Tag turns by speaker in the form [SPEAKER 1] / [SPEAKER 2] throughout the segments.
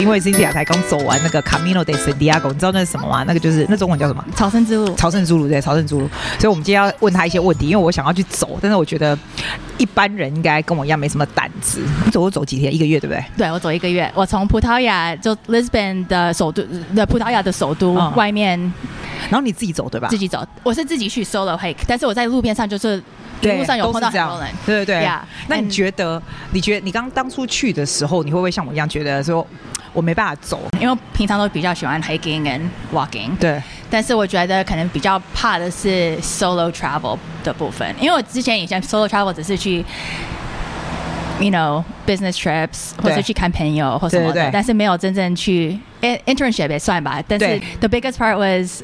[SPEAKER 1] 因为 Cynthia 才刚走完那个 Camino de Santiago，你知道那是什么吗？那个就是那中文叫什么？
[SPEAKER 2] 朝圣之路，
[SPEAKER 1] 朝圣之路对，朝圣之路。所以我们今天要问他一些问题，因为我想要去走，但是我觉得一般人应该跟我一样没什么胆子。你走就走几天？一个月对不对？
[SPEAKER 2] 对我走一个月，我从葡萄牙就 Lisbon 的首都的葡萄牙的首都、
[SPEAKER 1] 嗯
[SPEAKER 2] 外面
[SPEAKER 1] 然后你自己走对吧？
[SPEAKER 2] 自己走，我是自己去 solo hike，但是我在路边上就是一
[SPEAKER 1] 对
[SPEAKER 2] 路上有
[SPEAKER 1] 都
[SPEAKER 2] 碰
[SPEAKER 1] 是
[SPEAKER 2] 到
[SPEAKER 1] 这
[SPEAKER 2] 很
[SPEAKER 1] 样
[SPEAKER 2] 多人，
[SPEAKER 1] 对对对。
[SPEAKER 2] Yeah，
[SPEAKER 1] 那你
[SPEAKER 2] and-
[SPEAKER 1] 觉得？你觉得你刚当初去的时候，你会不会像我一样觉得说我没办法走？
[SPEAKER 2] 嗯因为平常都比较喜欢 hiking and walking，
[SPEAKER 1] 对，
[SPEAKER 2] 但是我觉得可能比较怕的是 solo travel 的部分，因为我之前以前 solo travel 只是去。You know, business trips，或
[SPEAKER 1] 对
[SPEAKER 2] 者去看朋友或什么的，
[SPEAKER 1] 对对对
[SPEAKER 2] 但是没有真正去 in- internship 也算吧。但是
[SPEAKER 1] 对
[SPEAKER 2] the biggest part was，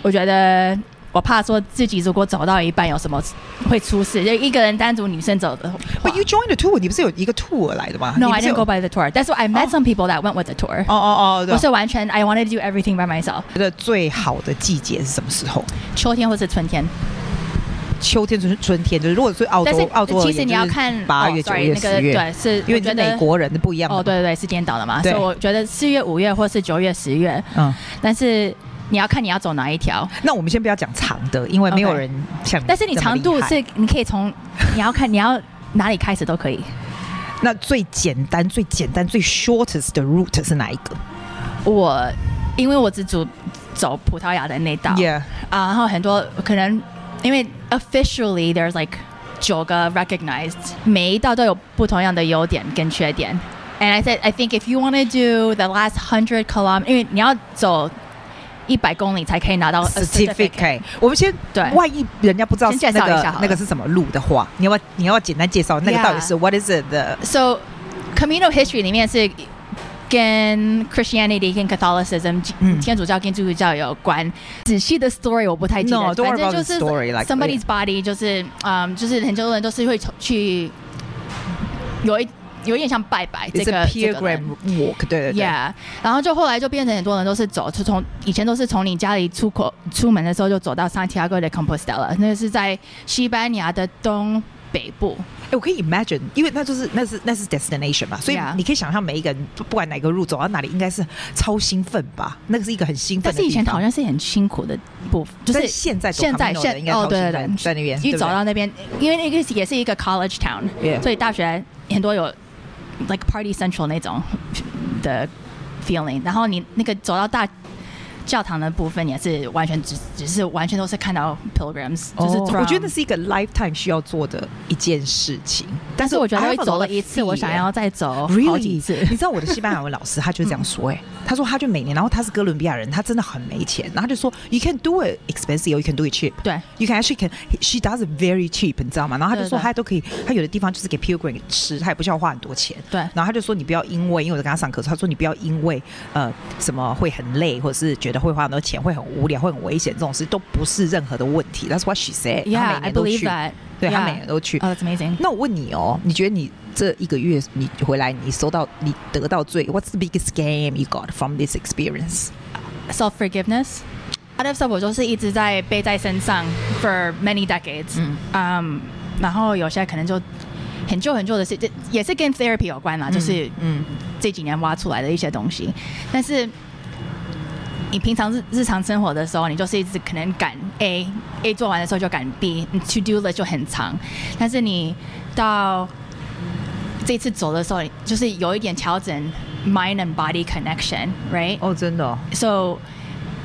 [SPEAKER 2] 我觉得我怕说自己如果走到一半有什么会出事，就一个人单独女生走的话。
[SPEAKER 1] But you joined the tour，你不是有一个 tour 来的吗你
[SPEAKER 2] no,
[SPEAKER 1] 不
[SPEAKER 2] I
[SPEAKER 1] 是有
[SPEAKER 2] didn't go by the tour. That's why I met、
[SPEAKER 1] 哦
[SPEAKER 2] some people that went with the tour.
[SPEAKER 1] 哦哦哦，对
[SPEAKER 2] 我。是完全 I wanted to do everything by myself。
[SPEAKER 1] 觉得最好的季节是什么时候？
[SPEAKER 2] 秋天或是春天。
[SPEAKER 1] 秋天、春春天，就是如果是澳
[SPEAKER 2] 但是呃
[SPEAKER 1] 洲，澳洲而
[SPEAKER 2] 其
[SPEAKER 1] 言
[SPEAKER 2] 实你要看
[SPEAKER 1] 就是八
[SPEAKER 2] 哦
[SPEAKER 1] 月、九
[SPEAKER 2] sorry，
[SPEAKER 1] 月、
[SPEAKER 2] 那个
[SPEAKER 1] 十月，
[SPEAKER 2] 对，是
[SPEAKER 1] 因为
[SPEAKER 2] 我
[SPEAKER 1] 你
[SPEAKER 2] 觉
[SPEAKER 1] 是美
[SPEAKER 2] 得
[SPEAKER 1] 国人，不一样的嘛
[SPEAKER 2] 哦，，对对对，是颠倒的嘛，所
[SPEAKER 1] 对
[SPEAKER 2] 以我觉得四月、五月或是九月、十月，
[SPEAKER 1] 嗯。
[SPEAKER 2] 但是你要看你要走哪一条，
[SPEAKER 1] 那我们先不要讲长的，因为没有
[SPEAKER 2] OK
[SPEAKER 1] 人像
[SPEAKER 2] 但是你
[SPEAKER 1] 这么
[SPEAKER 2] 长度
[SPEAKER 1] 厉害
[SPEAKER 2] 是你可以从你要看你要哪里开始都可以。
[SPEAKER 1] 那最简单、最简单、最 shortest 的 route 是哪一个
[SPEAKER 2] 我因为我只走走葡萄牙的那道
[SPEAKER 1] ？Yeah，
[SPEAKER 2] 啊，然后很多可能因为 officially there's like 九个 recognized，每一道都有不同样的优点跟缺点。And I said, I think if you want to do the last hundred kilometer，因为你要走一百公里才可以拿到 a 哦呃 certificate。
[SPEAKER 1] certificate。我们先
[SPEAKER 2] 对
[SPEAKER 1] 万一人家不知道
[SPEAKER 2] 先介
[SPEAKER 1] 那
[SPEAKER 2] 绍一
[SPEAKER 1] 个
[SPEAKER 2] 下好了
[SPEAKER 1] 那个是什么路的话，你要不要你要不要简单介绍那个
[SPEAKER 2] Yeah
[SPEAKER 1] 到底是 what is it 的？
[SPEAKER 2] So Camino history 里面是跟 Christianity 跟 Catholicism
[SPEAKER 1] 嗯
[SPEAKER 2] 天主教跟基督教有关。仔细的 story 我不太记
[SPEAKER 1] No,
[SPEAKER 2] 得，
[SPEAKER 1] don't worry about
[SPEAKER 2] 反正
[SPEAKER 1] the
[SPEAKER 2] 就是
[SPEAKER 1] story, like-
[SPEAKER 2] somebody's body 就是嗯，就是很多人都是会从去有一有一点像拜拜这
[SPEAKER 1] It's
[SPEAKER 2] 个
[SPEAKER 1] a
[SPEAKER 2] 这个
[SPEAKER 1] pilgrim
[SPEAKER 2] 人
[SPEAKER 1] walk，对对对
[SPEAKER 2] Yeah，然后就后来就变成很多人都是走，就从以前都是从你家里出口出门的时候就走到 Santiago de Compostela，那是在西班牙的东北部。
[SPEAKER 1] 哎，我可以 imagine，因为那就是那是那是 destination 嘛，所以
[SPEAKER 2] Yeah
[SPEAKER 1] 你可以想象每一个人不不管哪个路走到哪里，应该是超兴奋吧？那个是一个很兴奋
[SPEAKER 2] 但
[SPEAKER 1] 的
[SPEAKER 2] 是以前
[SPEAKER 1] 地方
[SPEAKER 2] 好像是很辛苦的部分，就
[SPEAKER 1] 但
[SPEAKER 2] 是
[SPEAKER 1] 现在走
[SPEAKER 2] 现在
[SPEAKER 1] Camino 的
[SPEAKER 2] 现
[SPEAKER 1] 应该
[SPEAKER 2] 哦
[SPEAKER 1] 超兴
[SPEAKER 2] 对
[SPEAKER 1] 奋
[SPEAKER 2] 对对
[SPEAKER 1] 在那边
[SPEAKER 2] 一
[SPEAKER 1] 对不
[SPEAKER 2] 走
[SPEAKER 1] 对
[SPEAKER 2] 到那边，因为那个也是一个 college town，
[SPEAKER 1] Yeah
[SPEAKER 2] 所以大学很多有 like party central 那种的 feeling，然后你那个走到大。教堂的部分也是完全只只是完全都是看到 pilgrims，、就是 from,
[SPEAKER 1] 哦我觉得那是一个 lifetime 需要做的一件事情。
[SPEAKER 2] 但是我觉
[SPEAKER 1] I have
[SPEAKER 2] 得我
[SPEAKER 1] a lot
[SPEAKER 2] 走了
[SPEAKER 1] of
[SPEAKER 2] 一次，我
[SPEAKER 1] fear
[SPEAKER 2] 想要再走好几
[SPEAKER 1] Really？
[SPEAKER 2] 次。
[SPEAKER 1] 你知道我的西班牙文老师他就这样 说、欸，他说他就每年，然后他是哥伦比亚人，他真的很没钱，然后他就说 You can do it expensive, or you can do it cheap。
[SPEAKER 2] 对
[SPEAKER 1] You can actually can she does it very cheap，你知道吗？然后他就
[SPEAKER 2] 对
[SPEAKER 1] 说
[SPEAKER 2] 对
[SPEAKER 1] 他都可以，他有的地方就是给 pilgrim 吃，他也不需要花很多钱。
[SPEAKER 2] 对
[SPEAKER 1] 然后他就说你不要因为，因为我在跟他上课，他说你不要因为呃什么会很累，或者是觉得会花很多钱，会很无聊，会很危险，这种事都不是任何的问题。That's what she said。他
[SPEAKER 2] ，Yeah，
[SPEAKER 1] 每
[SPEAKER 2] I
[SPEAKER 1] 年都
[SPEAKER 2] believe
[SPEAKER 1] 去，
[SPEAKER 2] that。
[SPEAKER 1] 对他每年都去。
[SPEAKER 2] Oh, that's amazing.
[SPEAKER 1] 那我问你哦，你觉得你这一个月你回来，你收到你得到最 What's the biggest game you got from this experience？
[SPEAKER 2] self forgiveness。Out of self，我就是一直在背在身上 for many decades。
[SPEAKER 1] 嗯
[SPEAKER 2] 嗯然后有些可能就很旧很旧的事，这也是跟 therapy 有关啦，就是
[SPEAKER 1] 嗯，
[SPEAKER 2] 这几年挖出来的一些东西。但是你平常日日常生活的时候，你就是一直可能赶 A，A 做完的时候就赶 B，你 to do 了就很长。但是你到这次走的时候，就是有一点调整 mind and body connection，right？
[SPEAKER 1] 哦，真的、哦，
[SPEAKER 2] So，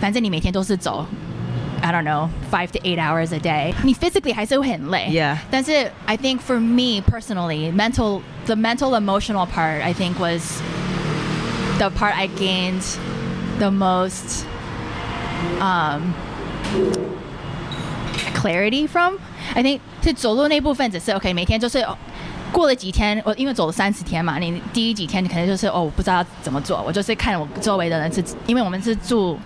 [SPEAKER 2] 反正你每天都是走，I don't know five to eight hours a day，你 physically 还是会很累。
[SPEAKER 1] Yeah.
[SPEAKER 2] 但是 I think for me personally, mental the mental emotional part I think was the part I gained the most um clarity from. I think 是走路那部分只是 OK，每天就是。哦过了几天，我因为走了三十天嘛，你第一几天你可能就是哦，我不知道怎么做，我就是看我周围的人是，因为我们是住，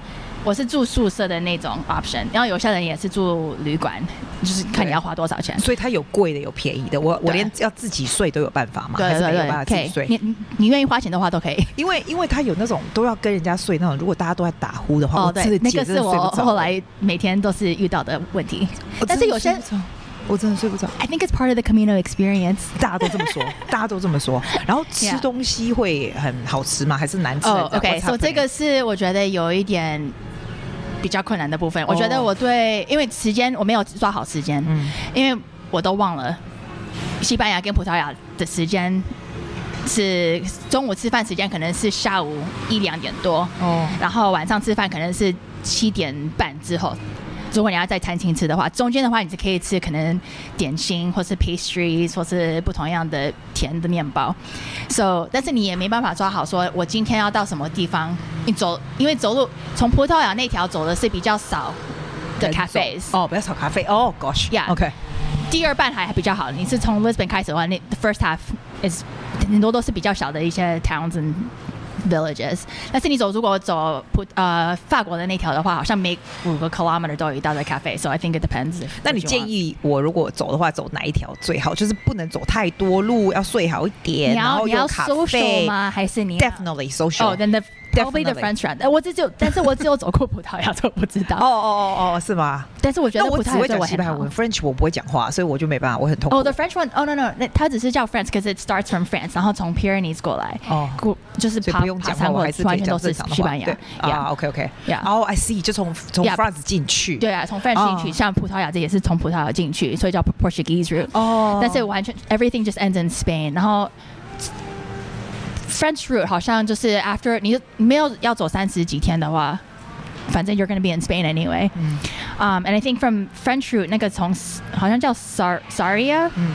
[SPEAKER 2] 我是住宿舍的那种 option，然后有些人也是住旅馆，就是看你要花多少钱。
[SPEAKER 1] 所以它有贵的，有便宜的。我我
[SPEAKER 2] 对
[SPEAKER 1] 连要自己睡都有办法嘛，
[SPEAKER 2] 对
[SPEAKER 1] 还是
[SPEAKER 2] 对
[SPEAKER 1] 没有办
[SPEAKER 2] 对，
[SPEAKER 1] 法
[SPEAKER 2] 可
[SPEAKER 1] 自己
[SPEAKER 2] 以，
[SPEAKER 1] 睡。
[SPEAKER 2] 你你愿意花钱的话都可以。
[SPEAKER 1] 因为因为他有那种都要跟人家睡那种，如果大家都在打呼的话，
[SPEAKER 2] 哦，
[SPEAKER 1] 我
[SPEAKER 2] 对
[SPEAKER 1] 真的，
[SPEAKER 2] 那
[SPEAKER 1] 姐
[SPEAKER 2] 个
[SPEAKER 1] 真
[SPEAKER 2] 是
[SPEAKER 1] 的睡
[SPEAKER 2] 我
[SPEAKER 1] 不着
[SPEAKER 2] 后来每天都是遇到的问题
[SPEAKER 1] 我真的。
[SPEAKER 2] 但是有些
[SPEAKER 1] 睡不着我真的睡不着。
[SPEAKER 2] I think it's part of the Camino experience.
[SPEAKER 1] 大家都这么说，大家都这么说。然后吃
[SPEAKER 2] Yeah
[SPEAKER 1] 东西会很好吃吗？还是难吃
[SPEAKER 2] 哦、o k 所、
[SPEAKER 1] 说
[SPEAKER 2] 以这个是我觉得有一点比较困难的部分。我觉得
[SPEAKER 1] 哦
[SPEAKER 2] 我对，因为时间我没有抓好时间，
[SPEAKER 1] 嗯
[SPEAKER 2] 因为我都忘了西班牙跟葡萄牙的时间是中午吃饭时间可能是下午一两点多，
[SPEAKER 1] 哦
[SPEAKER 2] 然后晚上吃饭可能是七点半之后。如果你要在餐厅吃的话，中间的话你是可以吃可能点心或是 pastries 或是不同样的甜的面包。So，但是你也没办法抓好，说我今天要到什么地方。你走，因为走路从葡萄牙那条走的是比较少的 cafes。
[SPEAKER 1] 哦，不要炒咖啡哦，Gosh，OK，、
[SPEAKER 2] Yeah
[SPEAKER 1] OK
[SPEAKER 2] 第二半还还比较好，你是从 Lisbon 开始的话，那 the first half is 很多都是比较小的一些 towns and villages。但是你走如果走葡呃法国的那条的话，好像每五个 kilometer 都有一道的咖啡，so I think it depends if-
[SPEAKER 1] 那你
[SPEAKER 2] what you
[SPEAKER 1] 建
[SPEAKER 2] want
[SPEAKER 1] 议我如果走的话，走哪一条最好？就是不能走太多路，要睡好一点，
[SPEAKER 2] 你
[SPEAKER 1] 然
[SPEAKER 2] 要
[SPEAKER 1] 后
[SPEAKER 2] 你
[SPEAKER 1] 有
[SPEAKER 2] 要
[SPEAKER 1] 咖
[SPEAKER 2] social
[SPEAKER 1] 啡
[SPEAKER 2] 吗？还是你要
[SPEAKER 1] ，definitely social。
[SPEAKER 2] 哦、t h e n the probably the
[SPEAKER 1] Definitely.
[SPEAKER 2] French round。呃我只有，但是我只有走过葡萄牙，所以我不知道。
[SPEAKER 1] 哦哦哦哦，是吗？
[SPEAKER 2] 但是我啊觉
[SPEAKER 1] 那
[SPEAKER 2] 得
[SPEAKER 1] 我
[SPEAKER 2] 葡
[SPEAKER 1] 只
[SPEAKER 2] 萄牙
[SPEAKER 1] 会
[SPEAKER 2] 对
[SPEAKER 1] 讲
[SPEAKER 2] 我
[SPEAKER 1] 西
[SPEAKER 2] 很
[SPEAKER 1] 班牙
[SPEAKER 2] 好
[SPEAKER 1] 文。，French 我不会讲话，所以我就没办法，我很痛苦。
[SPEAKER 2] 哦、t h e French one，哦、no no，那它只是叫 France，可是 it starts from France，然后从 Pyrenees 过来，
[SPEAKER 1] 哦
[SPEAKER 2] 过就是
[SPEAKER 1] 所以
[SPEAKER 2] 爬
[SPEAKER 1] 不用
[SPEAKER 2] 爬
[SPEAKER 1] 讲话，
[SPEAKER 2] 山
[SPEAKER 1] 我
[SPEAKER 2] 过
[SPEAKER 1] 还
[SPEAKER 2] 来，
[SPEAKER 1] 是可
[SPEAKER 2] 完
[SPEAKER 1] 以
[SPEAKER 2] 全
[SPEAKER 1] 讲
[SPEAKER 2] 都是
[SPEAKER 1] 正常的
[SPEAKER 2] 西
[SPEAKER 1] 话。
[SPEAKER 2] 班牙
[SPEAKER 1] 对，啊，OK OK，
[SPEAKER 2] Yeah
[SPEAKER 1] 哦，I see，就从从
[SPEAKER 2] Yeah
[SPEAKER 1] France 进去。
[SPEAKER 2] 对啊，从 French
[SPEAKER 1] 哦
[SPEAKER 2] 进去，像葡萄牙这也是从葡萄牙进去，所以叫 Portuguese route。
[SPEAKER 1] 哦，
[SPEAKER 2] 但是完全 everything just ends in Spain，然后 French route 好像就是 after 你没有要走三十几天的话，反正 you're gonna be in Spain anyway。
[SPEAKER 1] 嗯
[SPEAKER 2] 嗯、a n d I think from French route 那个从好像叫 Sar Saria
[SPEAKER 1] 嗯，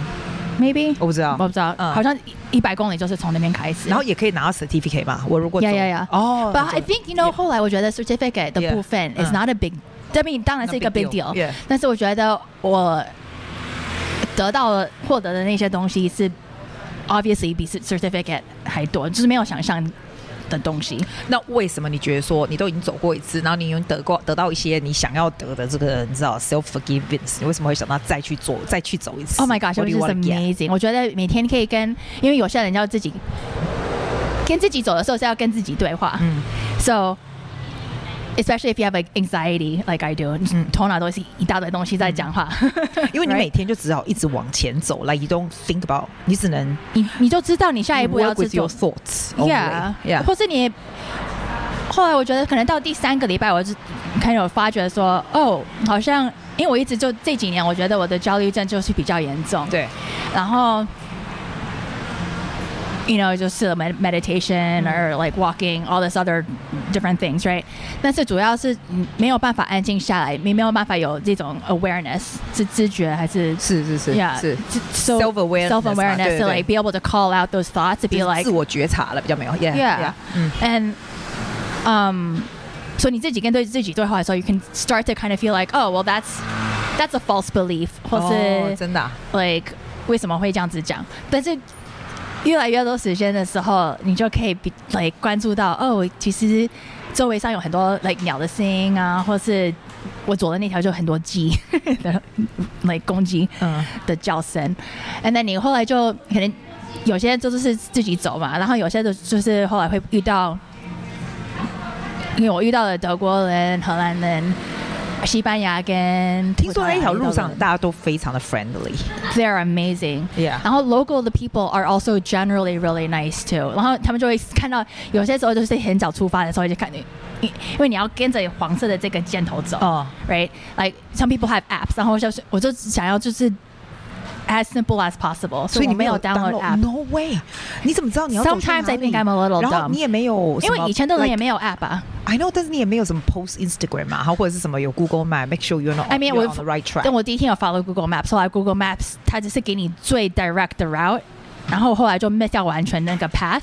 [SPEAKER 2] maybe
[SPEAKER 1] 我不知道
[SPEAKER 2] 我。不知道，
[SPEAKER 1] 嗯
[SPEAKER 2] 好像一百公里就是从那边开始，
[SPEAKER 1] 然后也可以拿到 certificate 嘛？我如果走
[SPEAKER 2] Yeah, yeah, yeah.
[SPEAKER 1] 哦
[SPEAKER 2] But
[SPEAKER 1] 我
[SPEAKER 2] I
[SPEAKER 1] 懂
[SPEAKER 2] think you know，、
[SPEAKER 1] Yeah.
[SPEAKER 2] 后来我觉得 certificate 的
[SPEAKER 1] Yeah.
[SPEAKER 2] 部分
[SPEAKER 1] 嗯
[SPEAKER 2] is not a big，I mean 当然是一个
[SPEAKER 1] Not big
[SPEAKER 2] big deal，,
[SPEAKER 1] deal. Yeah.
[SPEAKER 2] 但是我觉得我得到了获得的那些东西是 obviously 比 certificate 还多，就是没有想象的东西。
[SPEAKER 1] 那为什么你觉得说你都已经走过一次，然后你已经得过得到一些你想要得的这个你知道 self forgiveness，你为什么会想到再去做再去走一次
[SPEAKER 2] Oh my gosh，
[SPEAKER 1] What
[SPEAKER 2] 我
[SPEAKER 1] do
[SPEAKER 2] 觉
[SPEAKER 1] you
[SPEAKER 2] 得
[SPEAKER 1] wanna get？
[SPEAKER 2] amazing。我觉得每天可以跟，因为有些人要自己跟自己走的时候是要跟自己对话，
[SPEAKER 1] 嗯
[SPEAKER 2] So, especially if you have like anxiety, like I do，、
[SPEAKER 1] 嗯
[SPEAKER 2] 头脑都是一大堆东西在讲话，
[SPEAKER 1] 因为你
[SPEAKER 2] Right？
[SPEAKER 1] 每天就只好一直往前走，like you don't think about，你只能
[SPEAKER 2] 你你就知道你下一
[SPEAKER 1] you
[SPEAKER 2] 步要
[SPEAKER 1] work
[SPEAKER 2] 去
[SPEAKER 1] with
[SPEAKER 2] 做
[SPEAKER 1] your thoughts only。
[SPEAKER 2] ，Yeah
[SPEAKER 1] yeah，
[SPEAKER 2] 或是你后来我觉得可能到第三个礼拜，我就开始有发觉说，哦，好像因为我一直就这几年，我觉得我的焦虑症就是比较严重，
[SPEAKER 1] 对，
[SPEAKER 2] 然后。You know，就是了 med- meditation
[SPEAKER 1] 嗯
[SPEAKER 2] or like walking, all this other different things, right？但是主要是嗯没有办法安静下来，你没有办法有这种 awareness，是知觉还是
[SPEAKER 1] 是是是
[SPEAKER 2] yeah，
[SPEAKER 1] 是，
[SPEAKER 2] so
[SPEAKER 1] self awareness，
[SPEAKER 2] self
[SPEAKER 1] 对
[SPEAKER 2] awareness
[SPEAKER 1] 对
[SPEAKER 2] to
[SPEAKER 1] 对
[SPEAKER 2] like be able to call out those thoughts to
[SPEAKER 1] 就
[SPEAKER 2] be
[SPEAKER 1] 是
[SPEAKER 2] like
[SPEAKER 1] 自我觉察了，比较没有，yeah
[SPEAKER 2] Yeah
[SPEAKER 1] yeah，嗯
[SPEAKER 2] and um so 你自己跟对自己对话的时候，you can start to kind of feel like oh well that's that's a false belief 或
[SPEAKER 1] 哦
[SPEAKER 2] 是
[SPEAKER 1] 真的啊
[SPEAKER 2] like 为什么会这样子讲，但是。越来越多时间的时候，你就可以比 like 关注到哦，其实周围上有很多 like 鸟的声音啊，或是我走的那条就很多鸡 的 like 公鸡，
[SPEAKER 1] 嗯
[SPEAKER 2] 的叫声。And then 你后来就可能有些就是自己走嘛，然后有些就就是后来会遇到，因为我遇到了德国人、荷兰人。西班牙跟
[SPEAKER 1] 听说那一条路上
[SPEAKER 2] 大
[SPEAKER 1] 大家都非常的 friendly，yeah。
[SPEAKER 2] ，they're amazing。然后 local 的 people are also generally really nice too。然后他们就会看到，有些时候就是很早出发的时候就看你，因因为你要跟着黄色的这个箭头走。
[SPEAKER 1] 哦
[SPEAKER 2] right? Like some people have apps，然后我就是我就想要就是 as simple as possible，
[SPEAKER 1] 所以你
[SPEAKER 2] 我没有 download app。
[SPEAKER 1] No way！你怎么知道你要走去
[SPEAKER 2] Sometimes
[SPEAKER 1] 哪
[SPEAKER 2] I
[SPEAKER 1] 里
[SPEAKER 2] think I'm a little
[SPEAKER 1] 然后
[SPEAKER 2] dumb，
[SPEAKER 1] 你也没有什
[SPEAKER 2] 因
[SPEAKER 1] 么，
[SPEAKER 2] 为以前的人也
[SPEAKER 1] like-
[SPEAKER 2] 没有 app 啊。
[SPEAKER 1] I know，但是你也没有什么 post Instagram 啊，或者是什么有 Google Map，make sure you're not on-
[SPEAKER 2] I mean，
[SPEAKER 1] you're
[SPEAKER 2] 我
[SPEAKER 1] on the right
[SPEAKER 2] 但
[SPEAKER 1] track。
[SPEAKER 2] 我第一天有 follow Google Maps，后来 Google Maps 它只是给你最 direct 的 route，然后后来就 miss 掉完全那个 path，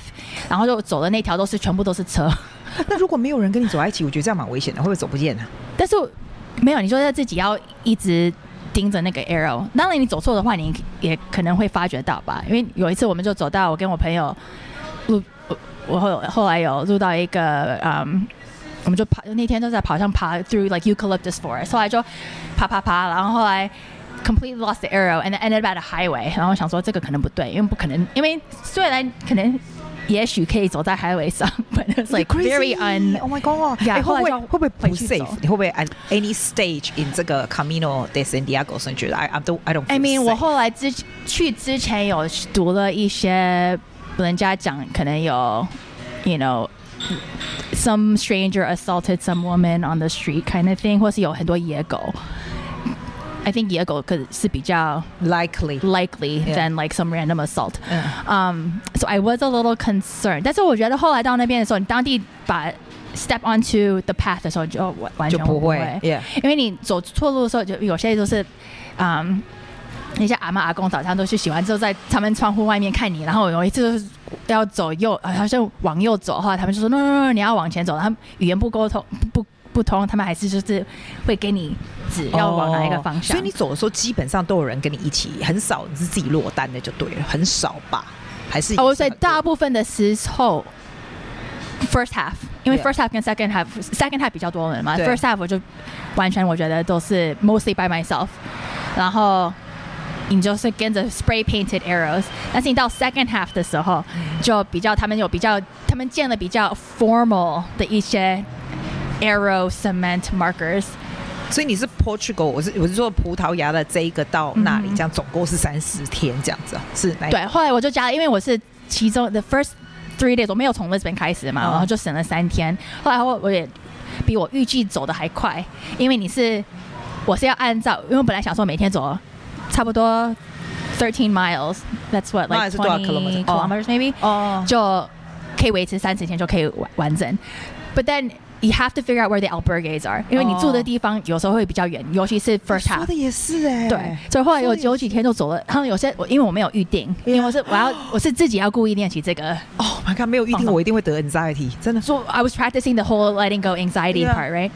[SPEAKER 2] 然后就走的那条都是全部都是车，
[SPEAKER 1] 那如果没有人跟你走在一起，我觉得这样蛮危险的，会不会走不见啊？
[SPEAKER 2] 但是我没有，你说要自己要一直盯着那个 arrow。当然，你走错的话，你也可能会发觉到吧。因为有一次，我们就走到我跟我朋友录，我我后后来有录到一个，嗯，我们就爬，那天都在跑上爬 through like eucalyptus forest，后来就爬爬爬，然后后来。completely lost the arrow and ended up at a highway，然后我想说这个可能不对，因为不可能，因为虽然可能也许可以走在 highway 上，but it's like very un
[SPEAKER 1] Oh my god！
[SPEAKER 2] Yeah，
[SPEAKER 1] 哎会不
[SPEAKER 2] 后来
[SPEAKER 1] 会
[SPEAKER 2] 就
[SPEAKER 1] 会不会不
[SPEAKER 2] 回去走
[SPEAKER 1] safe？你会不会 at any stage in 这个 Camino de San Diego 时候你觉得 I I don't I don't feel
[SPEAKER 2] I mean，
[SPEAKER 1] safe
[SPEAKER 2] 我后来之去之前有读了一些人家讲，可能有，you know。Some stranger assaulted some woman on the street, kind of thing，或是有很多野狗。I think 野狗可是比较
[SPEAKER 1] likely
[SPEAKER 2] likely
[SPEAKER 1] Yeah.
[SPEAKER 2] than like some random assault.
[SPEAKER 1] 嗯
[SPEAKER 2] Um, so I was a little concerned. 但是我觉得后来到那边的时候，你当地把 step onto the path 的时候就完完
[SPEAKER 1] 就
[SPEAKER 2] 全
[SPEAKER 1] 不会
[SPEAKER 2] 会
[SPEAKER 1] ，yeah
[SPEAKER 2] 因为你走错路的时候，就有些就是，嗯，那些阿妈阿公早上都去洗完之后，在他们窗户外面看你，然后有一次就是要走右，好像是往右走，后来他们就说 no no no，你要往前走，他们语言不沟通不。不通，他们还是就是会给你指要往哪一个方向。
[SPEAKER 1] 哦所以你走的时候基本上都有人跟你一起，很少你是自己落单的就对了，很少吧？还是
[SPEAKER 2] 哦，我所以
[SPEAKER 1] 很多
[SPEAKER 2] 大部分的时候，first half，因为
[SPEAKER 1] Yeah.
[SPEAKER 2] first half 跟 second half，second half 比较多人嘛
[SPEAKER 1] 对
[SPEAKER 2] ，first half 我就完全我觉得都是 mostly by myself，然后你就是跟着 spray painted arrows，但是你到 second half 的时候，就比较他们有比较他们建了比较 formal 的一些 arrow cement markers，
[SPEAKER 1] 所以你是 Portugal，我是我是说葡萄牙的这一个到那里，这样总共是三十天这样子啊，是哪一
[SPEAKER 2] 嗯对，后来我就加了，因为我是其中 the first three days，我没有从 Lisbon 开始嘛，
[SPEAKER 1] 嗯
[SPEAKER 2] 然后就省了三天。后来我我也比我预计走的还快，因为你是我是要按照，因为我本来想说每天走差不多 thirteen miles，that's what
[SPEAKER 1] 那
[SPEAKER 2] like
[SPEAKER 1] 是多少 kilometers？
[SPEAKER 2] twenty
[SPEAKER 1] 哦
[SPEAKER 2] kilometers maybe，、
[SPEAKER 1] 哦，
[SPEAKER 2] 就可以维持三十天就可以完完整。But then you have to figure out where the albergues are，因为你住的地方有时候会比较远，尤其是 first
[SPEAKER 1] 说
[SPEAKER 2] half
[SPEAKER 1] 哦的。也是哎、
[SPEAKER 2] 对，所以后来有
[SPEAKER 1] 说的也
[SPEAKER 2] 有几天就走了。 他们有些我因为我没有预定，因为我是我要我是自己要故意练习这个。
[SPEAKER 1] ，Oh my god，没有预定
[SPEAKER 2] 哦
[SPEAKER 1] 我一定会得 anxiety，真的。
[SPEAKER 2] So I was practicing the whole letting go anxiety
[SPEAKER 1] Yeah.
[SPEAKER 2] part, right？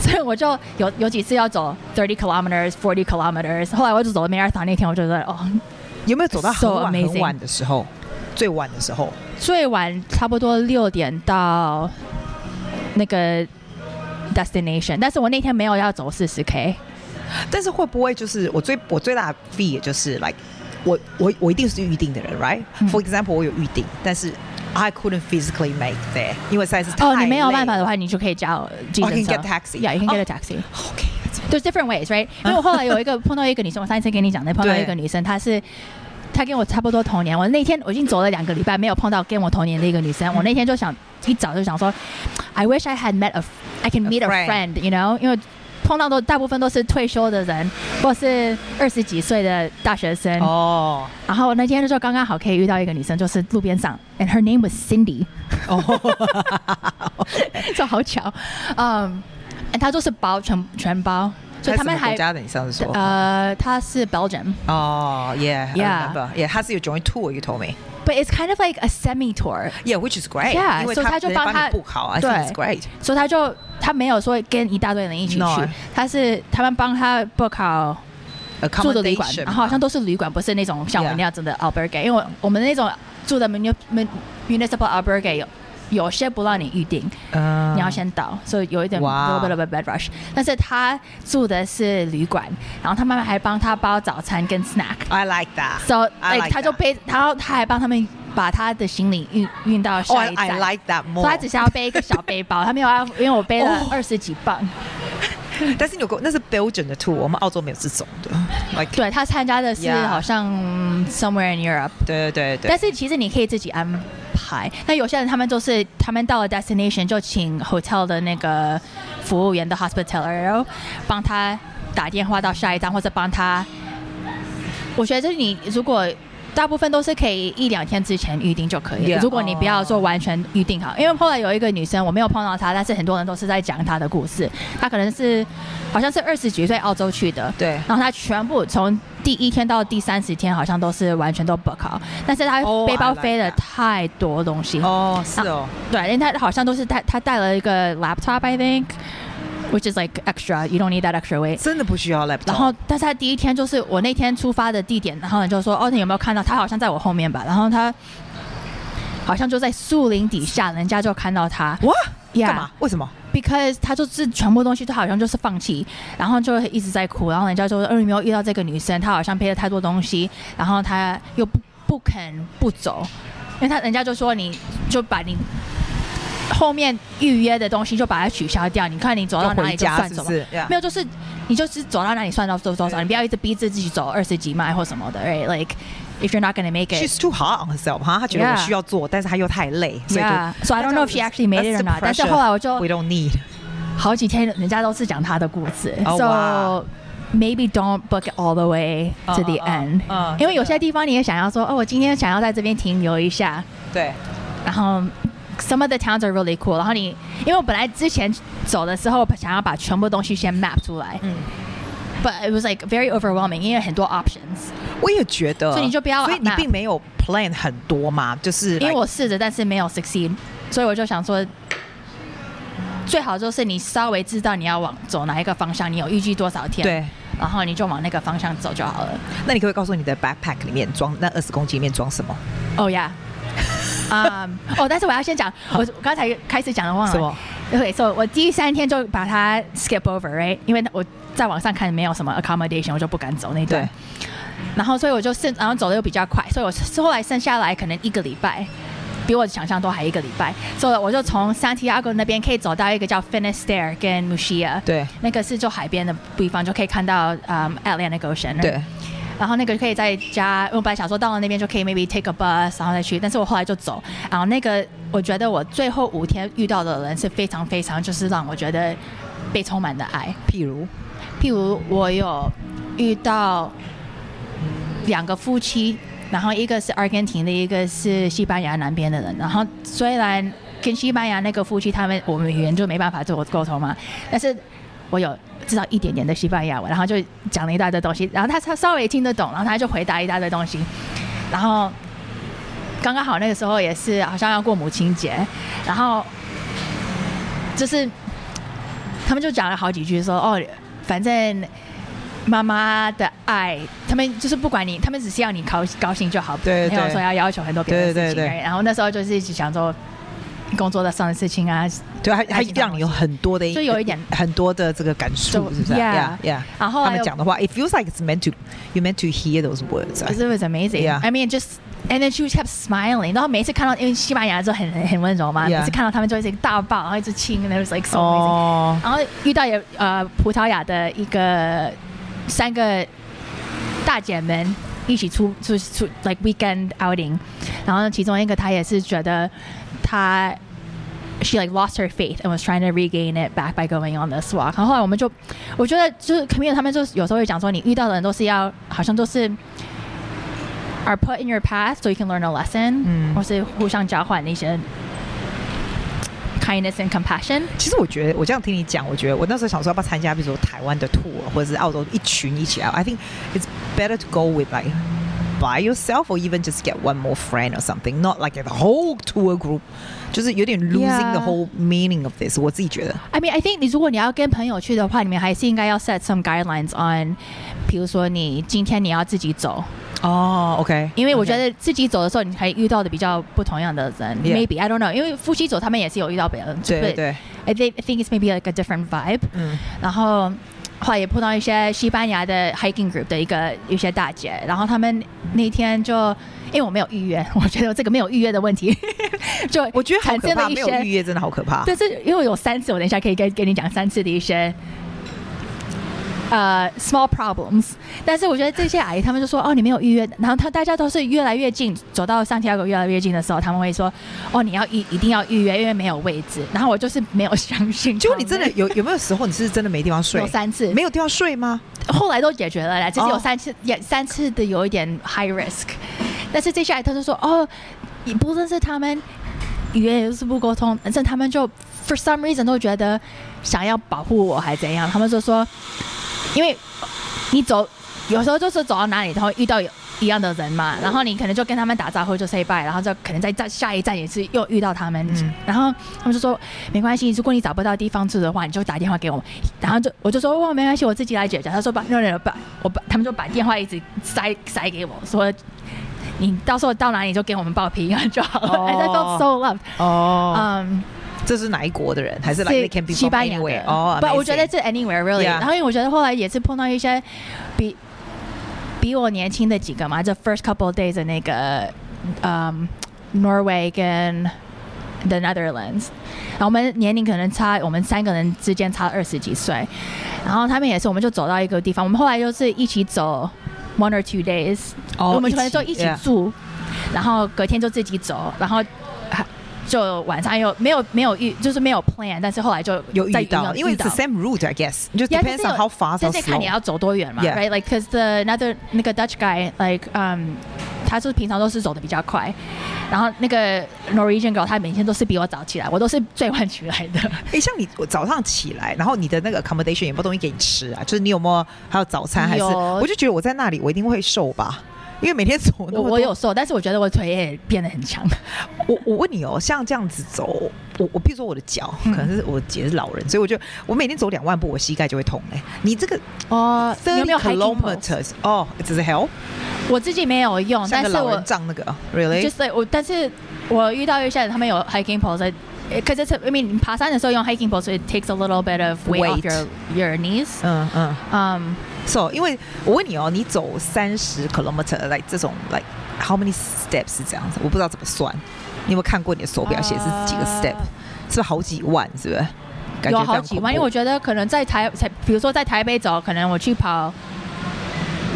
[SPEAKER 2] 所以 我就有有几次要走 thirty kilometers, forty kilometers。后来我就走了 marathon 那天，我就觉得哦，
[SPEAKER 1] 有没有走到很
[SPEAKER 2] So
[SPEAKER 1] 晚
[SPEAKER 2] amazing
[SPEAKER 1] 很晚的时候？最晚的时候，
[SPEAKER 2] 最晚差不多六点到那个 destination，但是我那天没有要走四十 k。
[SPEAKER 1] 但是会不会就是我最我最大的 fear 也就是 like 我我我一定是预定的人，right？For、
[SPEAKER 2] 嗯
[SPEAKER 1] example，我有预定，但是 I couldn't physically make there，因为实在是太
[SPEAKER 2] 哦，你没有
[SPEAKER 1] 累
[SPEAKER 2] 办法的
[SPEAKER 1] 了
[SPEAKER 2] 话，你就可以叫计程
[SPEAKER 1] Oh, I
[SPEAKER 2] 车。
[SPEAKER 1] can get taxi.
[SPEAKER 2] Yeah, you can get a
[SPEAKER 1] Oh.
[SPEAKER 2] taxi.
[SPEAKER 1] OK，
[SPEAKER 2] there's different ways, right？因为我后来有一个碰到一个女生，我上一次跟你讲的，碰到一个 女生，她是她跟我差不多同年，我那天我已经走了两个礼拜，没有碰到跟我同年的一个女
[SPEAKER 1] 嗯
[SPEAKER 2] 生，我那天就想一早就想说，I wish I had met a I can
[SPEAKER 1] A
[SPEAKER 2] meet a
[SPEAKER 1] friend.
[SPEAKER 2] friend，you know，因为。碰到的大部分都是退休的人，或是二十几岁的大学生。
[SPEAKER 1] 哦
[SPEAKER 2] 然后那天就刚刚好可以遇到一个女生，就是路边上，and her name was Cindy，
[SPEAKER 1] 哦，
[SPEAKER 2] 就好巧。嗯、and 她就是包全全包， 所以他们
[SPEAKER 1] 在什么
[SPEAKER 2] 还
[SPEAKER 1] 国家的？你上次说
[SPEAKER 2] 呃，她是 Belgium。
[SPEAKER 1] 哦，yeah，I
[SPEAKER 2] Yeah.
[SPEAKER 1] remember. yeah，他是有 join tour，you told me。
[SPEAKER 2] But it's kind of like a semi tour，
[SPEAKER 1] Yeah，which is great。
[SPEAKER 2] Yeah，
[SPEAKER 1] 因为
[SPEAKER 2] so 他就
[SPEAKER 1] 人
[SPEAKER 2] 帮
[SPEAKER 1] 帮
[SPEAKER 2] 他
[SPEAKER 1] 你 book 好，I think it's
[SPEAKER 2] 对
[SPEAKER 1] great。
[SPEAKER 2] 所以他就他没有说跟一大堆人一起去
[SPEAKER 1] No
[SPEAKER 2] 他是他们帮他 book 好住的旅馆，
[SPEAKER 1] Accommodation
[SPEAKER 2] 然后好像
[SPEAKER 1] 嘛
[SPEAKER 2] 都是旅馆，不是那种像我们
[SPEAKER 1] Yeah
[SPEAKER 2] 那样子的 albergue，因为我们那种住的 muni- mun- municipal albergue 有有些不让你预定，
[SPEAKER 1] 嗯
[SPEAKER 2] 你要先到，所以有一点 little
[SPEAKER 1] 哇
[SPEAKER 2] bit of a bed rush。但是他住的是旅馆，然后他妈妈还帮他包早餐跟 snack。
[SPEAKER 1] I like that。
[SPEAKER 2] So，
[SPEAKER 1] I
[SPEAKER 2] like,
[SPEAKER 1] like
[SPEAKER 2] 他就
[SPEAKER 1] that
[SPEAKER 2] 背，然后他还帮他们把他的行李运运到
[SPEAKER 1] Oh,
[SPEAKER 2] 下
[SPEAKER 1] I
[SPEAKER 2] 一
[SPEAKER 1] I
[SPEAKER 2] 站。
[SPEAKER 1] like that
[SPEAKER 2] 所以他只
[SPEAKER 1] more。
[SPEAKER 2] 是要背一个小背包，他没有要，因为我背了
[SPEAKER 1] 哦
[SPEAKER 2] 二十几磅。
[SPEAKER 1] 但是你有个那是 Belgian 的 tour，我们澳洲没有这种的。Like，
[SPEAKER 2] 对他参加的是
[SPEAKER 1] Yeah
[SPEAKER 2] 好像嗯 somewhere in Europe，
[SPEAKER 1] 对对对
[SPEAKER 2] 但
[SPEAKER 1] 对。
[SPEAKER 2] 是其实你可以自己安排。那有些人他们就是他们到了 destination 就请 hotel 的那个服务员的 hospitaler，然后帮他打电话到下一站，或者帮他。我觉得就是你如果大部分都是可以一两天之前预定就可以了
[SPEAKER 1] Yeah
[SPEAKER 2] 如果你不要说
[SPEAKER 1] 哦
[SPEAKER 2] 完全预定好，因为后来有一个女生，我没有碰到她，但是很多人都是在讲她的故事。她可能是好像是二十几岁澳洲去的，
[SPEAKER 1] 对
[SPEAKER 2] 然后她全部从第一天到第三十天好像都是完全都 book 好，但是她
[SPEAKER 1] Oh,
[SPEAKER 2] 背包
[SPEAKER 1] I like
[SPEAKER 2] 飞了
[SPEAKER 1] that.
[SPEAKER 2] 太多东西
[SPEAKER 1] 哦，是哦。
[SPEAKER 2] 对，因为她好像都是带她带了一个 laptop，I think，which is like extra，you don't need that extra weight。
[SPEAKER 1] 真的不需要 laptop。
[SPEAKER 2] 然后，但是他第一天就是我那天出发的地点，然后你就说，哦，你有没有看到他好像在我后面吧？然后他好像就在树林底下，人家就看到他
[SPEAKER 1] 哇，
[SPEAKER 2] Yeah
[SPEAKER 1] 干嘛？为什么？
[SPEAKER 2] ，because 他就是全部东西都好像就是放弃，然后就一直在哭，然后人家就说，哦，你没有遇到这个女生，她好像背了太多东西，然后她又不不肯不走。因为他人家就说你就把你后面预约的东西就把它取消掉，你看你走到
[SPEAKER 1] 要
[SPEAKER 2] 哪
[SPEAKER 1] 回
[SPEAKER 2] 里就
[SPEAKER 1] 家
[SPEAKER 2] 算
[SPEAKER 1] 是
[SPEAKER 2] 走
[SPEAKER 1] 不
[SPEAKER 2] 嘛。
[SPEAKER 1] 是？Yeah
[SPEAKER 2] 没有，就是你就是走到哪里算到多多少，你不要一直逼自己走二十几迈或什么的，right？Like if you're not gonna make it。
[SPEAKER 1] She's too hard on herself，哈，她觉得我
[SPEAKER 2] Yeah
[SPEAKER 1] 需要做，但是她又太累，所以就
[SPEAKER 2] Yeah, so I don't know if she actually made it or not.
[SPEAKER 1] That's the
[SPEAKER 2] 但是后来我就
[SPEAKER 1] we don't need。
[SPEAKER 2] 好几天，人家都是讲他的故事。
[SPEAKER 1] 哦
[SPEAKER 2] so
[SPEAKER 1] 哇
[SPEAKER 2] maybe don't book it all the way to the
[SPEAKER 1] 嗯嗯
[SPEAKER 2] end，、
[SPEAKER 1] 嗯嗯
[SPEAKER 2] 因为有些地方你也想要说，哦，我今天想要在这边停留一下，
[SPEAKER 1] 对，
[SPEAKER 2] 然后 some of the towns are really cool。然后你，因为我本来之前走的时候，想要把全部东西先 map 出来，
[SPEAKER 1] 嗯，
[SPEAKER 2] but it was like very overwhelming，因为很多 options。
[SPEAKER 1] 我也觉得，
[SPEAKER 2] 所以你就不要
[SPEAKER 1] 所以你
[SPEAKER 2] map
[SPEAKER 1] 并没有 plan 很多嘛，就是
[SPEAKER 2] 因为
[SPEAKER 1] like-
[SPEAKER 2] 我试着，但是没有 succeed，所以我就想说，最好就是你稍微知道你要往走哪一个方向，你有预计多少天，
[SPEAKER 1] 对，
[SPEAKER 2] 然后你就往那个方向走就好了。
[SPEAKER 1] 那你可不可以告诉我你的 backpack 里面装那二十公斤里面装什么？
[SPEAKER 2] 哦呀， 啊，哦，但是我要先讲，我我刚才开始讲的忘了
[SPEAKER 1] 什么？
[SPEAKER 2] 对，所以我第三天就把它 skip over，right？因为我在网上看没有什么 accommodation，我就不敢走那段
[SPEAKER 1] 对。，
[SPEAKER 2] 然后所以我就剩，然后走的又比较快，所以我后来剩下来可能一个礼拜，比我想象都还一个礼拜，所以我就从 Santiago 那边可以走到一个叫 Finisterre 跟 Mushia，
[SPEAKER 1] 对，
[SPEAKER 2] 那个是就海边的地方，就可以看到嗯、Atlantic Ocean，
[SPEAKER 1] 对，
[SPEAKER 2] 然后那个可以在家，我本来想说到了那边就可以 maybe take a bus，然后再去，但是我后来就走。然后那个我觉得我最后五天遇到的人是非常非常，就是让我觉得被充满的爱。
[SPEAKER 1] 譬如，
[SPEAKER 2] 譬如我有遇到两个夫妻，然后一个是阿根廷的，一个是西班牙南边的人。然后虽然跟西班牙那个夫妻他们我们语言就没办法做沟通嘛，但是我有至少一点点的西班牙文，然后就讲了一大堆东西，然后他他稍微听得懂，然后他就回答一大堆东西，然后。刚刚好那个时候也是好像要过母亲节，然后就是他们就讲了好几句说哦，反正妈妈的爱，他们就是不管你，他们只是要你高高兴就好，
[SPEAKER 1] 对
[SPEAKER 2] 没有
[SPEAKER 1] 对
[SPEAKER 2] 说要要求很多别的事情。
[SPEAKER 1] 对对对
[SPEAKER 2] 哎然后那时候就是一直想说工作的上的事情啊，
[SPEAKER 1] 对，还还
[SPEAKER 2] 还是
[SPEAKER 1] 让你有很多的，
[SPEAKER 2] 就有一点
[SPEAKER 1] 很多的这个感触，
[SPEAKER 2] 就是
[SPEAKER 1] 不是
[SPEAKER 2] yeah
[SPEAKER 1] yeah。
[SPEAKER 2] 然后
[SPEAKER 1] 他
[SPEAKER 2] 还
[SPEAKER 1] 们
[SPEAKER 2] 有
[SPEAKER 1] 讲的话，it feels like it's meant to you meant to hear those words 啊。
[SPEAKER 2] It was amazing.
[SPEAKER 1] Yeah.
[SPEAKER 2] I mean, just and then she kept smiling. 然后每一次看到，因为西班牙就很很很温柔嘛
[SPEAKER 1] Yeah.
[SPEAKER 2] 每次看到他们就一直大抱，然后一直亲，and it was like so amazing.
[SPEAKER 1] 哦，
[SPEAKER 2] 然后遇到有呃葡萄牙的一个三个大姐们一起出出出 like weekend outing，然后其中一个她也是觉得她 she like lost her faith and was trying to regain it back by going on this walk。然后后来我们就我觉得就是 community 他们就有时候会讲说，你遇到的人都是要好像都是。are put in your path so you can learn a lesson，、
[SPEAKER 1] 嗯
[SPEAKER 2] 或是互相交换一些 kindness and compassion。
[SPEAKER 1] 其实我觉得，我这样听你讲，我觉得我那时候想说要不要参加，比如说台湾的 tour 或者是澳洲一群一起来。I think it's better to go with like by yourself or even just get one more friend or something, not like a whole tour group。就是有点 losing
[SPEAKER 2] Yeah.
[SPEAKER 1] the whole meaning of this。我自己觉得，
[SPEAKER 2] I mean, I think 你如果你要跟朋友去的话，你们还是应该要 set some guidelines on，比如说你今天你要自己走，
[SPEAKER 1] 哦，OK，
[SPEAKER 2] 因为我觉得自己走的时候，你还遇到的比较不同样的人。
[SPEAKER 1] Yeah.
[SPEAKER 2] Maybe I don't know，因为夫妻走他们也是有遇到别人，
[SPEAKER 1] 对对
[SPEAKER 2] but
[SPEAKER 1] 对，
[SPEAKER 2] I think I think it's maybe like a different vibe。
[SPEAKER 1] 嗯，
[SPEAKER 2] 然后后来也碰到一些西班牙的 hiking group 的一个一些大姐，然后他们那天就。因为我没有预约，我觉得这个没有预约的问题， 就
[SPEAKER 1] 我觉得好
[SPEAKER 2] 产
[SPEAKER 1] 可
[SPEAKER 2] 生
[SPEAKER 1] 怕，
[SPEAKER 2] 了一
[SPEAKER 1] 没有
[SPEAKER 2] 些
[SPEAKER 1] 预约真的好可 怕。
[SPEAKER 2] 但是因为有三次，我等一下可以跟跟你讲三次的一些。呃、s m a l l problems，但是我觉得这些阿姨她们就说，哦，你没有预约，然后她大家都是越来越近，走到上天狗越来越近的时候，他们会说，哦，你要一一定要预约，因为没有位置。然后我就是没有相信她
[SPEAKER 1] 就
[SPEAKER 2] 们，
[SPEAKER 1] 你真的有有没有时候你是真的没地方睡
[SPEAKER 2] 有？三次，
[SPEAKER 1] 没有地方睡吗？
[SPEAKER 2] 后来都解决了啦，只是有
[SPEAKER 1] 哦
[SPEAKER 2] 三次，也、三次的有一点 high risk，但是接下来他就说，哦，也不认识他们，语言也是不沟通，反正他们就 for some reason 都觉得想要保护我还怎样，他们就说，因为你走有时候就是走到哪里，然后遇到有一样的人嘛，然后你可能就跟他们打招呼就 say bye，然后就可能在在下一站也是又遇到他们，
[SPEAKER 1] 嗯
[SPEAKER 2] 然后他们就说没关系，如果你找不到地方住的话，你就打电话给我们。然后就我就说哦哇没关系，我自己来解决。他说把那人把我把他们就把电话一直塞塞给我说。你到时候到哪里就给我们报平安就好了。
[SPEAKER 1] 哦
[SPEAKER 2] 哎 And I felt so loved。
[SPEAKER 1] 哦，
[SPEAKER 2] 啊嗯，
[SPEAKER 1] 这是哪一国的人？还是 like they can be
[SPEAKER 2] 西
[SPEAKER 1] from
[SPEAKER 2] 班牙的
[SPEAKER 1] anywhere？哦，
[SPEAKER 2] 不，我
[SPEAKER 1] amazing
[SPEAKER 2] 觉得这 anywhere really。
[SPEAKER 1] Yeah
[SPEAKER 2] 然后因为我觉得后来也是碰到一些比比我年轻的几个嘛，这 first couple of days 的那个，嗯、 Norway 跟 The Netherlands，然后我们年龄可能差，我们三个人之间差二十几岁，然后他们也是，我们就走到一个地方，我们后来就是一起走 one or two days，、
[SPEAKER 1] 哦
[SPEAKER 2] 我们可能就一起
[SPEAKER 1] yeah
[SPEAKER 2] 住然后隔天就自己走，然后啊就晚上又没有没有遇，就是没有 plan，但是后来就
[SPEAKER 1] 有遇
[SPEAKER 2] 在
[SPEAKER 1] 到，因为 it's the same route I guess，just
[SPEAKER 2] Yeah，
[SPEAKER 1] depends
[SPEAKER 2] 但是
[SPEAKER 1] on
[SPEAKER 2] 有
[SPEAKER 1] how fast
[SPEAKER 2] 就
[SPEAKER 1] how
[SPEAKER 2] 是看你
[SPEAKER 1] slow。
[SPEAKER 2] 要走多远嘛
[SPEAKER 1] Yeah
[SPEAKER 2] right? Like cause the another 那个 Dutch guy like um，他是平常都是走的比较快，然后那个 Norwegian girl 她每天都是比我早起来，我都是最晚起来的。
[SPEAKER 1] 哎，像你我早上起来，然后你的那个 accommodation 有没有东西给你吃啊？就是你有没有还有早餐？还是
[SPEAKER 2] 有
[SPEAKER 1] 我就觉得我在那里我一定会瘦吧，因为每天走那
[SPEAKER 2] 我
[SPEAKER 1] 么多
[SPEAKER 2] 我有瘦，但是我觉得我腿也变得很强。
[SPEAKER 1] 我我问你哦，像这样子走，我我譬如说我的脚，
[SPEAKER 2] 嗯
[SPEAKER 1] 可能是我姐是老人，所以我就我每天走两万步，我膝盖就会痛嘞、你这个
[SPEAKER 2] 哦
[SPEAKER 1] thirty
[SPEAKER 2] 有没有 hiking pose？
[SPEAKER 1] kilometers 哦，只是 help，
[SPEAKER 2] 我自己没有用，
[SPEAKER 1] 像
[SPEAKER 2] 哦但
[SPEAKER 1] 个
[SPEAKER 2] 是
[SPEAKER 1] 老
[SPEAKER 2] 我
[SPEAKER 1] 人杖那个哦，really？
[SPEAKER 2] 就是我，但是我遇到一些人，他们有 hiking pole，在，可是 I mean 爬山的时候用 hiking pole，所以 takes a little bit of weight off
[SPEAKER 1] Weight.
[SPEAKER 2] your your knees。
[SPEAKER 1] 嗯嗯
[SPEAKER 2] 嗯，
[SPEAKER 1] ，so 因为我问你哦，你走三十 kilometer 来这种 like how many steps 是这样子？我不知道怎么算，你有没有看过你的手
[SPEAKER 2] 我
[SPEAKER 1] 表写是几个 step？、是不是好几万？是不是？感觉
[SPEAKER 2] 啊有
[SPEAKER 1] 非常
[SPEAKER 2] 好几万，
[SPEAKER 1] 恐
[SPEAKER 2] 因
[SPEAKER 1] 怖
[SPEAKER 2] 为我觉得可能在台台，比如说在台北走，可能我去跑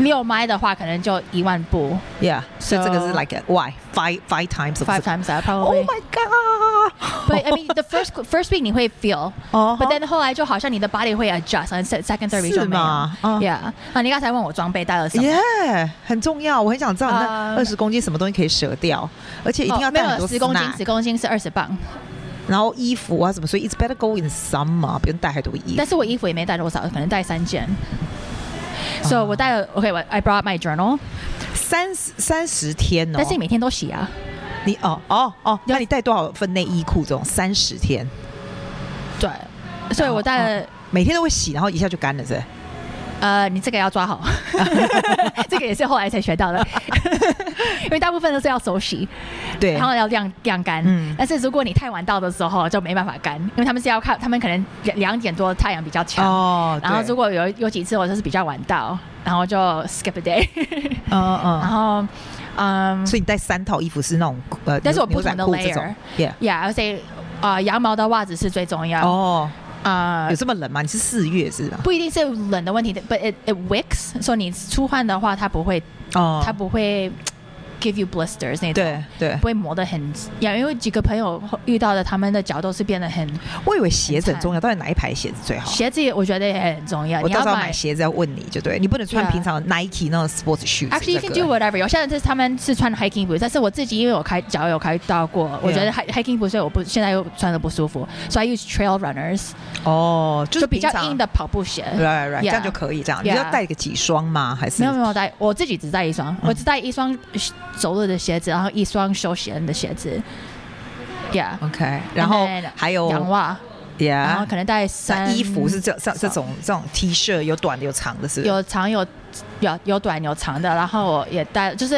[SPEAKER 2] 六迈的话，可能就一万步
[SPEAKER 1] yeah，所以这个是
[SPEAKER 2] So-
[SPEAKER 1] like a why five five times of
[SPEAKER 2] ，five times that
[SPEAKER 1] Oh
[SPEAKER 2] probably。
[SPEAKER 1] my god！
[SPEAKER 2] But I mean the first first week 你会 feel，
[SPEAKER 1] 哦
[SPEAKER 2] But then 后来就好像你的 body 会 adjust，然后 second third week
[SPEAKER 1] 是
[SPEAKER 2] 就没有。
[SPEAKER 1] 吗嗯
[SPEAKER 2] Yeah，啊，你刚才问我装备带了什么？
[SPEAKER 1] 耶很重要，我很想知道你那
[SPEAKER 2] 呃
[SPEAKER 1] 二十公斤什么东西可以舍掉，而且一定要
[SPEAKER 2] 哦没
[SPEAKER 1] 带很
[SPEAKER 2] 有
[SPEAKER 1] 多
[SPEAKER 2] 十公斤，
[SPEAKER 1] snack
[SPEAKER 2] 十公斤是二十磅，
[SPEAKER 1] 然后衣服啊什么，所以 it's better go in summer，不用带太多衣服。
[SPEAKER 2] 但是我衣服也没带多少，可能带三件。So
[SPEAKER 1] 哦
[SPEAKER 2] 我带了，OK，我 I brought my journal，
[SPEAKER 1] 三十三十天哦，
[SPEAKER 2] 但是你每天都洗啊。
[SPEAKER 1] 你哦哦哦，
[SPEAKER 2] 要
[SPEAKER 1] 那你带多少份内衣裤这种？三十天，
[SPEAKER 2] 对，所以我带了，
[SPEAKER 1] 每天都会洗，然后一下就干了是不是？
[SPEAKER 2] 呃，你这个要抓好，
[SPEAKER 1] 哦
[SPEAKER 2] 这个也是后来才学到的， 因为大部分都是要手洗，
[SPEAKER 1] 对
[SPEAKER 2] 然，后要晾晾干。
[SPEAKER 1] 嗯
[SPEAKER 2] 但是如果你太晚到的时候就没办法干，因为他们是要看，他们可能两两点多太阳比较强。
[SPEAKER 1] 哦，
[SPEAKER 2] 然后如
[SPEAKER 1] 果
[SPEAKER 2] 果有有几次我就是比较晚到，然后就 skip a day，
[SPEAKER 1] 嗯嗯，
[SPEAKER 2] 然后嗯
[SPEAKER 1] 所以你带三套衣服是那种呃，
[SPEAKER 2] 但是我
[SPEAKER 1] 牛
[SPEAKER 2] 不同的
[SPEAKER 1] 牛仔裤这种 y e
[SPEAKER 2] ，yeah，I would say 啊、羊毛的袜子是最重
[SPEAKER 1] a
[SPEAKER 2] 要。
[SPEAKER 1] 哦，
[SPEAKER 2] 啊、
[SPEAKER 1] 有这么冷吗？你是四月是吧？
[SPEAKER 2] 不一定是冷的问题，but it it wicks，所以你出汗的话，它不会，
[SPEAKER 1] 哦，
[SPEAKER 2] 它不会 give you blisters 那种。
[SPEAKER 1] 对对
[SPEAKER 2] 不，会磨得很痒，因为几个朋友遇到的，他们的脚都是变得很。
[SPEAKER 1] 我以为鞋子
[SPEAKER 2] 很
[SPEAKER 1] 很
[SPEAKER 2] 惨
[SPEAKER 1] 重要，到底哪一排鞋子最好？
[SPEAKER 2] 鞋子也我觉得也很重要，
[SPEAKER 1] 我
[SPEAKER 2] 你
[SPEAKER 1] 到
[SPEAKER 2] 要
[SPEAKER 1] 时候买。鞋子要问你就对，你不能穿
[SPEAKER 2] Yeah
[SPEAKER 1] 平常 Nike 那种 sports shoes 这个。
[SPEAKER 2] Actually, you can do whatever. 有些人是他们是穿 hiking boots，但是我自己因为我开脚有开到过，我觉得 hi- hiking boots 所以我不现在又穿的不舒服，所以 I use trail runners，
[SPEAKER 1] 哦，就是
[SPEAKER 2] 就比较
[SPEAKER 1] 平常
[SPEAKER 2] 硬的。跑步鞋。
[SPEAKER 1] Right, right, right，
[SPEAKER 2] Yeah
[SPEAKER 1] 这样就可以这样。
[SPEAKER 2] Yeah
[SPEAKER 1] 你要带个几双吗？还是
[SPEAKER 2] 没有没有带，我自己只带一双，
[SPEAKER 1] 嗯
[SPEAKER 2] 我只带一双走路的鞋子，然后一双休闲的鞋子，Yeah，
[SPEAKER 1] OK？然后
[SPEAKER 2] And then
[SPEAKER 1] 还有
[SPEAKER 2] 洋袜，然后
[SPEAKER 1] Yeah，
[SPEAKER 2] 可能带
[SPEAKER 1] 哦那
[SPEAKER 2] 三
[SPEAKER 1] 衣服是这这
[SPEAKER 2] 少
[SPEAKER 1] 这种这种 T 恤有短的有长的，是不是？
[SPEAKER 2] 有长有有有短有长的，然后我也带就是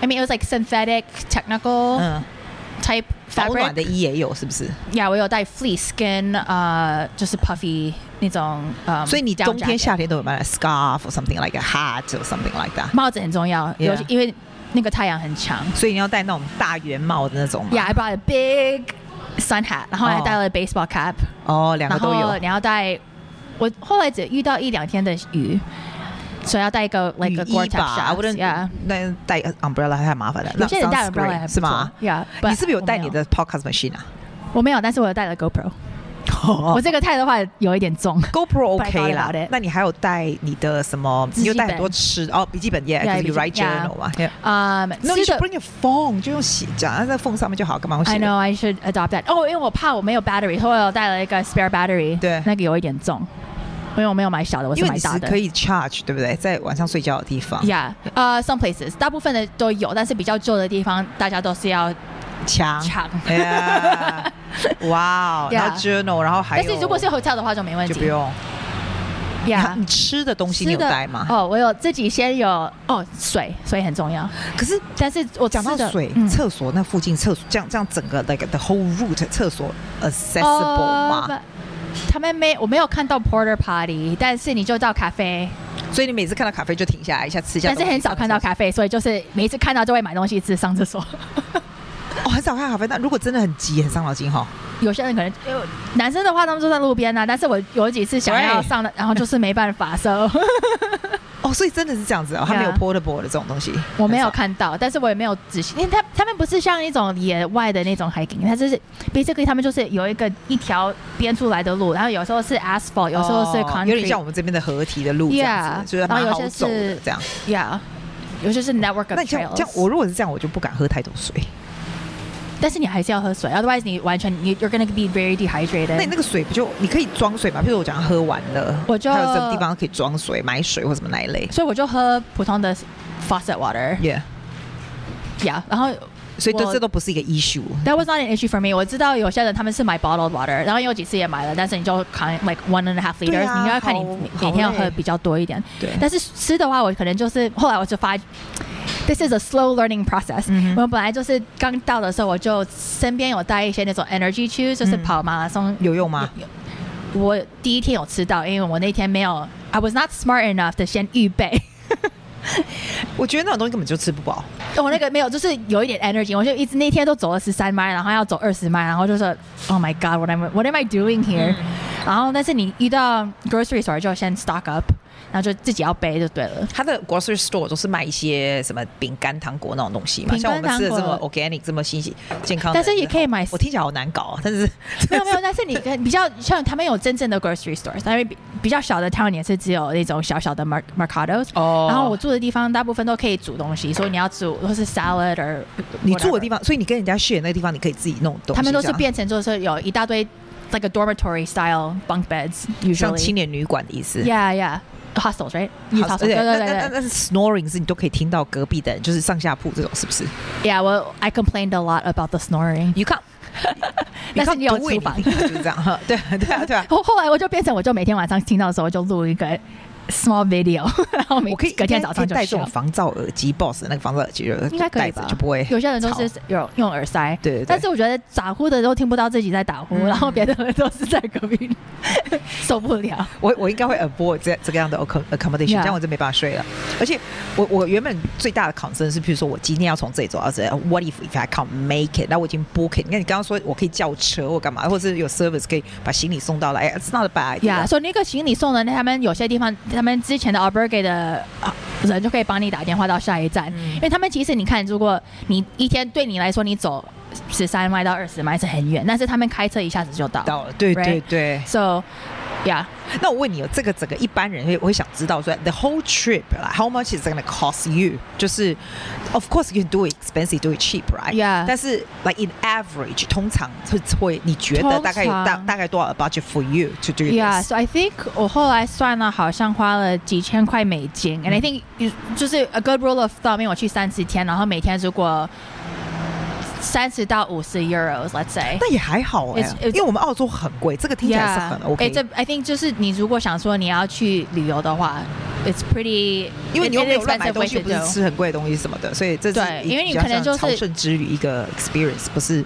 [SPEAKER 2] ，I mean it was like synthetic technical
[SPEAKER 1] 嗯，
[SPEAKER 2] type
[SPEAKER 1] 保暖
[SPEAKER 2] fabric，嗯
[SPEAKER 1] 的衣也有，是不是？
[SPEAKER 2] yeah，我有带 fleece 跟呃就是 puffy 那种，呃，
[SPEAKER 1] 所以你
[SPEAKER 2] down
[SPEAKER 1] 冬天
[SPEAKER 2] jacket
[SPEAKER 1] 夏天都有买 scarf or something like a hat or something like that。
[SPEAKER 2] 帽子很重要，尤
[SPEAKER 1] Yeah
[SPEAKER 2] 其因为那个太阳很强。
[SPEAKER 1] 所以你要戴那种大圆帽的那种吗
[SPEAKER 2] Yeah, I brought a big sun hat，然后还带了 baseball cap，、
[SPEAKER 1] 哦，两
[SPEAKER 2] 然
[SPEAKER 1] 个都有
[SPEAKER 2] 后。你要带，我后来只遇到一两天的雨，所以要带一个 like a
[SPEAKER 1] 雨衣
[SPEAKER 2] Gore-Tex
[SPEAKER 1] 吧，我
[SPEAKER 2] shorts, yeah。
[SPEAKER 1] 那带 umbrella 太麻烦了。
[SPEAKER 2] 有些人
[SPEAKER 1] sunscreen，
[SPEAKER 2] 带 umbrella 还不
[SPEAKER 1] 是吗
[SPEAKER 2] 错？Yeah，
[SPEAKER 1] 你是不是有
[SPEAKER 2] 我没
[SPEAKER 1] 带你的 podcast machine 啊？
[SPEAKER 2] 我没有，但是我有带了 GoPro。我
[SPEAKER 1] 我
[SPEAKER 2] 这个带的话有一点重。
[SPEAKER 1] GoPro
[SPEAKER 2] But I thought
[SPEAKER 1] OK 啦
[SPEAKER 2] about it.，
[SPEAKER 1] 那你还有带你的什么？
[SPEAKER 2] 记本
[SPEAKER 1] 你有带很多吃哦，笔记本
[SPEAKER 2] Yeah，
[SPEAKER 1] yeah，you
[SPEAKER 2] 笔记
[SPEAKER 1] write
[SPEAKER 2] ，yeah
[SPEAKER 1] journal 嘛？Yeah。
[SPEAKER 2] 嗯，
[SPEAKER 1] No, you Um，
[SPEAKER 2] 吃
[SPEAKER 1] should
[SPEAKER 2] 的
[SPEAKER 1] bring your phone，就用写，讲它在 phone 上面就好，干嘛用写
[SPEAKER 2] I
[SPEAKER 1] 的？
[SPEAKER 2] know I should adopt that。哦，因为我怕我没有 battery，所以我有带了一个 spare battery。
[SPEAKER 1] 对
[SPEAKER 2] 那个有一点重，因为我没有买小的，我是
[SPEAKER 1] 因为
[SPEAKER 2] 买
[SPEAKER 1] 你
[SPEAKER 2] 大
[SPEAKER 1] 是
[SPEAKER 2] 的
[SPEAKER 1] 可。以哦 charge，对不对？在晚上睡觉的地方
[SPEAKER 2] Yeah，呃、s o m e places 大部分的都有，但是比较旧的地方，大家都是要
[SPEAKER 1] 强
[SPEAKER 2] 抢。
[SPEAKER 1] Yeah 哇哦，
[SPEAKER 2] Yeah
[SPEAKER 1] 然后 journal，然后还
[SPEAKER 2] 但
[SPEAKER 1] 有，
[SPEAKER 2] 是如果是 hotel 的话就没问
[SPEAKER 1] 就
[SPEAKER 2] 题。
[SPEAKER 1] 不用。
[SPEAKER 2] Yeah，
[SPEAKER 1] 你吃的东西你有
[SPEAKER 2] 吃的
[SPEAKER 1] 带吗？
[SPEAKER 2] 哦，我有自己先有哦，水水很重要。
[SPEAKER 1] 可是
[SPEAKER 2] 但是我
[SPEAKER 1] 讲到
[SPEAKER 2] 吃的
[SPEAKER 1] 水，
[SPEAKER 2] 嗯
[SPEAKER 1] 厕所那附近厕所，这样这样整个 like the whole route 厕所 accessible
[SPEAKER 2] 哦，
[SPEAKER 1] 吗？
[SPEAKER 2] 不他们没，我没有看到 porter party，但是你就到咖啡，
[SPEAKER 1] 所以你每次看到咖啡就停下来一下吃一下
[SPEAKER 2] 但
[SPEAKER 1] 东西，
[SPEAKER 2] 是很少看到
[SPEAKER 1] 上厕
[SPEAKER 2] 咖啡，所以就是每一次看到就会买东西吃，上厕所。
[SPEAKER 1] 所我、哦很少看咖啡，但如果真的很急、很伤脑筋哈，
[SPEAKER 2] 有些人可能呃男生的话，他们坐在路边呐、啊，但是我有几次想要
[SPEAKER 1] 对
[SPEAKER 2] 上的，然后就是没办法，so
[SPEAKER 1] 哦，所以真的是这样子哦，他没有
[SPEAKER 2] Yeah
[SPEAKER 1] portable 的这种东西，
[SPEAKER 2] 我没有
[SPEAKER 1] 很少
[SPEAKER 2] 看到，但是我也没有仔细，因为他他们不是像一种野外的那种 hiking，他就是 basically 他们就是有一个一条编出来的路，然后有时候是 asphalt，有时候是
[SPEAKER 1] 哦
[SPEAKER 2] concrete，、
[SPEAKER 1] 有点像我们这边的合体的路这样
[SPEAKER 2] Yeah，
[SPEAKER 1] 子，就是
[SPEAKER 2] 然后
[SPEAKER 1] 蛮
[SPEAKER 2] 有
[SPEAKER 1] 好
[SPEAKER 2] 些
[SPEAKER 1] 走的
[SPEAKER 2] 是
[SPEAKER 1] 这样。
[SPEAKER 2] yeah，尤其是 network of
[SPEAKER 1] 那这样
[SPEAKER 2] trails。
[SPEAKER 1] 这样，我如果是这样，我就不敢喝太多水。
[SPEAKER 2] 但是你还是要喝水，otherwise 你完全你 you're gonna be very
[SPEAKER 1] 那
[SPEAKER 2] dehydrated
[SPEAKER 1] 你。那个水不就你可以装水嘛？譬如我讲喝完了，
[SPEAKER 2] 嗯我就
[SPEAKER 1] 还有什么地方可以装水、买水或什么那一类
[SPEAKER 2] 所以我就喝普通的 faucet water，yeah，、
[SPEAKER 1] ？Yeah，
[SPEAKER 2] 然后
[SPEAKER 1] 所以这
[SPEAKER 2] 我
[SPEAKER 1] 这都不是一个 issue。
[SPEAKER 2] That was not an issue for me。我知道有些人他们是买 bottled water，然后有几次也买了，但是你就扛 like one and a half
[SPEAKER 1] 对
[SPEAKER 2] liters，、
[SPEAKER 1] 啊
[SPEAKER 2] 你要看你
[SPEAKER 1] 好
[SPEAKER 2] 每天要
[SPEAKER 1] 好
[SPEAKER 2] 喝
[SPEAKER 1] 累
[SPEAKER 2] 比较多一点。
[SPEAKER 1] 对
[SPEAKER 2] 但是吃的话，我可能就是后来我就发，this is a slow learning process、
[SPEAKER 1] 嗯哼
[SPEAKER 2] 我本来就是刚到的时候，我就身边有带一些那种 energy chews，就是
[SPEAKER 1] 嗯
[SPEAKER 2] 跑马拉松
[SPEAKER 1] 有用吗？
[SPEAKER 2] 有我第一天有吃到，因为我那天没有，I was not smart enough 的先预备。
[SPEAKER 1] 我觉得那种东西根本就吃不饱。
[SPEAKER 2] 我那个没有，就是有一点 energy，我就一直那天都走了十三迈，然后要走二十迈，然后就说 Oh my God, what am I, what am I doing here？、然
[SPEAKER 1] 嗯
[SPEAKER 2] 后但是你遇到 grocery store 就先 stock up，然后就自己要背就对了。
[SPEAKER 1] 它的 grocery store 都是卖一些什么饼干、糖果那种东西嘛，
[SPEAKER 2] 饼干
[SPEAKER 1] 像我们吃的这么
[SPEAKER 2] 糖
[SPEAKER 1] organic、这么新鲜、健康的。
[SPEAKER 2] 但是也可以买
[SPEAKER 1] 我听起来好难搞啊，但 是
[SPEAKER 2] 没有没有，但 是你跟比较像他们有真正的 grocery stores，因为比比较小的 town 也是只有那种小小的 mer- mercados。
[SPEAKER 1] 哦
[SPEAKER 2] 然后我住的地方大部分都可以煮东西，所以你要煮都是 salad or
[SPEAKER 1] 你住的
[SPEAKER 2] whatever
[SPEAKER 1] 地方，所以你跟人家 share 那个地方，你可以自己弄东西。
[SPEAKER 2] 他们都
[SPEAKER 1] 这
[SPEAKER 2] 是
[SPEAKER 1] 样
[SPEAKER 2] 变成就是有一大堆 like a dormitory style bunk beds，
[SPEAKER 1] 像
[SPEAKER 2] usually
[SPEAKER 1] 青年旅馆的意思。
[SPEAKER 2] Yeah, yeah. Hostels, right? Youth
[SPEAKER 1] 好
[SPEAKER 2] hostels.
[SPEAKER 1] 对，
[SPEAKER 2] 对
[SPEAKER 1] 那那
[SPEAKER 2] 对
[SPEAKER 1] 那
[SPEAKER 2] 对对
[SPEAKER 1] 那是 snoring 是你都可以听到隔壁的人，就是上下铺这种，是不是
[SPEAKER 2] Yeah, well, I complained a lot about the snoring.
[SPEAKER 1] ？You can't，
[SPEAKER 2] 但是你有
[SPEAKER 1] can't do
[SPEAKER 2] 厨房
[SPEAKER 1] anything，就是这样哈。 对对啊对啊，
[SPEAKER 2] 后后来我就变成，我就每天晚上听到的时候，我就录一个 small video，然后 每
[SPEAKER 1] 我可以
[SPEAKER 2] 隔天早上
[SPEAKER 1] 应
[SPEAKER 2] 就
[SPEAKER 1] 该可以戴这
[SPEAKER 2] 笑
[SPEAKER 1] 种。防噪耳机，Boss 的那个防噪耳机就
[SPEAKER 2] 应该可
[SPEAKER 1] 戴
[SPEAKER 2] 以
[SPEAKER 1] 着
[SPEAKER 2] 吧？
[SPEAKER 1] 就不会。
[SPEAKER 2] 有些人都是有用耳塞，
[SPEAKER 1] 对对对
[SPEAKER 2] 但是我觉得打呼的都听不到自己在打呼，
[SPEAKER 1] 嗯
[SPEAKER 2] 然后别的人都是在隔壁， 受不了。
[SPEAKER 1] 我我应该会 avoid 这这个样的 accom- accommodation，
[SPEAKER 2] Yeah
[SPEAKER 1] 这样我就没办法睡了。而且我我原本最大的 concern 是，譬如说我今天要从这里走到这里，what if if I can't make it？那我已经 book it。那你刚刚说我可以叫车或干嘛，或者是有 service 可以把行李送到来，it's not a bad idea。
[SPEAKER 2] 呀，所以那个行李送的，他们有些地方，他们之前的 albergue 的啊人就可以帮你打电话到下一站，
[SPEAKER 1] 嗯
[SPEAKER 2] 因为他们其实你看，如果你一天对你来说，你走十三迈到二十迈是很远，但是他们开车一下子就到。
[SPEAKER 1] 到了，对
[SPEAKER 2] Right
[SPEAKER 1] 对对。
[SPEAKER 2] So, yeah，
[SPEAKER 1] 那我问你，哦，这个整个一般人会会想知道说，the whole trip like, how much is it going to cost you？就是，of course you can do it expensive, do it cheap, right?
[SPEAKER 2] Yeah.
[SPEAKER 1] 但是，like in average，通常会会你觉得大概有
[SPEAKER 2] 通常
[SPEAKER 1] 大大概多少 budget for you to do this？
[SPEAKER 2] Yeah, so I think 我后来算了，好像花了几千块美金、a n d I think you- 就是 a good rule of thumb，因为我去三十天，然后每天如果三十到五十 euros，let's say。
[SPEAKER 1] 那也还好哎、
[SPEAKER 2] It's- it's-
[SPEAKER 1] 因为我们澳洲很贵，这个听起来是很 OK。
[SPEAKER 2] 哎，这 I think 就是你如果想说你要去旅游的话，it's pretty，
[SPEAKER 1] 因为你又
[SPEAKER 2] it's
[SPEAKER 1] 没有乱买
[SPEAKER 2] expensive
[SPEAKER 1] 东西，又
[SPEAKER 2] way to
[SPEAKER 1] 不是
[SPEAKER 2] do
[SPEAKER 1] 吃很贵的东西什么的，所以这是
[SPEAKER 2] 对
[SPEAKER 1] 一
[SPEAKER 2] 因为你
[SPEAKER 1] 比较
[SPEAKER 2] 可能
[SPEAKER 1] 像
[SPEAKER 2] 就是
[SPEAKER 1] 朝圣之旅一个 experience，不是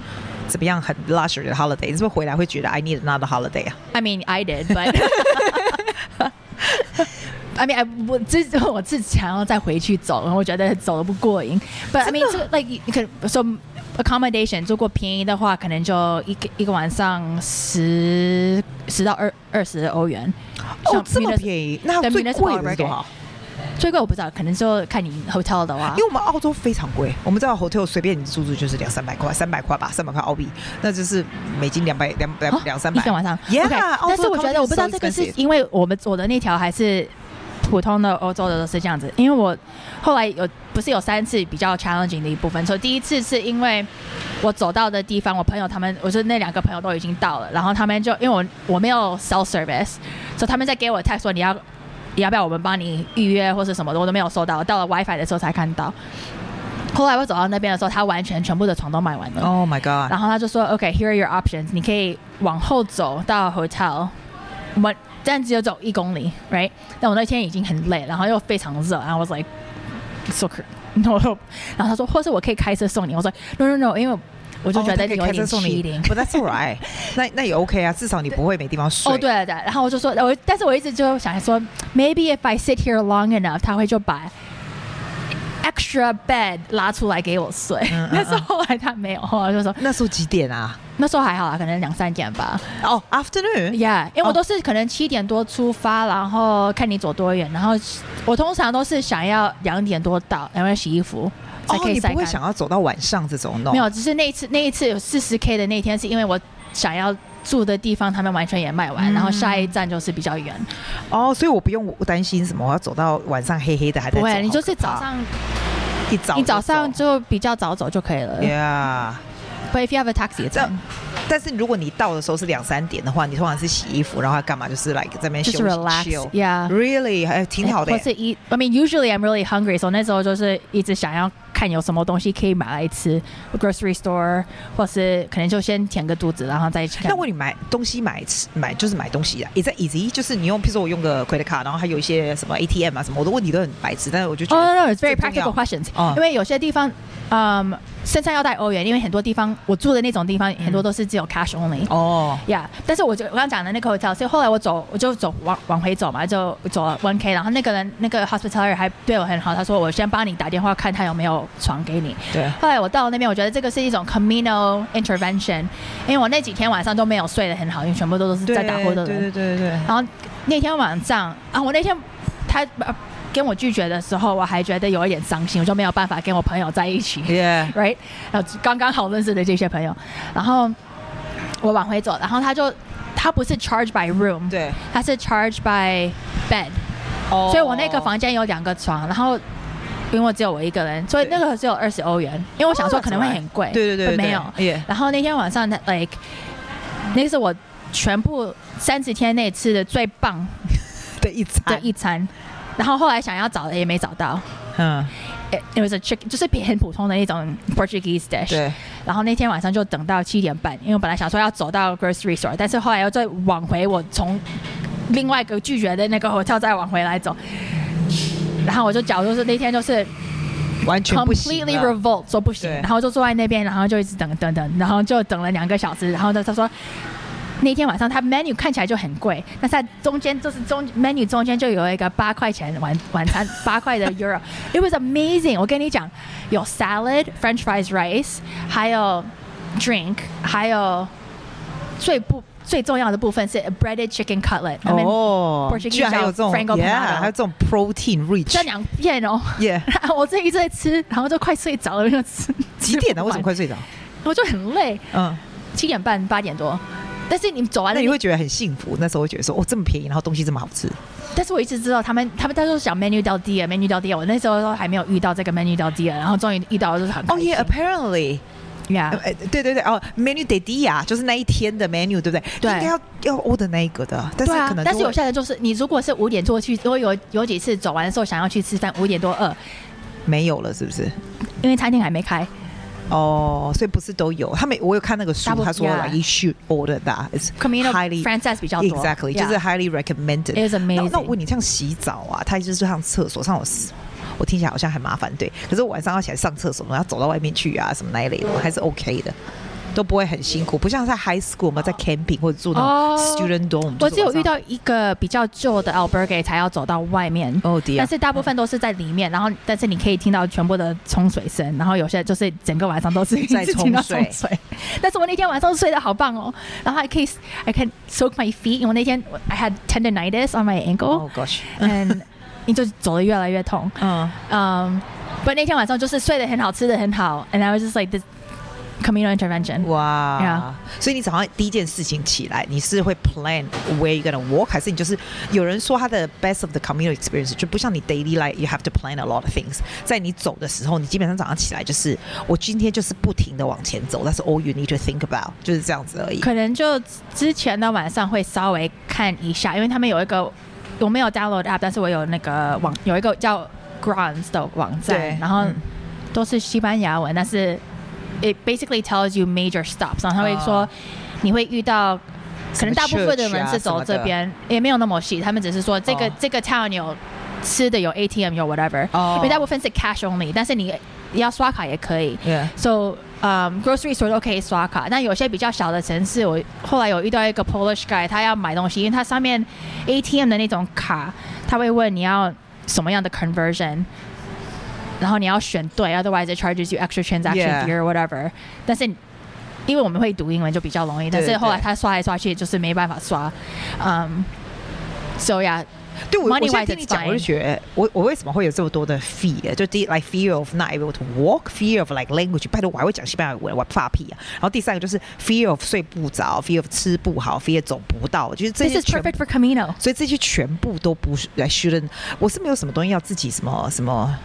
[SPEAKER 1] 怎么样很 luxury 的 holiday。你是不是回来会觉得 I need another holiday 啊？
[SPEAKER 2] I mean I did, but 。I mean, I, 我自我自己想要再回去走，然后我觉得走的不过瘾。But I mean, 这个 like 你可 so accommodation 如果便宜的话，可能就一个一个晚上十十到二二十欧元。
[SPEAKER 1] 哦
[SPEAKER 2] 像，
[SPEAKER 1] 这么
[SPEAKER 2] Minas-
[SPEAKER 1] 便宜，那
[SPEAKER 2] 对
[SPEAKER 1] 最贵
[SPEAKER 2] Municipal
[SPEAKER 1] 的是多少？
[SPEAKER 2] 最贵我不知道，可能就看你 hotel 的话
[SPEAKER 1] 因。为我们澳洲非常贵，我们知道 hotel 随便你住住就是两三百块，三百块吧，三百块澳币，那就是美金两百两
[SPEAKER 2] 啊
[SPEAKER 1] 两两三
[SPEAKER 2] 一
[SPEAKER 1] 百
[SPEAKER 2] 天。晚上。
[SPEAKER 1] Yeah，
[SPEAKER 2] OK，
[SPEAKER 1] 澳洲
[SPEAKER 2] 但是我觉
[SPEAKER 1] accommodation
[SPEAKER 2] 得我不知道
[SPEAKER 1] so
[SPEAKER 2] 这个是
[SPEAKER 1] expensive
[SPEAKER 2] 因为我们走的那条还是普通的欧洲的都是这样子，因为我后来有不是有三次比较 challenging 的一部分，所以第一次是因为我走到的地方，我朋友他们，我说那两个朋友都已经到了，然后他们就因为我我没有 self service，所以他们在给我 text 说你要。你要不要我们帮你预约或是什么的，我都没有收到，到了 WiFi 的时候才看到。后来我走到那边的时候，他完全全部的床都卖完了。
[SPEAKER 1] Oh my god！
[SPEAKER 2] 然后他就说，OK，here、are your options，你可以往后走到 hotel，我们但只有走一公里，right？但我那天已经很累，然后又非常热，然后 I was like so c no，然后他说，或是我可以开车送你，我说 no no no，因为
[SPEAKER 1] 哦
[SPEAKER 2] 我
[SPEAKER 1] 我
[SPEAKER 2] 就觉得
[SPEAKER 1] 可以
[SPEAKER 2] 有
[SPEAKER 1] 开车
[SPEAKER 2] 点
[SPEAKER 1] 送你
[SPEAKER 2] cheating。
[SPEAKER 1] ，But that's alright，那那也 OK 啊，至少你不会没地方睡。
[SPEAKER 2] 哦，对对，对然后我就说，我但是我一直就想说，maybe if I sit here long enough，他会就把 extra bed 拉出来给我睡。
[SPEAKER 1] 嗯嗯
[SPEAKER 2] 但是后来他没有，后来就说
[SPEAKER 1] 那时候几点啊？
[SPEAKER 2] 那时候还好啊，可能两三点吧。
[SPEAKER 1] 哦、a f t e r n o o n
[SPEAKER 2] Yeah，因为我
[SPEAKER 1] 哦
[SPEAKER 2] 都是可能七点多出发，然后看你走多远，然后我通常都是想要两点多到，然后要洗衣服才
[SPEAKER 1] 哦，
[SPEAKER 2] 可以
[SPEAKER 1] 你
[SPEAKER 2] 晒
[SPEAKER 1] 不会
[SPEAKER 2] 干。
[SPEAKER 1] 想要走到晚上这种弄？
[SPEAKER 2] 没有，只是那一次那一次有四十 K 的那一天，是因为我想要住的地方他们完全也卖
[SPEAKER 1] 嗯
[SPEAKER 2] 完，然后下一站就是比较远。
[SPEAKER 1] 哦，所以我不用担心什么，我要走到晚上黑黑的还在
[SPEAKER 2] 不
[SPEAKER 1] 走。
[SPEAKER 2] 会，啊你
[SPEAKER 1] 好
[SPEAKER 2] 就是
[SPEAKER 1] 可怕
[SPEAKER 2] 早上，
[SPEAKER 1] 一早
[SPEAKER 2] 你早上
[SPEAKER 1] 就
[SPEAKER 2] 就比较早走就可呃以了
[SPEAKER 1] 走。。Yeah，
[SPEAKER 2] But if you have a taxi，
[SPEAKER 1] 这但是如果你到的时候是两三点的话，你通常是洗衣服，然后还干嘛？就是来、like, 在那边
[SPEAKER 2] 就
[SPEAKER 1] 休息
[SPEAKER 2] 是
[SPEAKER 1] chill
[SPEAKER 2] relax，yeah。
[SPEAKER 1] Really，还挺好的
[SPEAKER 2] 或
[SPEAKER 1] 耶。
[SPEAKER 2] 是一，I mean usually I'm really hungry，所、so、以那时候就是一直想要看有什么东西可以买来吃，grocery store，或是可能就先填个肚子，然后再去看。
[SPEAKER 1] 哎那问你买东西买吃买就是买东西啊，也在 easy，就是你用，譬如说我用个 credit card，然后还有一些什么 ATM 啊什么，我的问题都很白痴，但是我就觉
[SPEAKER 2] 哦、
[SPEAKER 1] 得
[SPEAKER 2] no, no, it's
[SPEAKER 1] 这
[SPEAKER 2] very
[SPEAKER 1] 重要
[SPEAKER 2] practical questions、
[SPEAKER 1] 哦
[SPEAKER 2] 因为有些地方，嗯，身上要带欧元，因为很多地方我住的那种地方，很多都是只有 cash only。
[SPEAKER 1] 嗯哦
[SPEAKER 2] Yeah，但是我就我刚讲的那个 hotel，所以后来我走，我就走往往回走嘛，就走了 one k，然后那个人那个 hospitaler 还对我很好，他说我先帮你打电话看他有没有床给你。
[SPEAKER 1] 对，
[SPEAKER 2] 后来我到了那边，我觉得这个是一种 communal intervention，因为我那几天晚上都没有睡得很好，因为全部都是在打呼
[SPEAKER 1] 对
[SPEAKER 2] 的
[SPEAKER 1] 对
[SPEAKER 2] 人。
[SPEAKER 1] 对对对对，
[SPEAKER 2] 然后那天晚上啊，我那天他呃跟我拒绝的时候，我还觉得有一点伤心，我就没有办法跟我朋友在一起
[SPEAKER 1] Yeah，
[SPEAKER 2] ，right？然后刚刚好认识的这些朋友，然后我往回走，然后他就他不是 charge by room，
[SPEAKER 1] 对，
[SPEAKER 2] 他是 charge by bed，
[SPEAKER 1] 哦
[SPEAKER 2] 所以我那个房间有两个床，然后。因为我只有我一个人，所以那个只有二十欧元。因为我想说可能会很贵，
[SPEAKER 1] 对对对对
[SPEAKER 2] but 没有。
[SPEAKER 1] ，Yeah，
[SPEAKER 2] 然后那天晚上那，like，那是我全部三十天内吃的最棒
[SPEAKER 1] 对一
[SPEAKER 2] 的
[SPEAKER 1] 餐，
[SPEAKER 2] 一餐。然后后来想要找的也没找到
[SPEAKER 1] 嗯，
[SPEAKER 2] ，it it was a chicken，就是很普通的那种 Portuguese dish。
[SPEAKER 1] 对，
[SPEAKER 2] 然后那天晚上就等到七点半，因为我本来想说要走到 grocery store，但是后来又再往回，我从另外一个拒绝的那个 hotel 再往回来走。然后我就假如就是那天就是
[SPEAKER 1] 完全不行啊哦
[SPEAKER 2] completely
[SPEAKER 1] 了。
[SPEAKER 2] revolt 说不行，
[SPEAKER 1] 对
[SPEAKER 2] 然后就坐在那边，然后就一直等等等，然后就等了两个小时，然后他他说。那天晚上，他 menu 看起来就很贵，但是它中间就是中 menu 中间就有一个八块钱晚晚 餐八块的 euro。It was amazing！我跟你讲，有 salad、French fries、rice，还有 drink，还有最不最重要的部分是 breaded chicken cutlet。I mean，
[SPEAKER 1] 哦，
[SPEAKER 2] Portuguese
[SPEAKER 1] 居然还有这种
[SPEAKER 2] 叫 Franco
[SPEAKER 1] ，Yeah，
[SPEAKER 2] Panado
[SPEAKER 1] 还有这种 protein
[SPEAKER 2] 这
[SPEAKER 1] rich，
[SPEAKER 2] 两片哦，
[SPEAKER 1] 耶，
[SPEAKER 2] 我自己一直在吃，然后就快睡着了，那个吃
[SPEAKER 1] 几点呢？
[SPEAKER 2] 吃不完
[SPEAKER 1] 为什么快睡着？
[SPEAKER 2] 我就很累，
[SPEAKER 1] 嗯，
[SPEAKER 2] 七点半八点多。但是你走完
[SPEAKER 1] 那
[SPEAKER 2] 了，
[SPEAKER 1] 你会觉得很幸福，那时候会觉得说，哦，这么便宜，然后东西这么好吃，
[SPEAKER 2] 但是我一直知道他们，他们那时候讲 menu 到 D 啊，menu 到 D 啊，我那时候都还没有遇到这个 menu 到 D 啊，然后终于遇到了，就是很
[SPEAKER 1] 哦
[SPEAKER 2] 开心
[SPEAKER 1] 耶，apparently，呃
[SPEAKER 2] yeah，
[SPEAKER 1] 呃对对对，哦，menu de dia 就是那一天的 menu，对不对？
[SPEAKER 2] 对
[SPEAKER 1] 应该要要 order 那一个的，但
[SPEAKER 2] 对
[SPEAKER 1] 是
[SPEAKER 2] 啊
[SPEAKER 1] 可能，
[SPEAKER 2] 但是
[SPEAKER 1] 就
[SPEAKER 2] 有
[SPEAKER 1] 会
[SPEAKER 2] 些人就是你如果是五点多去，我有有几次走完的时候想要去吃饭，五点多饿，
[SPEAKER 1] 没有了，是不是？
[SPEAKER 2] 因为餐厅还没开，
[SPEAKER 1] 哦，所以不是都有，他们我有看那个书
[SPEAKER 2] 大部，分
[SPEAKER 1] 他说
[SPEAKER 2] yeah
[SPEAKER 1] like you should order that，it's
[SPEAKER 2] Camino
[SPEAKER 1] highly
[SPEAKER 2] Frances 比较多
[SPEAKER 1] exactly 就是 highly recommended。
[SPEAKER 2] is
[SPEAKER 1] 那那我
[SPEAKER 2] amazing。
[SPEAKER 1] 问你，像洗澡啊，它就是上厕所上有屎，我听起来好像很麻烦，对。可是我晚上要起来上厕所，然后走到外面去啊，什么那一类的，我还是 OK 的，都不会很辛苦，不像在 high school 我们在 camping 或者住那
[SPEAKER 2] 哦
[SPEAKER 1] 种 student dorm，、
[SPEAKER 2] 我只有遇。到一个比较旧的 albergue 才要走到外面，
[SPEAKER 1] 哦，d
[SPEAKER 2] 但是大部分都是在里面，然后但是你可以听到全部的冲水声，然后有些就是整个晚上都是一
[SPEAKER 1] 在
[SPEAKER 2] 直听到
[SPEAKER 1] 冲
[SPEAKER 2] 冲
[SPEAKER 1] 水
[SPEAKER 2] 水。但是我那天晚上睡得好棒哦，然后还可以 I can soak my feet，因为我那天 I had tendonitis on my ankle、
[SPEAKER 1] 哦、gosh，
[SPEAKER 2] and 你就走得越来越痛。
[SPEAKER 1] 嗯，
[SPEAKER 2] 嗯、不 b 那天晚上就是睡得很好，吃得很好，and I was just like this communal intervention。
[SPEAKER 1] 哇所以你早上第一件事情起来，你是会 plan where you gonna walk，还是你就是有人说他的 best of the communal experience 就不像你 daily life，you have to plan a lot of things。在你走的时候，你基本上早上起来就是我今天就是不停的往前走，that's all you need to think about，就是这样子而已。
[SPEAKER 2] 可能就之前的晚上会稍微看一下，因为他们有一个我没有 download app，但是我有那个网有一个叫 Grounds 的网
[SPEAKER 1] 对
[SPEAKER 2] 站，然后
[SPEAKER 1] 嗯
[SPEAKER 2] 都是西班牙文，但是 it basically tells you major stops，然后他会说
[SPEAKER 1] 啊
[SPEAKER 2] 你会遇到。可能大部分的人是
[SPEAKER 1] 什么 church 啊
[SPEAKER 2] 走
[SPEAKER 1] 什
[SPEAKER 2] 这
[SPEAKER 1] 么的
[SPEAKER 2] 边，也没有那么细，他们只是说这个、
[SPEAKER 1] 哦
[SPEAKER 2] 这个 town 有吃的有 ATM 有 whatever，、
[SPEAKER 1] 哦
[SPEAKER 2] 因为大部分是 cash only，但是你要刷卡也可以。
[SPEAKER 1] Yeah，
[SPEAKER 2] So，嗯、g r o c e r y store 都可以刷卡。但有些比较小的城市，我后来有遇到一个 Polish guy，他要买东西，因为他上面 ATM 的那种卡，他会问你要什么样的 conversion。然后你要选对，otherwise it charges you extra transaction
[SPEAKER 1] Yeah.
[SPEAKER 2] fee or whatever。但是因为我们会读英文就比较容易，但
[SPEAKER 1] 对
[SPEAKER 2] 是
[SPEAKER 1] 对
[SPEAKER 2] 后来他刷来刷去就是没办法刷，嗯、s o yeah，
[SPEAKER 1] 对我，我
[SPEAKER 2] Money-wise,
[SPEAKER 1] 现在听你
[SPEAKER 2] it's
[SPEAKER 1] 讲，我就
[SPEAKER 2] fine.
[SPEAKER 1] 觉得我我为什么会有这么多的 fear？就第一，like fear of not able to walk，fear of like language。拜托，我还会讲西班牙文，我怕屁啊！然后第三个就是 fear of 睡不着，fear of 吃不好，fear 走不到，就是这
[SPEAKER 2] this
[SPEAKER 1] 些
[SPEAKER 2] is
[SPEAKER 1] 全部
[SPEAKER 2] perfect for Camino。
[SPEAKER 1] 所以这些全部都不是 I shouldn't。我是没有什么东西要自己什么什么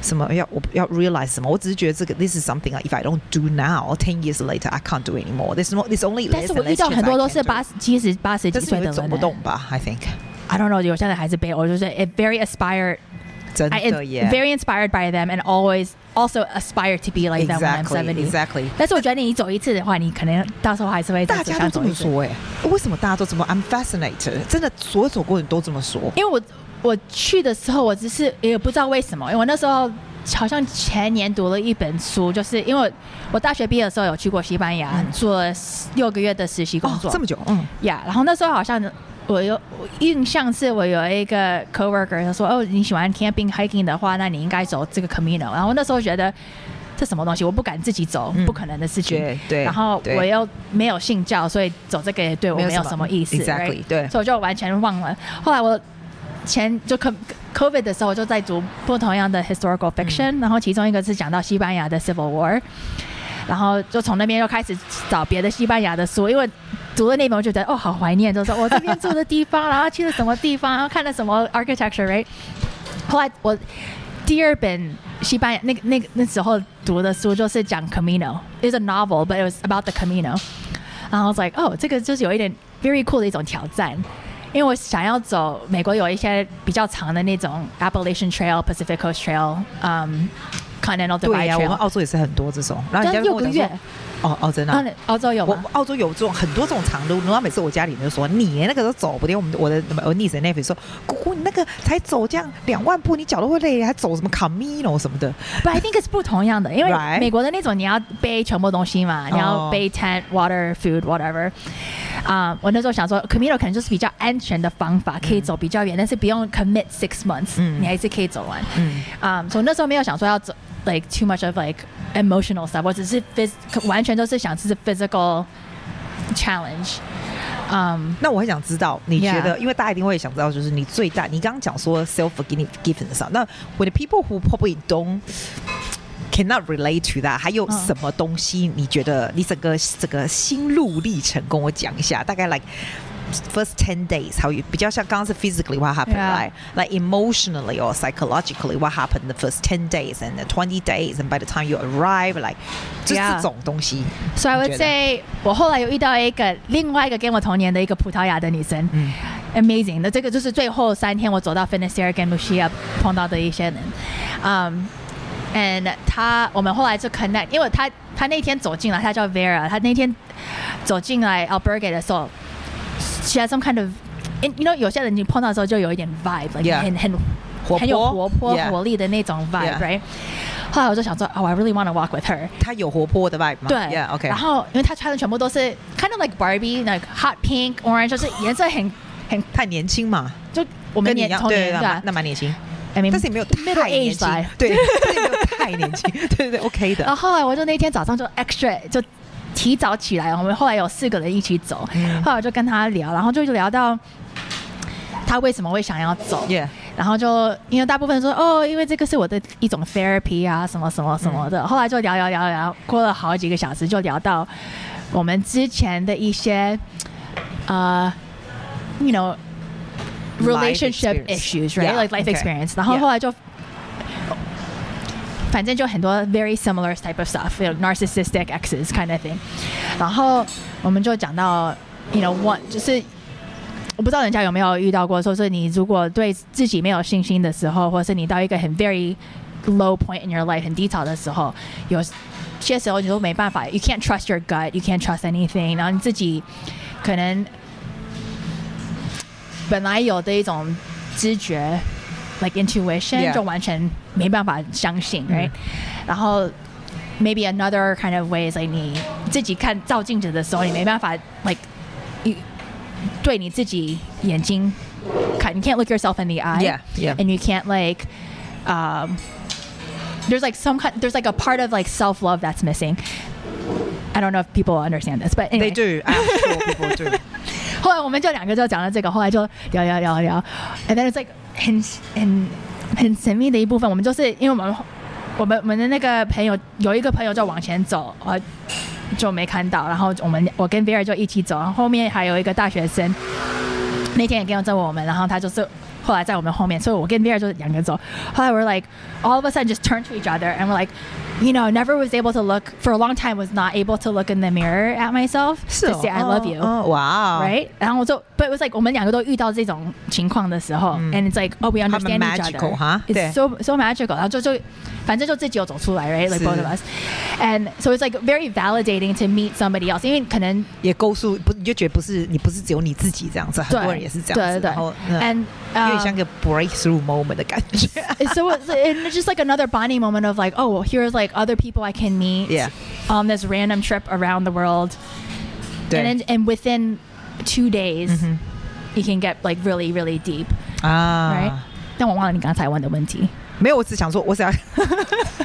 [SPEAKER 1] 什么要我要 realize 什么，我只是觉得这个 this is something like if I don't do now, ten years later I can't do anymore. There's no, there's only.
[SPEAKER 2] 但
[SPEAKER 1] less
[SPEAKER 2] 是
[SPEAKER 1] and
[SPEAKER 2] 我遇
[SPEAKER 1] less
[SPEAKER 2] 到
[SPEAKER 1] chance
[SPEAKER 2] 很多
[SPEAKER 1] I
[SPEAKER 2] 都
[SPEAKER 1] can
[SPEAKER 2] 是
[SPEAKER 1] do
[SPEAKER 2] 八十、七十、八十几
[SPEAKER 1] 但是
[SPEAKER 2] 岁
[SPEAKER 1] 你
[SPEAKER 2] 的
[SPEAKER 1] 会走
[SPEAKER 2] 人
[SPEAKER 1] 不动
[SPEAKER 2] 欸。
[SPEAKER 1] 吧？I think
[SPEAKER 2] I don't know，有些人还是被，我就是 it very aspired。
[SPEAKER 1] 真
[SPEAKER 2] I
[SPEAKER 1] 的
[SPEAKER 2] am
[SPEAKER 1] 耶。
[SPEAKER 2] very inspired by them and always also aspire to be like them when I'm
[SPEAKER 1] exactly,
[SPEAKER 2] seventy.
[SPEAKER 1] exactly.
[SPEAKER 2] 但是我觉得你走一次的话，你可能到时候还是会
[SPEAKER 1] 大
[SPEAKER 2] 再走
[SPEAKER 1] 家
[SPEAKER 2] 向
[SPEAKER 1] 都这
[SPEAKER 2] 走
[SPEAKER 1] 么
[SPEAKER 2] 一次。
[SPEAKER 1] 说哎、为什么大家都这么？I'm fascinated，真的，所有走过的人都这么说。
[SPEAKER 2] 因为我我去的时候，我只是也不知道为什么，因为我那时候好像前年读了一本书，就是因为我我大学毕业的时候有去过西班牙，
[SPEAKER 1] 嗯
[SPEAKER 2] 做了六个月的实习工
[SPEAKER 1] 哦
[SPEAKER 2] 作，，
[SPEAKER 1] 这么久，嗯，
[SPEAKER 2] 呀然后那时候好像我有我印象是我有一个 coworker，他说：“哦，你喜欢 camping hiking 的话，那你应该走这个 Camino。”然后那时候觉得这什么东西，我不敢自己走，
[SPEAKER 1] 嗯
[SPEAKER 2] 不可能的事情。
[SPEAKER 1] 对对。
[SPEAKER 2] 然后
[SPEAKER 1] 对
[SPEAKER 2] 我又没有信教，所以走这个也对我
[SPEAKER 1] 没有
[SPEAKER 2] 没有
[SPEAKER 1] 什
[SPEAKER 2] 什
[SPEAKER 1] 么
[SPEAKER 2] 么意思
[SPEAKER 1] exactly，
[SPEAKER 2] right？
[SPEAKER 1] 对
[SPEAKER 2] 所以我就完全忘了。后来我前就 co- COVID 的时候，就在读不同样的 historical fiction，、然后
[SPEAKER 1] 嗯
[SPEAKER 2] 其中一个是讲到西班牙的 Civil War，然后就从那边又开始找别的西班牙的书，因为读了那本我就觉得哦好怀念，就是我这边住的地方，然后去了什么地方，然后看了什么 architecture，right？后来我第二本西班牙那个那个那时候读的书就是讲 Camino，is a novel but it was about the Camino。然后 I was like，哦，这个就是有一点 very cool 的一种挑战，因为我想要走美国有一些比较长的那种 Appalachian Trail、Pacific Coast Trail，嗯、Continental
[SPEAKER 1] 对
[SPEAKER 2] Divide
[SPEAKER 1] 呀、我们
[SPEAKER 2] Trail，
[SPEAKER 1] 澳洲也是很多这种，然后人
[SPEAKER 2] 但
[SPEAKER 1] 家就
[SPEAKER 2] 六
[SPEAKER 1] 跟
[SPEAKER 2] 个
[SPEAKER 1] 我讲
[SPEAKER 2] 月
[SPEAKER 1] 说，，哦哦，真的啊、
[SPEAKER 2] 然后澳洲有
[SPEAKER 1] 我
[SPEAKER 2] 吗？
[SPEAKER 1] 澳洲有这种很多这种长路，然后每次我家里人就说你欸那个都走不掉。我们我的我 niece and nephew 说，姑姑你那个才走这样两万步，你脚都会累，还走什么 Camino 什么的。
[SPEAKER 2] But I think it's 不同样的，因为
[SPEAKER 1] Right. 哦
[SPEAKER 2] 美国的那种你要背全部东西嘛，你要背 tent、water、food、whatever。啊、我那时候想说，Camino 可能就是比较安全的方法，可以走比较远，但是不用 commit six months，、
[SPEAKER 1] 嗯
[SPEAKER 2] 你还是可以走完。
[SPEAKER 1] 嗯，
[SPEAKER 2] 啊、所以那时候没有想说要走 like too much of like emotional stuff，我只是 phys 完全都是想这是 physical challenge。嗯，
[SPEAKER 1] 那我很想知道，你觉得
[SPEAKER 2] Yeah.
[SPEAKER 1] 因为大家一定会想知道，就是你最大，你刚刚讲说 self forgiveness 啊，那 when people who probably don't cannot relate to that，还有
[SPEAKER 2] 嗯
[SPEAKER 1] 什么东西？你觉得你整个整个心路历程跟我讲一下，大概 like。First ten days，how you 比较像刚刚是 physically what happened，
[SPEAKER 2] Yeah.
[SPEAKER 1] right? Like emotionally or psychologically what happened the first ten days and the twenty days and by the time you arrive，like 就是这
[SPEAKER 2] Yeah.
[SPEAKER 1] 种东西。
[SPEAKER 2] 所以我
[SPEAKER 1] 你觉得
[SPEAKER 2] say，我后来有遇到一个另外一个跟我同年的一个葡萄牙的女生，
[SPEAKER 1] 嗯
[SPEAKER 2] amazing 那这个就是最后三天我走到 f i n i s e r 跟 Lucia 碰到的一些人，嗯、and 他我们后来就 connect，因为他他那天走进来，他叫 Vera，他那天走进来 Alberga 的时候，she has some kind of you know 有些人你碰到的时候就有一点 vibe，like、
[SPEAKER 1] Yeah.
[SPEAKER 2] 很很
[SPEAKER 1] 活泼
[SPEAKER 2] 很有活泼
[SPEAKER 1] Yeah.
[SPEAKER 2] 活力的那种
[SPEAKER 1] Yeah.
[SPEAKER 2] vibe，right？、后来我就想说，Oh, I really want to walk with her。
[SPEAKER 1] 他有活泼的 vibe 吗？
[SPEAKER 2] 对
[SPEAKER 1] yeah,，OK。
[SPEAKER 2] 然后因为她穿的全部都是 kind of like Barbie，like hot pink orange，就是颜色很很
[SPEAKER 1] 太年轻嘛，
[SPEAKER 2] 就我们
[SPEAKER 1] 跟你一
[SPEAKER 2] 年
[SPEAKER 1] 样，
[SPEAKER 2] 同
[SPEAKER 1] 对
[SPEAKER 2] 年
[SPEAKER 1] 那
[SPEAKER 2] 对吧
[SPEAKER 1] 蛮那？蛮年轻，
[SPEAKER 2] I mean-
[SPEAKER 1] 但是也没有太
[SPEAKER 2] middle
[SPEAKER 1] 年
[SPEAKER 2] age 哦
[SPEAKER 1] 轻
[SPEAKER 2] 来，
[SPEAKER 1] 对，但是也没有太年轻， 对对对，OK 的。
[SPEAKER 2] 然后后来我就那天早上就 extra 就提早起来，我们后来有四个人一起走，
[SPEAKER 1] 嗯
[SPEAKER 2] 后来我就跟他聊，然后就聊到他为什么会想要走
[SPEAKER 1] Yeah，
[SPEAKER 2] 然后就因为大部分人说哦，因为这个是我的一种 therapy 啊，什么什么什么
[SPEAKER 1] 嗯
[SPEAKER 2] 的。后来就聊聊聊聊，过了好几个小时，就聊到我们之前的一些呃，you uh, know
[SPEAKER 1] Life
[SPEAKER 2] relationship
[SPEAKER 1] experience.
[SPEAKER 2] issues, right?
[SPEAKER 1] Yeah,
[SPEAKER 2] like life
[SPEAKER 1] okay.
[SPEAKER 2] experience. 然后
[SPEAKER 1] Yeah.
[SPEAKER 2] 后来就。反正就很多 very similar type of stuff, you know, narcissistic exes kind of thing。然后我们就讲到，you know, one 就是我不知道人家有没有遇到过，说是你如果对自己没有信心的时候，或是你到一个很 very low point in your life 很低潮的时候，有些时候你都没办法，you can't trust your gut, you can't trust anything，然后你自己可能本来有的一种知觉，like intuition，、
[SPEAKER 1] Yeah.
[SPEAKER 2] 就完全没办法相信
[SPEAKER 1] 嗯
[SPEAKER 2] ，right？、然后 maybe another kind of way is like 你自己看照镜子的时候，你没办法 like 你对你自己眼睛看，you can't look yourself in the eye，and
[SPEAKER 1] Yeah, yeah.
[SPEAKER 2] you can't like um there's like some kind there's like a part of like self love that's missing. I don't know if people understand this, but
[SPEAKER 1] They
[SPEAKER 2] anyway,
[SPEAKER 1] do. I'm sure people do.
[SPEAKER 2] 后来我们就两个就讲了这个，后来就聊聊聊聊，and then it's like 很很很神秘的一部分。我们就是因为我们我们我们的那个朋友有一个朋友就往前走，呃，就没看到。然后我们我跟 Vera 就一起走，然后后面还有一个大学生，那天也跟着我们，然后他就是。后来在我们后面，所以我跟 Vera 就是两个走。后来 we're like all of a sudden just turn to each other and we're like, you know, never was able to look for a long time was not able to look in the mirror at myself
[SPEAKER 1] 是
[SPEAKER 2] to
[SPEAKER 1] 哦
[SPEAKER 2] say I love you.
[SPEAKER 1] 哦哦哇、
[SPEAKER 2] right？然后我就，but it was like 我们两个都遇到这种情况的时候、a n d it's like oh we
[SPEAKER 1] 们
[SPEAKER 2] understand each
[SPEAKER 1] magical，哈
[SPEAKER 2] other，it's
[SPEAKER 1] 对
[SPEAKER 2] so so magical，然后就就反正就自己有走出来，right？Like
[SPEAKER 1] 是
[SPEAKER 2] both of us，and so it's like very validating to meet somebody else，因为可能
[SPEAKER 1] 也告诉不，你就觉得不是你不是只有你自己这样子，很多人
[SPEAKER 2] 对
[SPEAKER 1] 也是这样子，
[SPEAKER 2] 对对
[SPEAKER 1] 然后、
[SPEAKER 2] 对
[SPEAKER 1] 嗯、
[SPEAKER 2] ，and
[SPEAKER 1] 有点
[SPEAKER 2] um,
[SPEAKER 1] 像个 breakthrough moment 的感觉。
[SPEAKER 2] It's so it's, and it's just like another bonding moment of like, oh, well, here's like other people I can meet
[SPEAKER 1] Yeah.
[SPEAKER 2] on this random trip around the world,
[SPEAKER 1] 对 Mm-hmm。
[SPEAKER 2] and then, and within two days, you can get like really really deep,
[SPEAKER 1] 啊
[SPEAKER 2] right？、但我忘了你刚才问的问题。
[SPEAKER 1] 没有，我只想说，我只要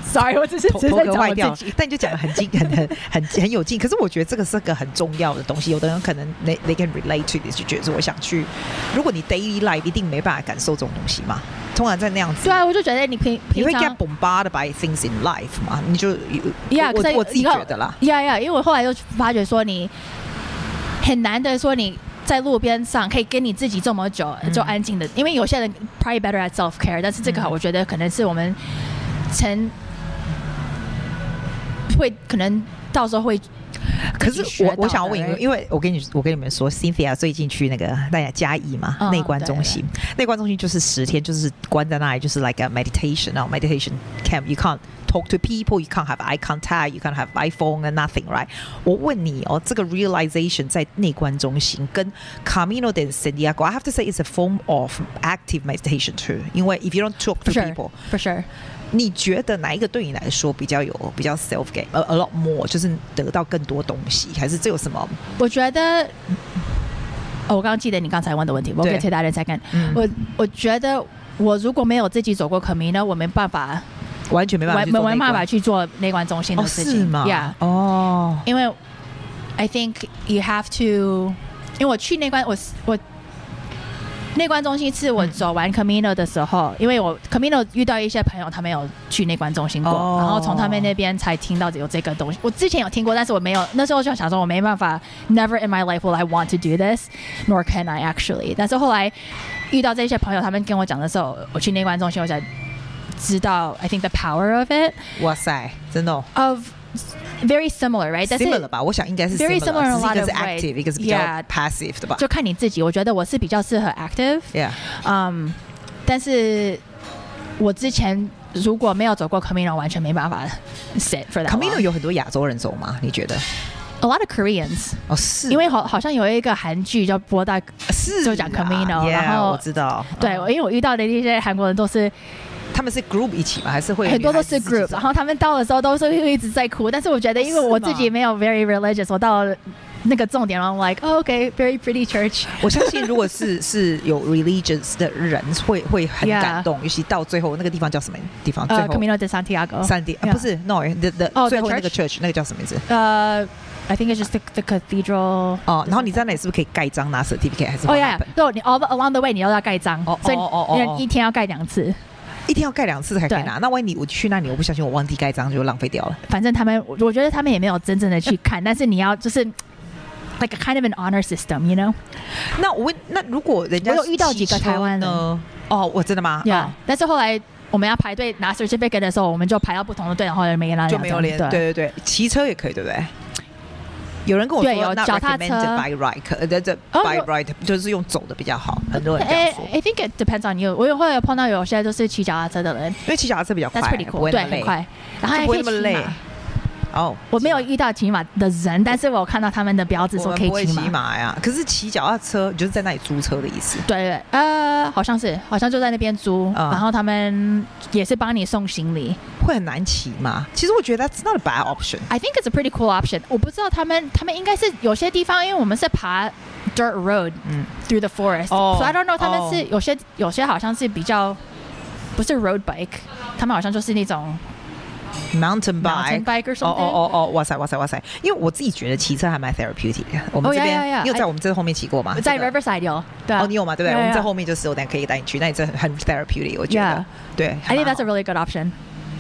[SPEAKER 2] Sorry，我只 是
[SPEAKER 1] 头
[SPEAKER 2] 只是
[SPEAKER 1] 头
[SPEAKER 2] 在
[SPEAKER 1] 壳
[SPEAKER 2] 讲
[SPEAKER 1] 坏
[SPEAKER 2] 我
[SPEAKER 1] 掉
[SPEAKER 2] 自己。，
[SPEAKER 1] 但你就讲的很劲，很 很很很有劲。可是我觉得这个是个很重要的东西，有的人可能 they they can relate to this，就觉得说我想去。如果你 daily life 一定没办法感受这种东西嘛，通常在那样子。
[SPEAKER 2] 对啊，我就觉得你平
[SPEAKER 1] 你
[SPEAKER 2] 平
[SPEAKER 1] 会
[SPEAKER 2] 常
[SPEAKER 1] get bombarded by things in life 嘛？你就
[SPEAKER 2] Yeah，
[SPEAKER 1] 我
[SPEAKER 2] cause I-
[SPEAKER 1] 我我自己觉得啦。
[SPEAKER 2] 呀呀，因为我后来又发觉说你很难得说你。在路边上可以跟你自己这么久就安静的，因为有些人 probably better at self care，但是这个
[SPEAKER 1] 嗯
[SPEAKER 2] 我觉得可能是我们成会可能到时候会
[SPEAKER 1] 可是
[SPEAKER 2] 自己学
[SPEAKER 1] 我
[SPEAKER 2] 到的
[SPEAKER 1] 我想要问你
[SPEAKER 2] right？，
[SPEAKER 1] 因为我跟你我跟你们说，Cynthia 最近去那个大家嘉义嘛
[SPEAKER 2] 嗯
[SPEAKER 1] 内观中心，内观中心就是十天，就是关在那里，就是 like a meditation 那种 meditation camp。You can't talk to people, you can't have eye contact, you can't have iPhone and nothing, right？我问你哦，这个 realization 在内观中心跟 Camino de Santiago，I have to say it's a form of active meditation too。因为 if you don't talk to
[SPEAKER 2] for
[SPEAKER 1] people，
[SPEAKER 2] sure for sure，
[SPEAKER 1] 你觉得哪一个对你来说比较有比较 self gain a a lot more，就是得到更多东西，还是这有什么？
[SPEAKER 2] 我觉得，哦，我刚刚记得你刚才问的问题，我
[SPEAKER 1] 对
[SPEAKER 2] 给 t 大家再看。
[SPEAKER 1] 嗯
[SPEAKER 2] 我我觉得我如果没有自己走过 Camino，我没办法，
[SPEAKER 1] 完全没办法
[SPEAKER 2] 我
[SPEAKER 1] 去做内
[SPEAKER 2] 没没
[SPEAKER 1] 观，
[SPEAKER 2] 办法去做内观中心的
[SPEAKER 1] 哦，
[SPEAKER 2] 事
[SPEAKER 1] 是
[SPEAKER 2] 情。
[SPEAKER 1] 吗
[SPEAKER 2] Yeah，
[SPEAKER 1] 哦，
[SPEAKER 2] 因为 I think you have to，因为我去内观，我我内观中心是我
[SPEAKER 1] 嗯
[SPEAKER 2] 走完 Camino 的时候，因为我 Camino 遇到一些朋友，他们有去内观中心过，
[SPEAKER 1] 哦
[SPEAKER 2] 然后从他们那边才听到有这个东西。我之前有听过，但是我没有，那时候就想说我没办法，Never in my life will I want to do this, nor can I actually。但是后来遇到这些朋友，他们跟我讲的时候，我去内观中心，我才知道 I think the power of it
[SPEAKER 1] 哇塞，真的、哦。
[SPEAKER 2] of very similar, right？但是哎
[SPEAKER 1] similar 吧，我想应该是
[SPEAKER 2] Very similar
[SPEAKER 1] 只是
[SPEAKER 2] in a
[SPEAKER 1] 一
[SPEAKER 2] lot
[SPEAKER 1] 个
[SPEAKER 2] of
[SPEAKER 1] 是
[SPEAKER 2] ways.
[SPEAKER 1] active，一个是比较
[SPEAKER 2] Yeah.
[SPEAKER 1] passive 的吧。
[SPEAKER 2] 就看你自己。我觉得我是比较适合 active，
[SPEAKER 1] yeah，
[SPEAKER 2] 嗯，但是我之前如果没有走过 Camino，完全没办法 sit for that long。
[SPEAKER 1] Camino 有很多亚洲人走吗？你觉得？
[SPEAKER 2] a lot of Koreans，
[SPEAKER 1] 哦，是，啊
[SPEAKER 2] 因为好好像有一个韩剧叫《波大》，
[SPEAKER 1] 是
[SPEAKER 2] 就讲
[SPEAKER 1] 啦
[SPEAKER 2] Camino，然
[SPEAKER 1] yeah，
[SPEAKER 2] 后
[SPEAKER 1] 我知道，嗯
[SPEAKER 2] 对，我因为我遇到的那些韩国人都是
[SPEAKER 1] 他们是 group 一起吗？还是会
[SPEAKER 2] 很多都是
[SPEAKER 1] 女孩子自己
[SPEAKER 2] group，
[SPEAKER 1] 走
[SPEAKER 2] 然后他们到的时候都是会一直在哭，但是我觉得因为我自己没有 very religious，我到了那个重点然后 I'm like、o k very pretty church，
[SPEAKER 1] 我相信，如果是是有 religious 的人会，会很
[SPEAKER 2] Yeah
[SPEAKER 1] 感动尤其到最后那个地方叫什么地方？最
[SPEAKER 2] 呃、
[SPEAKER 1] 后
[SPEAKER 2] c a m i n o de Santiago，
[SPEAKER 1] 三 D、啊
[SPEAKER 2] Yeah
[SPEAKER 1] 不是 no the the、
[SPEAKER 2] Oh, the
[SPEAKER 1] 最后那个 church 那个叫什么名字？
[SPEAKER 2] 呃、i think it's just the, the cathedral。
[SPEAKER 1] 哦，然后你在那里是不是可以盖章拿 certificate 还是 what
[SPEAKER 2] 哦呀
[SPEAKER 1] happened？，
[SPEAKER 2] 对，你 all along the way 你又要盖章
[SPEAKER 1] 哦，
[SPEAKER 2] 所以
[SPEAKER 1] 哦哦哦哦
[SPEAKER 2] 你一天要盖两次。
[SPEAKER 1] 一定要盖两次才可以
[SPEAKER 2] 对
[SPEAKER 1] 拿。那万一你我去那里，我不小心我忘记盖章就浪费掉了。
[SPEAKER 2] 反正他们，我我觉得他们也没有真正的去看，但是你要就是，like a kind of an honor system，you know？
[SPEAKER 1] 那我问，那如果人家
[SPEAKER 2] 我有遇到几个
[SPEAKER 1] 骑车
[SPEAKER 2] 台湾人
[SPEAKER 1] 呢？哦，我真的吗？哦
[SPEAKER 2] 呀、yeah,，但是后来我们要排队拿 certificate 的时候，我们就排到不同的队，然后没跟他
[SPEAKER 1] 就没有连对
[SPEAKER 2] 对
[SPEAKER 1] 对对，骑车也可以，对不对？有人跟我说
[SPEAKER 2] 对有
[SPEAKER 1] not
[SPEAKER 2] 脚踏
[SPEAKER 1] recommended
[SPEAKER 2] 车
[SPEAKER 1] by right，呃，这这
[SPEAKER 2] 哦
[SPEAKER 1] by
[SPEAKER 2] 有
[SPEAKER 1] right 就是用走的比较好，很多人这样
[SPEAKER 2] 哎
[SPEAKER 1] 说。
[SPEAKER 2] ，I think it depends on you。我有会有碰到有些就是骑脚踏车的人
[SPEAKER 1] 因为骑脚踏车比较快
[SPEAKER 2] ，That's pretty
[SPEAKER 1] 不
[SPEAKER 2] cool，
[SPEAKER 1] 会那
[SPEAKER 2] 对，
[SPEAKER 1] 么
[SPEAKER 2] 很
[SPEAKER 1] 累，
[SPEAKER 2] 快，然后
[SPEAKER 1] 就
[SPEAKER 2] 还
[SPEAKER 1] 不
[SPEAKER 2] 可
[SPEAKER 1] 会
[SPEAKER 2] 以
[SPEAKER 1] 那么
[SPEAKER 2] 骑
[SPEAKER 1] 累
[SPEAKER 2] 马。。
[SPEAKER 1] 哦，
[SPEAKER 2] 我没有遇到骑马的人，但是我看到他们的标志
[SPEAKER 1] 我
[SPEAKER 2] 说可
[SPEAKER 1] 们
[SPEAKER 2] 以
[SPEAKER 1] 不会骑
[SPEAKER 2] 骑马。
[SPEAKER 1] 马呀，可是骑脚踏车你就是在那里租车的意思。
[SPEAKER 2] 对对，呃，好像是，好像就在那边租，
[SPEAKER 1] 嗯
[SPEAKER 2] 然后他们也是帮你送行李。
[SPEAKER 1] 会很难骑吗？其实我觉得 that's not a bad option。
[SPEAKER 2] I think it's a pretty cool option。我不知道他们，他们应该是有些地方，因为我们是爬 dirt road
[SPEAKER 1] 嗯
[SPEAKER 2] through the forest，
[SPEAKER 1] 哦
[SPEAKER 2] so I don't know 他们
[SPEAKER 1] 哦
[SPEAKER 2] 是有些有些好像是比较不是 road bike，他们好像就是那种
[SPEAKER 1] mountain bike，
[SPEAKER 2] Mountain bike or
[SPEAKER 1] 哦
[SPEAKER 2] something？
[SPEAKER 1] 哦哦哦，哇塞哇塞哇塞！因为我自己觉得骑车还蛮 therapeutic 的。我们
[SPEAKER 2] Oh,
[SPEAKER 1] 这
[SPEAKER 2] yeah, yeah, yeah.
[SPEAKER 1] 边，你有
[SPEAKER 2] I-
[SPEAKER 1] 在我们这后面骑过吗？
[SPEAKER 2] 在
[SPEAKER 1] 这个
[SPEAKER 2] Riverside 有，对啊，
[SPEAKER 1] 哦，你有吗？对不对？
[SPEAKER 2] Yeah,
[SPEAKER 1] 我们在
[SPEAKER 2] yeah.
[SPEAKER 1] 后面就是我等下可以带你去，那你真的很 therapeutic，我觉得
[SPEAKER 2] Yeah.。
[SPEAKER 1] 对
[SPEAKER 2] I think
[SPEAKER 1] 还
[SPEAKER 2] that's a
[SPEAKER 1] 蛮好
[SPEAKER 2] really good option.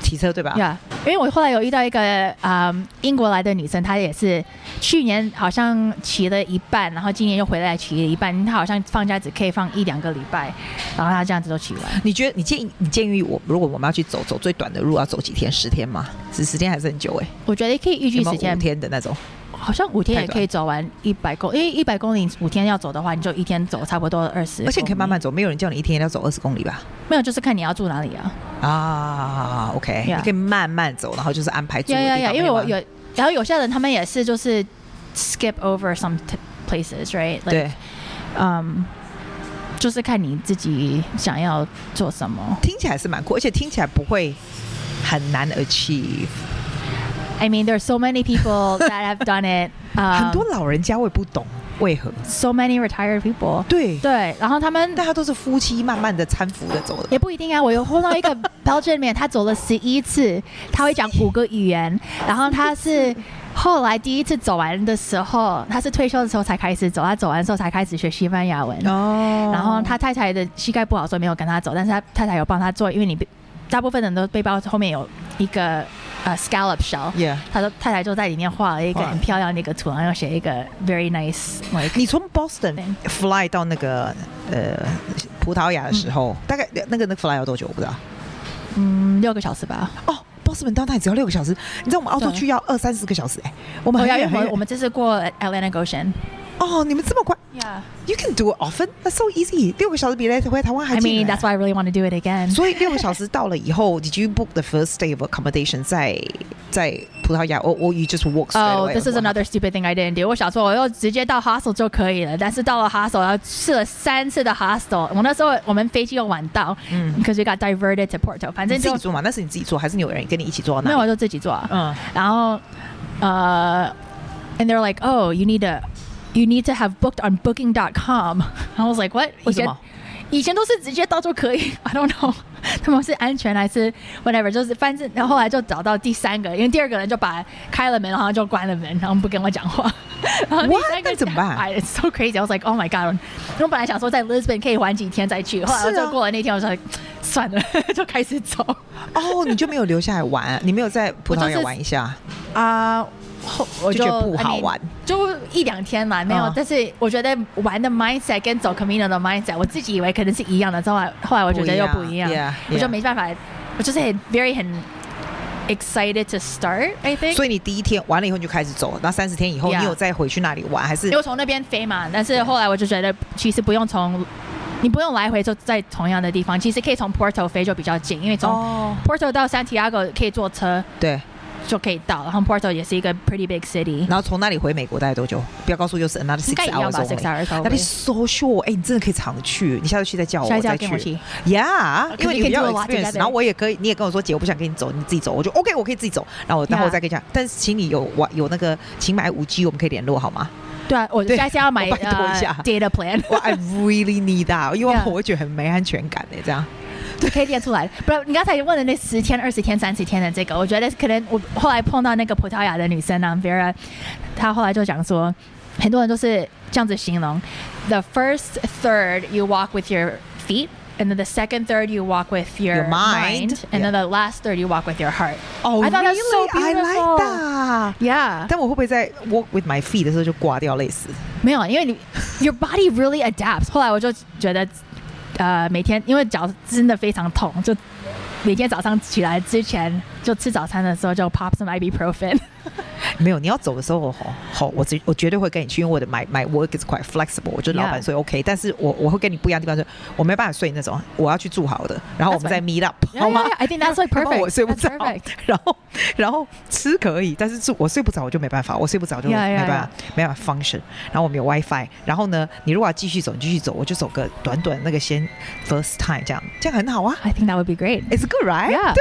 [SPEAKER 1] 骑车对吧？
[SPEAKER 2] Yeah，因为我后来有遇到一个嗯英国来的女生，她也是去年好像骑了一半，然后今年又回来骑了一半，她好像放假只可以放一两个礼拜，然后她这样子都骑完。
[SPEAKER 1] 你觉得你建议你建议我，如果我们要去走走最短的路，要走几天？十天吗？是十天还是很久哎、
[SPEAKER 2] 我觉得可以预
[SPEAKER 1] 有
[SPEAKER 2] 计
[SPEAKER 1] 没
[SPEAKER 2] 时
[SPEAKER 1] 有
[SPEAKER 2] 间
[SPEAKER 1] 五，天的那种？
[SPEAKER 2] 好像五天
[SPEAKER 1] 太
[SPEAKER 2] 也
[SPEAKER 1] 短
[SPEAKER 2] 可以走完一百公，因为一百公里五天要走的话，你就一天走差不多二十，
[SPEAKER 1] 而且你可以慢慢，走，没有人叫你一天要走二十公里吧？
[SPEAKER 2] 没有就是看你要住哪里啊。
[SPEAKER 1] 啊，OK，、
[SPEAKER 2] Yeah
[SPEAKER 1] 你可以慢慢走，然后就是安排住的
[SPEAKER 2] 呀
[SPEAKER 1] 地
[SPEAKER 2] 呀
[SPEAKER 1] 方。
[SPEAKER 2] 呀！因为
[SPEAKER 1] 没啊
[SPEAKER 2] 我
[SPEAKER 1] 吗
[SPEAKER 2] 有，然后有些人他们也是就是 skip over some t- places，right？Like,
[SPEAKER 1] 对，
[SPEAKER 2] 嗯，就是看你自己想要做什么。
[SPEAKER 1] 听起来是蛮酷，而且听起来不会很难 achieve。
[SPEAKER 2] I mean, there's so many people that have done it 啊，
[SPEAKER 1] 很多老人家我也不懂为何，
[SPEAKER 2] so many retired people。
[SPEAKER 1] 对，
[SPEAKER 2] 对，然后他们
[SPEAKER 1] 但他都是夫妻慢慢的搀扶着走的。
[SPEAKER 2] 也不一定啊。我有碰到一 个 Belgian man，他走了十一次，他会讲五个语言，然后他是。后来第一次走完的时候，他是退休的时候才开始走，他走完之后才开始学西班牙文。
[SPEAKER 1] 哦
[SPEAKER 2] 然后他太太的膝盖不好，所以没有跟他走，但是他太太有帮他做，因为你被大部分人都背包后面有一个呃 scallop shell，嗯
[SPEAKER 1] ，Yeah，
[SPEAKER 2] 他说太太就在里面画了一个
[SPEAKER 1] 哇
[SPEAKER 2] 很漂亮的一个图，然后写一个 very nice like
[SPEAKER 1] 你从 Boston
[SPEAKER 2] 对
[SPEAKER 1] fly 到那个呃葡萄牙的时候，大概那个那个 fly 要多久？我不知道。
[SPEAKER 2] 嗯六个小时吧。
[SPEAKER 1] 哦，波士顿到那里只要六个小时，你知道我们澳洲
[SPEAKER 2] 对
[SPEAKER 1] 去要二三十个小时哎、我们
[SPEAKER 2] 我
[SPEAKER 1] 很
[SPEAKER 2] 哦 要
[SPEAKER 1] 远很
[SPEAKER 2] 我我
[SPEAKER 1] 远。
[SPEAKER 2] 们这次过 Atlantic Ocean。
[SPEAKER 1] 哦，你们这么快
[SPEAKER 2] Yeah,
[SPEAKER 1] ，You can do it often. That's so easy. 六个小时比来回台湾还
[SPEAKER 2] I
[SPEAKER 1] 近、
[SPEAKER 2] mean that's why I really want to do it again.
[SPEAKER 1] 所以六个小时到了以后 ，Did you book the first day of accommodation 在在葡萄牙？Or or you just walk straight
[SPEAKER 2] Oh,
[SPEAKER 1] away?
[SPEAKER 2] this is another stupid thing I didn't do. 我想说，我要直接到 hostel 就可以了，但是到了 hostel，然后试了三次的 hostel。我那时候我们飞机又晚到，嗯，because we got diverted to Porto。反
[SPEAKER 1] 你
[SPEAKER 2] 正
[SPEAKER 1] 自
[SPEAKER 2] 就
[SPEAKER 1] 己做嘛？那是你自己做，还是你有人跟你一起做到那
[SPEAKER 2] 没
[SPEAKER 1] 里？
[SPEAKER 2] 有，我就自己做啊。
[SPEAKER 1] 嗯，
[SPEAKER 2] 然后呃，and they're like, oh, you need to, you need to have booked on Booking.com. I was like, what?
[SPEAKER 1] 为什么
[SPEAKER 2] 以前？以前都是直接到就可以，I don't know，他们是安全还是 whatever，就是反正然后后来就找到第三个，因为第二个人就把开了门，然后就关了门，然后不跟我讲话， 然后第
[SPEAKER 1] What？
[SPEAKER 2] 三个
[SPEAKER 1] 那怎么办
[SPEAKER 2] ？I it's so crazy. I was like, oh my god！我本来想说在 Lisbon 可以玩几天再去，后来我
[SPEAKER 1] 是啊
[SPEAKER 2] 就过了那天，我就算了， 就开始走。
[SPEAKER 1] 哦，你就没有留下来玩，你没有在葡萄牙玩一下？
[SPEAKER 2] 啊、后我
[SPEAKER 1] 就觉得不
[SPEAKER 2] I
[SPEAKER 1] 好
[SPEAKER 2] mean，
[SPEAKER 1] 玩
[SPEAKER 2] 就一两天嘛，没有。
[SPEAKER 1] 嗯
[SPEAKER 2] 但是我觉得玩的 mindset 跟走 Camino 的 mindset，我自己以为可能是一样的，之后来后来我觉得又不一样，
[SPEAKER 1] 不一样，yeah，
[SPEAKER 2] 我就
[SPEAKER 1] yeah
[SPEAKER 2] 没办法，我就是很 very 很 excited to start。I think，
[SPEAKER 1] 所以你第一天完了以后你就开始走，那三十天以后
[SPEAKER 2] Yeah
[SPEAKER 1] 你有再回去那里玩，还是
[SPEAKER 2] 因为我从那边飞嘛，但是后来我就觉得其实不用从。你不用来回就在同样的地方，其实可以从 Porto 飞就比较近，因为从
[SPEAKER 1] 哦，
[SPEAKER 2] Porto 到 Santiago 可以坐车
[SPEAKER 1] 对，
[SPEAKER 2] 就可以到，然后 Porto 也是一个 pretty big city，
[SPEAKER 1] 然后从那里回美国大概多久？不要告诉我又是 another
[SPEAKER 2] 应
[SPEAKER 1] six
[SPEAKER 2] 该一
[SPEAKER 1] hours
[SPEAKER 2] 样吧，six
[SPEAKER 1] only。
[SPEAKER 2] hours
[SPEAKER 1] That
[SPEAKER 2] away
[SPEAKER 1] is。so sure，哎、你真的可以常去，你下次去再叫我，
[SPEAKER 2] 下一
[SPEAKER 1] 我
[SPEAKER 2] 次要
[SPEAKER 1] 再
[SPEAKER 2] 跟我去
[SPEAKER 1] 去。Yeah，
[SPEAKER 2] Okay,
[SPEAKER 1] 因为
[SPEAKER 2] we
[SPEAKER 1] 你
[SPEAKER 2] can
[SPEAKER 1] 比较
[SPEAKER 2] do a
[SPEAKER 1] 有
[SPEAKER 2] lot
[SPEAKER 1] experience，
[SPEAKER 2] together.
[SPEAKER 1] 然后我也可以，你也跟我说姐，我不想跟你走，你自己走，我就 OK，我可以自己走，然后我待会
[SPEAKER 2] Yeah.
[SPEAKER 1] 再跟你讲。但是请你有玩有那个，请买五 G，我们可以联络好吗？
[SPEAKER 2] 对啊，我
[SPEAKER 1] 对
[SPEAKER 2] 下次要买
[SPEAKER 1] 我拜托一下
[SPEAKER 2] 呃 data plan，
[SPEAKER 1] 哇、i really need that，因为
[SPEAKER 2] Yeah.
[SPEAKER 1] 我会觉得很没安全感的、这样。
[SPEAKER 2] 可以列出来。不然你刚才问的那十天、二十天、三十天的这个，我觉得可能我后来碰到那个葡萄牙的女生啊，Vera，她后来就讲说，很多人都是这样子形容：the first third you walk with your feet。And then the second third you walk with your,
[SPEAKER 1] Your mind.
[SPEAKER 2] and then the last third you walk with your heart.
[SPEAKER 1] Oh,
[SPEAKER 2] I thought that's so
[SPEAKER 1] really? I
[SPEAKER 2] beautiful.
[SPEAKER 1] like that.
[SPEAKER 2] Yeah，
[SPEAKER 1] 但我会不会在 walk with my feet 的时候就挂掉，类似？
[SPEAKER 2] 没有，因为你 your body really adapts。后来我就觉得，呃，每天因为脚真的非常痛，就每天早上起来之前就吃早餐的时候就 pop some ibuprofen。
[SPEAKER 1] 没有，你要走的时候，好，好，我绝我绝对会跟你去，因为我的 my my work is quite flexible，我就是老
[SPEAKER 2] Yeah.
[SPEAKER 1] 板，所以 OK。但是我我会跟你不一样的地方，就是我没办法睡那种，我要去住好的，然后我
[SPEAKER 2] That's
[SPEAKER 1] 们再 meet up，
[SPEAKER 2] Yeah,
[SPEAKER 1] 好吗
[SPEAKER 2] yeah, yeah, I think that's like
[SPEAKER 1] 要不然
[SPEAKER 2] perfect.
[SPEAKER 1] 我睡不
[SPEAKER 2] That's
[SPEAKER 1] 着
[SPEAKER 2] perfect.，
[SPEAKER 1] 然后然后吃可以，但是住我睡不着我就没办法，我睡不着就
[SPEAKER 2] Yeah,
[SPEAKER 1] 没
[SPEAKER 2] yeah,
[SPEAKER 1] 办法没办法 function。然后我们有 WiFi，然后呢，你如果要继续走，你继续走，我就走个短短那个先 first time 这样，这样很好啊啊
[SPEAKER 2] I think that would be great.
[SPEAKER 1] ，It's good right？
[SPEAKER 2] Yeah.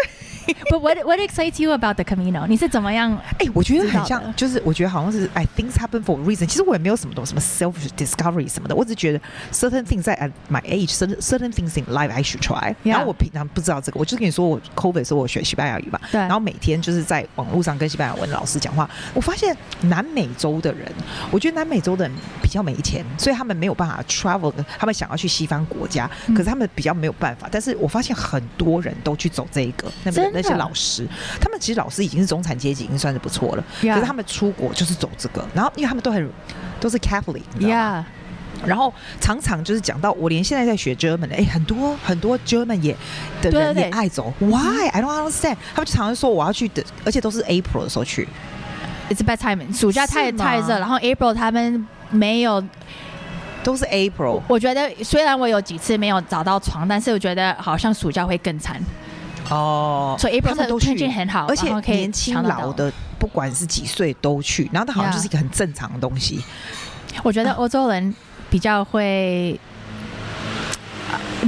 [SPEAKER 2] But what what excites you about the Camino？你是怎么样？
[SPEAKER 1] 哎、我觉得
[SPEAKER 2] 知
[SPEAKER 1] 很
[SPEAKER 2] 道
[SPEAKER 1] 像
[SPEAKER 2] 的，
[SPEAKER 1] 就是我觉得好像是 I things happen for a reason。其实我也没有什么懂什么 self discovery 什么的，我只是觉得 certain things 在 at my age，certain certain things in life I should try。
[SPEAKER 2] Yeah
[SPEAKER 1] 然后我平常不知道这个，我就是跟你说我 COVID 的时候我学西班牙语嘛，
[SPEAKER 2] 对
[SPEAKER 1] 然后每天就是在网络上跟西班牙文老师讲话，我发现南美洲的人，我觉得南美洲的人比较没钱，所以他们没有办法 travel，他们想要去西方国家，
[SPEAKER 2] 嗯
[SPEAKER 1] 可是他们比较没有办法。但是我发现很多人都去走这一个，那边的那些
[SPEAKER 2] 真的
[SPEAKER 1] 老师，他们其实老师已经是中产阶级，已经算是不错了。
[SPEAKER 2] Yeah
[SPEAKER 1] 可是他们出国就是走这个，然后因为他们都很都是 Catholic，你知道吗
[SPEAKER 2] Yeah，
[SPEAKER 1] 然后常常就是讲到我连现在在学 German 的，哎，很多很多 German 也的
[SPEAKER 2] 对
[SPEAKER 1] 人
[SPEAKER 2] 对 Mm-hmm
[SPEAKER 1] 也爱走，Why I don't understand？他们就常常说我要去的，而且都是 April 的时候去，
[SPEAKER 2] it's a bad timing。暑假太
[SPEAKER 1] 是吗
[SPEAKER 2] 太热，然后 April 他们没有。
[SPEAKER 1] 都是 April。
[SPEAKER 2] 我觉得虽然我有几次没有找到床，但是我觉得好像暑假会更惨。
[SPEAKER 1] 哦，
[SPEAKER 2] 所以 April
[SPEAKER 1] 他们都
[SPEAKER 2] 是
[SPEAKER 1] 去
[SPEAKER 2] 天气很好
[SPEAKER 1] 而且
[SPEAKER 2] 然后可以
[SPEAKER 1] 年轻
[SPEAKER 2] 抢得到
[SPEAKER 1] 老的，不管是几岁都去，然后它好像
[SPEAKER 2] Yeah
[SPEAKER 1] 就是一个很正常的东西。
[SPEAKER 2] 我觉得
[SPEAKER 1] 啊
[SPEAKER 2] 欧洲人比较会呃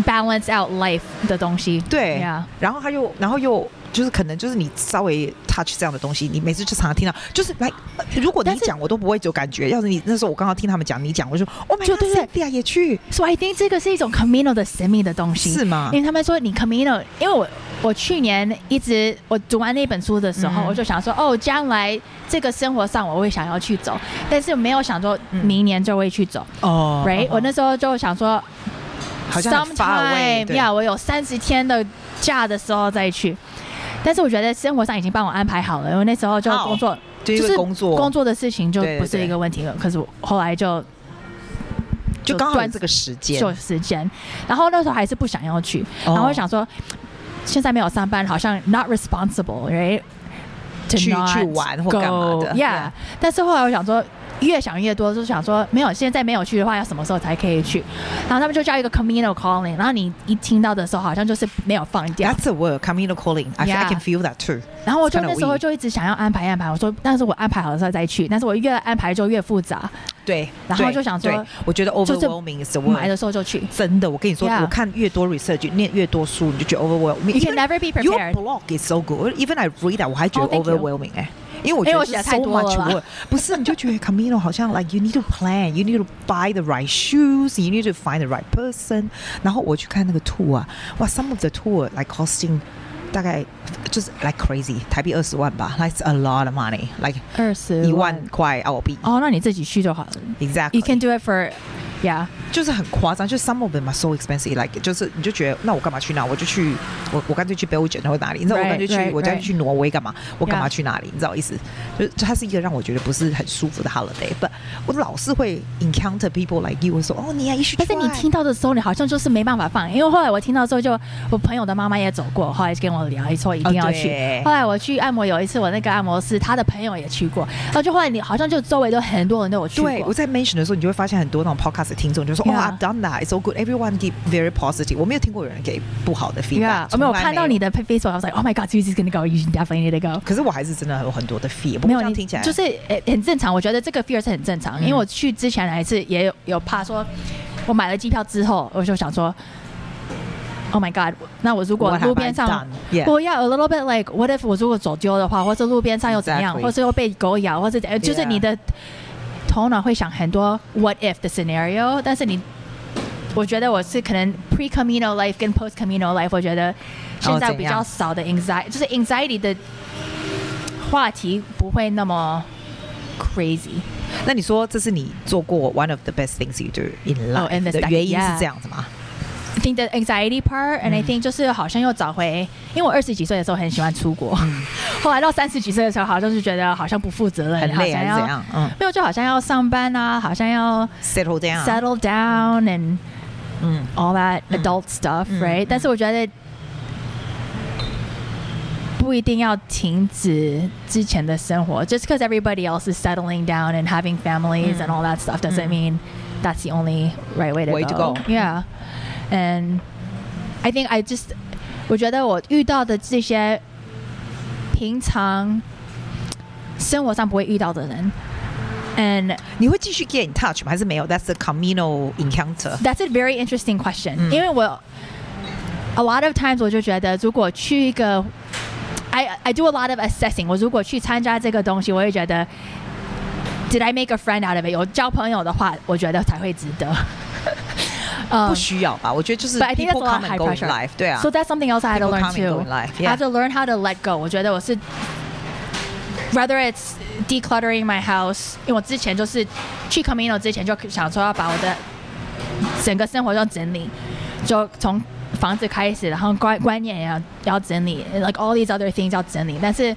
[SPEAKER 2] balance out life 的东西。
[SPEAKER 1] 对
[SPEAKER 2] Yeah
[SPEAKER 1] 然后他又，然后又就是可能就是你稍微 touch 这样的东西，你每次就常常听到，就是来，呃如果你
[SPEAKER 2] 但是
[SPEAKER 1] 讲我都不会有感觉。要是你那时候我刚好听他们讲，你讲我就 Oh my
[SPEAKER 2] 就
[SPEAKER 1] God，
[SPEAKER 2] 对对
[SPEAKER 1] Cynthia 也去，
[SPEAKER 2] So I think 这个是一种 Camino 的神秘的东西。
[SPEAKER 1] 哦是啊吗
[SPEAKER 2] 因？为他们说你 Camino，因为我我去年一直我读完那本书的时候，
[SPEAKER 1] 嗯
[SPEAKER 2] 我就想说，哦，将来这个生活上我会想要去走，但是没有想说
[SPEAKER 1] 嗯
[SPEAKER 2] 明年就会去走、
[SPEAKER 1] 哦
[SPEAKER 2] r i g h t 我那时候就想说
[SPEAKER 1] 好像很 far away，对
[SPEAKER 2] ，sometime，yeah，我有三十天的假的时候再去。但是我觉得生活上已经帮我安排好了，因为那时候就
[SPEAKER 1] 好
[SPEAKER 2] 工作
[SPEAKER 1] 就因
[SPEAKER 2] 就
[SPEAKER 1] 为
[SPEAKER 2] 是
[SPEAKER 1] 工作，
[SPEAKER 2] 工作的事情就
[SPEAKER 1] 对对
[SPEAKER 2] 不是一个问题了。可是我后来就
[SPEAKER 1] 就刚好有
[SPEAKER 2] 断
[SPEAKER 1] 这个时间，哦
[SPEAKER 2] 就时间，然后那时候还是不想要去，然后我想说，现在没有上班，好像 not responsible，right？To
[SPEAKER 1] 去
[SPEAKER 2] not
[SPEAKER 1] 去玩或干嘛的
[SPEAKER 2] go，，yeah。但是后来我想说，越想越多，就想说，没有，现在没有去的话，要什么时候才可以去？然后他们就叫一个 communal calling，然后你一听到的时候，好像就是没有放掉。
[SPEAKER 1] That's a word, Camino calling. I, feel- I
[SPEAKER 2] Yeah
[SPEAKER 1] can feel that too.
[SPEAKER 2] 然后我就
[SPEAKER 1] It's kinda
[SPEAKER 2] 那时候
[SPEAKER 1] weird
[SPEAKER 2] 就一直想要安排安排，我说，但是我安排好的时候再去，但是我越安排就越复杂，
[SPEAKER 1] 对，
[SPEAKER 2] 然后
[SPEAKER 1] 对
[SPEAKER 2] 就想说
[SPEAKER 1] 对我觉得
[SPEAKER 2] 就是
[SPEAKER 1] overwhelming is the
[SPEAKER 2] 买
[SPEAKER 1] word
[SPEAKER 2] 的。时候就去。
[SPEAKER 1] 真的，我跟你说
[SPEAKER 2] Yeah
[SPEAKER 1] 我看越多 research，念越多书，你就觉得 overwhelming。
[SPEAKER 2] You can never be
[SPEAKER 1] Your
[SPEAKER 2] prepared。
[SPEAKER 1] blog is so good. Even I read that，我还觉
[SPEAKER 2] Oh,
[SPEAKER 1] 得
[SPEAKER 2] thank you.
[SPEAKER 1] overwhelming 哎、因为我觉
[SPEAKER 2] 因
[SPEAKER 1] 得
[SPEAKER 2] 为我
[SPEAKER 1] 就
[SPEAKER 2] 写
[SPEAKER 1] 是
[SPEAKER 2] 得太
[SPEAKER 1] so
[SPEAKER 2] 多了
[SPEAKER 1] much
[SPEAKER 2] 啦
[SPEAKER 1] work，不是你就觉得 Camino 好像 like you need to plan, you need to buy the right shoes, you need to find the right person。然后我去看那个 tour 啊，哇，some of the tour like costing 大概就是 like crazy，台币二十万吧，that's a lot of money，like
[SPEAKER 2] 二十
[SPEAKER 1] 一万块澳币。
[SPEAKER 2] 哦，那你自己去就好了。
[SPEAKER 1] Exactly，
[SPEAKER 2] Um, You can do it for, yeah。
[SPEAKER 1] 就是很夸张，就是 some of them are so expensive，like 就是你就觉得那我干嘛去那？我就去我我干脆去 Belgium 或哪里，你知道
[SPEAKER 2] Right,
[SPEAKER 1] 我干脆去
[SPEAKER 2] right,
[SPEAKER 1] 我干脆
[SPEAKER 2] right.
[SPEAKER 1] 去挪威干嘛？我干嘛
[SPEAKER 2] Yeah.
[SPEAKER 1] 去哪里？你知道意思？就就它是一个让我觉得不是很舒服的 holiday，but 我老是会 encounter people like you 会说哦你啊也许，
[SPEAKER 2] 但是你听到的时候，你好像就是没办法放，因为后来我听到之后就，我朋友的妈妈也走过，后来就跟我聊，说一定要
[SPEAKER 1] 哦
[SPEAKER 2] 去。
[SPEAKER 1] 对
[SPEAKER 2] 后来我去按摩，有一次我那个按摩师他的朋友也去过，然后就后来你好像就周围都很多人都有去过。
[SPEAKER 1] 对，我啊在 mention 的时候，你就会发现很多那种 podcast 的听众就说：“哦、i
[SPEAKER 2] Yeah.
[SPEAKER 1] v e done that, it's so good. Everyone give very positive。”我没有听过有人给不好的 feedback，
[SPEAKER 2] Yeah，我没有
[SPEAKER 1] 从
[SPEAKER 2] 啊
[SPEAKER 1] 来
[SPEAKER 2] 看到你的 Facebook，I was like, oh my god, Susie's gonna go, you should definitely need to go.
[SPEAKER 1] 可是我还是真的有很多的 fear。不过这
[SPEAKER 2] 没有，
[SPEAKER 1] 样
[SPEAKER 2] 你
[SPEAKER 1] 听起来嗯
[SPEAKER 2] 就是呃很正常。我觉得这个 fear 是很正常，因为我去之前还是也有有怕说，我买了机票之后，我就想说，Oh my God，那我如果
[SPEAKER 1] What have
[SPEAKER 2] 路边
[SPEAKER 1] I
[SPEAKER 2] 上
[SPEAKER 1] done? Yeah.
[SPEAKER 2] 我要 a little bit like what if 我如果走丢的话，或者路边上又怎样
[SPEAKER 1] Exactly.
[SPEAKER 2] 或者又被狗咬，或者怎样，就是
[SPEAKER 1] Yeah.
[SPEAKER 2] 你的头脑会想很多 what if 的 scenario，但是你。我觉得我是可能 pre communal life 跟 post communal life，我觉得现在
[SPEAKER 1] 哦怎
[SPEAKER 2] 比
[SPEAKER 1] 样
[SPEAKER 2] 较少的 anxiety，就是 anxiety 的话题不会那么 crazy。
[SPEAKER 1] 那你说这是你做过 one of the best things you do in life、
[SPEAKER 2] Oh, in this
[SPEAKER 1] 的
[SPEAKER 2] decade,
[SPEAKER 1] 原因是
[SPEAKER 2] yeah.
[SPEAKER 1] 这样子吗？
[SPEAKER 2] I think the anxiety part, and I
[SPEAKER 1] 嗯
[SPEAKER 2] think 就是好像又找回，因为我二十几岁的时候很喜欢出国，
[SPEAKER 1] 嗯
[SPEAKER 2] 后来到三十几岁的时候，好像就觉得好像不负责任，
[SPEAKER 1] 很累
[SPEAKER 2] 好
[SPEAKER 1] 还
[SPEAKER 2] 像
[SPEAKER 1] 是
[SPEAKER 2] 要
[SPEAKER 1] 怎样？嗯
[SPEAKER 2] 没有，就好像要上班啊，好像要
[SPEAKER 1] ，settle down。
[SPEAKER 2] settle down and
[SPEAKER 1] 嗯
[SPEAKER 2] all that adult stuff,
[SPEAKER 1] 嗯
[SPEAKER 2] right？、但是我觉得不一定要停止之前的生活。Just because everybody else is settling down and having families and all that stuff doesn't mean that's the only right Mm. way to
[SPEAKER 1] Way to go.
[SPEAKER 2] go. Yeah, and I think I just 我觉得我遇到的这些平常生活上不会遇到的人，and
[SPEAKER 1] 你会继续 get in touch 吗？还是没有？That's a communal encounter。
[SPEAKER 2] That's a very interesting question，、因为我 a lot of times 我就觉得，如果去一个 I I do a lot of assessing。我如果去参加这个东西，我会觉得，Did I make a friend out of it？有交朋友的话，我觉得才会值得。 嗯
[SPEAKER 1] 不需要吧？我觉得就是
[SPEAKER 2] But I think that's a
[SPEAKER 1] people
[SPEAKER 2] lot
[SPEAKER 1] come
[SPEAKER 2] of
[SPEAKER 1] and
[SPEAKER 2] high
[SPEAKER 1] go in
[SPEAKER 2] pressure.
[SPEAKER 1] life，对啊
[SPEAKER 2] So，that's something else I had to
[SPEAKER 1] People
[SPEAKER 2] learn
[SPEAKER 1] come and
[SPEAKER 2] too.
[SPEAKER 1] go in life,
[SPEAKER 2] I
[SPEAKER 1] yeah.
[SPEAKER 2] have to learn how to let go. 我觉得我是，whether it's decluttering my house，因为我之前就是去 Camino 之前就想说要把我的整个生活要整理，就从房子开始，然后观观念也要要整理，like all these other things 要整理，但是。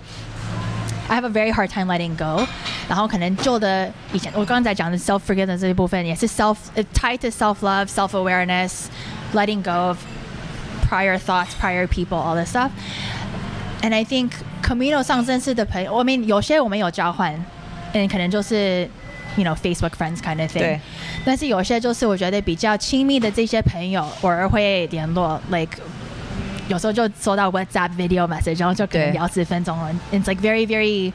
[SPEAKER 2] I have a very hard time letting go，然后可能旧的以前我刚才讲的 self forgiveness 这一部分也是 self tied to self love, self awareness, letting go of prior thoughts, prior people, all this stuff. And I think Camino 上认识的朋友，I mean 有些我们有交换，and 可能就是。You know, Facebook friends kind of
[SPEAKER 1] 对
[SPEAKER 2] thing，但是有些就是我觉得比较亲密的这些朋友，偶尔会联络，like 有时候就收到 WhatsApp video message，然后就可能
[SPEAKER 1] 对
[SPEAKER 2] 聊十分钟了。It's like very very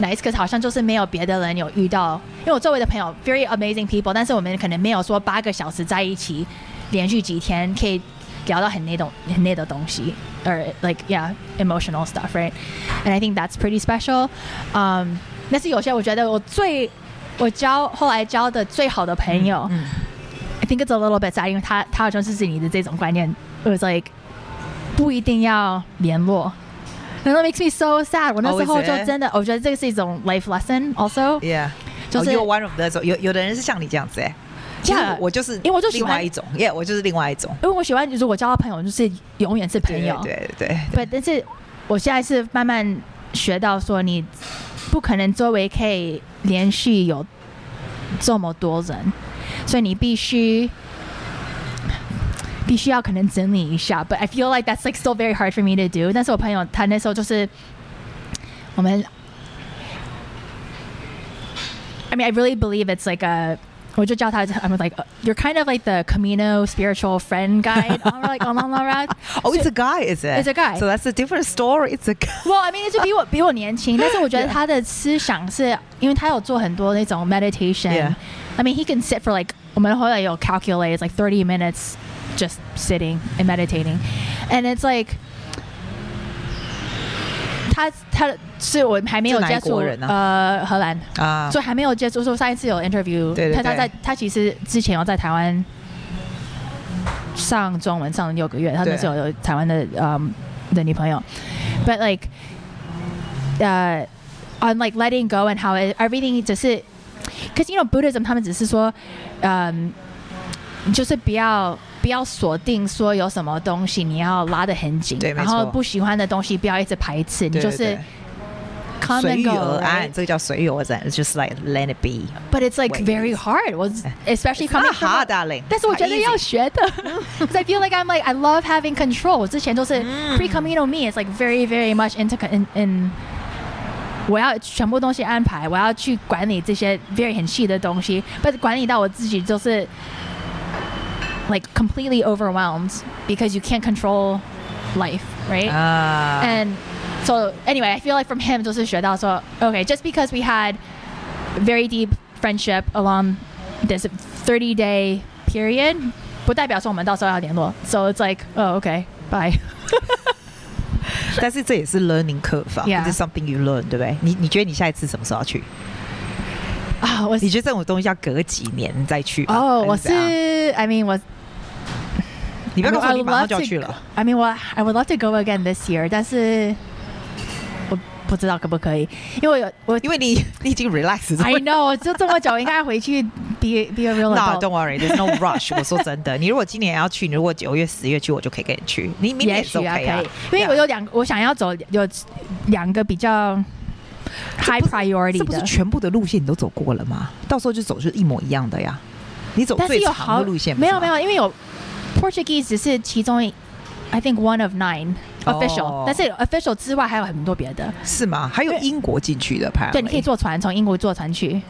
[SPEAKER 2] nice，可是好像就是没有别的人有遇到，因为我周围的朋友 very amazing people，但是我们可能没有说八个小时在一起，连续几天可以聊到很那种很那的东西，or like yeah emotional stuff right？And I think that's pretty special。嗯，但是有些我觉得我最我交后来交的最好的朋友。
[SPEAKER 1] 嗯
[SPEAKER 2] I think it's a little bit sad，因为他他好像是指你的这种观念，it was like 不一定要联络。And that makes me so sad。我那哦时候
[SPEAKER 1] Oh, is
[SPEAKER 2] 就
[SPEAKER 1] it?
[SPEAKER 2] 真的，我觉得这个是一种 life lesson also。
[SPEAKER 1] ，Yeah，
[SPEAKER 2] 就是
[SPEAKER 1] Oh, you're one of those，有有的人是像你这样子哎，其实
[SPEAKER 2] Yeah，
[SPEAKER 1] 我就是，
[SPEAKER 2] 因为我就喜
[SPEAKER 1] 另
[SPEAKER 2] 欢
[SPEAKER 1] 外一种，Yeah，我就是另外一种，
[SPEAKER 2] 因为我喜欢，如果交到朋友，就是永远是朋
[SPEAKER 1] 对
[SPEAKER 2] 友。
[SPEAKER 1] 对对对
[SPEAKER 2] 对，但是我现在是慢慢学到说，你不可能周围可以连续有这么多人，所以你必须。必须要可能整理一下，but I feel like that's like still very hard for me to do。但是我朋友他那时候就是我们I mean, I really believe it's like a. 我就叫他- I'm like, you're kind of like the Camino spiritual friend guide. on, like, on, on, on, on.
[SPEAKER 1] Oh, it's a guy, is it?
[SPEAKER 2] It's a guy.
[SPEAKER 1] So that's a different story. It's a guy.
[SPEAKER 2] Well, I mean，就是比我比我年轻，但是我觉得他的思想是因为他有做很多那种 meditation。
[SPEAKER 1] Yeah.
[SPEAKER 2] I mean, he can sit for like 我们后来有 calculate it's like thirty minutes just sitting and meditating, and it's like 他他是我还没有
[SPEAKER 1] 是哪一
[SPEAKER 2] 接触
[SPEAKER 1] 国人啊
[SPEAKER 2] 呃荷兰
[SPEAKER 1] 啊
[SPEAKER 2] 所以还没有接触。所以我上一次有 interview，
[SPEAKER 1] 对对
[SPEAKER 2] 他他
[SPEAKER 1] 对
[SPEAKER 2] 在他其实之前有在台湾上中文上六个月，他那
[SPEAKER 1] 对
[SPEAKER 2] 时候有台湾的嗯、的女朋友，but like 呃、on like letting go and how it, everything 只是，cause you know Buddhism 他们只是说，嗯、就是不要。不要锁定说有什么东西你要拉得很紧，
[SPEAKER 1] 对没
[SPEAKER 2] 然后
[SPEAKER 1] 错
[SPEAKER 2] 不喜欢的东西不要一直排斥，你
[SPEAKER 1] 对
[SPEAKER 2] 就
[SPEAKER 1] 对
[SPEAKER 2] 是
[SPEAKER 1] 对
[SPEAKER 2] come
[SPEAKER 1] 随
[SPEAKER 2] and
[SPEAKER 1] 遇
[SPEAKER 2] go，
[SPEAKER 1] 而
[SPEAKER 2] right？
[SPEAKER 1] 安，这个叫随遇而安。It's just like let it be.
[SPEAKER 2] But it's like
[SPEAKER 1] ways.
[SPEAKER 2] very hard. Was especially coming
[SPEAKER 1] Not
[SPEAKER 2] from
[SPEAKER 1] hard,
[SPEAKER 2] a-
[SPEAKER 1] darling.
[SPEAKER 2] 但是我
[SPEAKER 1] Not
[SPEAKER 2] 觉得
[SPEAKER 1] easy.
[SPEAKER 2] 要学的 ，because I feel like I'm like I love having control. 我之前都是
[SPEAKER 1] Mm.
[SPEAKER 2] pre Camino me, it's like very very much into con- in in 我要全部东西安排，我要去管理这些 very 很细的东西，but 管理到我自己就是 like completely overwhelmed because you can't control life, right?
[SPEAKER 1] 啊
[SPEAKER 2] And so, anyway, I feel like from him, 就是学到说, okay, just because we had very deep friendship along this 30 day period, 不代表说我们到时候要联络. So it's like, oh, okay, bye.
[SPEAKER 1] 但是这也是 learning curve 啊
[SPEAKER 2] Yeah.
[SPEAKER 1] i s something you learn，对不对？你你觉得你下一次什么时候要去？
[SPEAKER 2] 啊，我
[SPEAKER 1] 你觉得这种东西要隔几年再去吗？
[SPEAKER 2] 哦，
[SPEAKER 1] 还
[SPEAKER 2] 我
[SPEAKER 1] 是怎样
[SPEAKER 2] 是，I mean，我
[SPEAKER 1] 你不要告诉
[SPEAKER 2] I
[SPEAKER 1] 我
[SPEAKER 2] would
[SPEAKER 1] 你马上
[SPEAKER 2] love
[SPEAKER 1] 就要
[SPEAKER 2] to
[SPEAKER 1] 去了。
[SPEAKER 2] I mean，我 I would love to go again this year，但是我不知道可不可以，因为我有 我
[SPEAKER 1] 因为你你已经 relax 了。
[SPEAKER 2] I know，就这么久，应该回去 be be a real
[SPEAKER 1] No,
[SPEAKER 2] adult。
[SPEAKER 1] don't worry. There's no rush. 我说真的，你如果今年要去，你如果九月、十月去，我就可以跟你去。你明年也
[SPEAKER 2] 也
[SPEAKER 1] 是
[SPEAKER 2] 许
[SPEAKER 1] OK
[SPEAKER 2] 啊，可
[SPEAKER 1] 啊
[SPEAKER 2] 以，因为我有两，我想要走有两个比较 high
[SPEAKER 1] 不是
[SPEAKER 2] priority
[SPEAKER 1] 这不是
[SPEAKER 2] 的，
[SPEAKER 1] 全部的路线你都走过了吗？到时候就走是一模一样的呀。你走
[SPEAKER 2] 但是
[SPEAKER 1] 最
[SPEAKER 2] 有
[SPEAKER 1] 长
[SPEAKER 2] 好
[SPEAKER 1] 的路线
[SPEAKER 2] 没有没
[SPEAKER 1] 有
[SPEAKER 2] 有，因为有 Portuguese 只是其中一，I think one of nine official，、
[SPEAKER 1] 哦
[SPEAKER 2] 但是 official 之外还有很多别的，
[SPEAKER 1] 是吗？还有
[SPEAKER 2] 对
[SPEAKER 1] 英国进去的，怕
[SPEAKER 2] 对，你可以坐船从英国坐船去，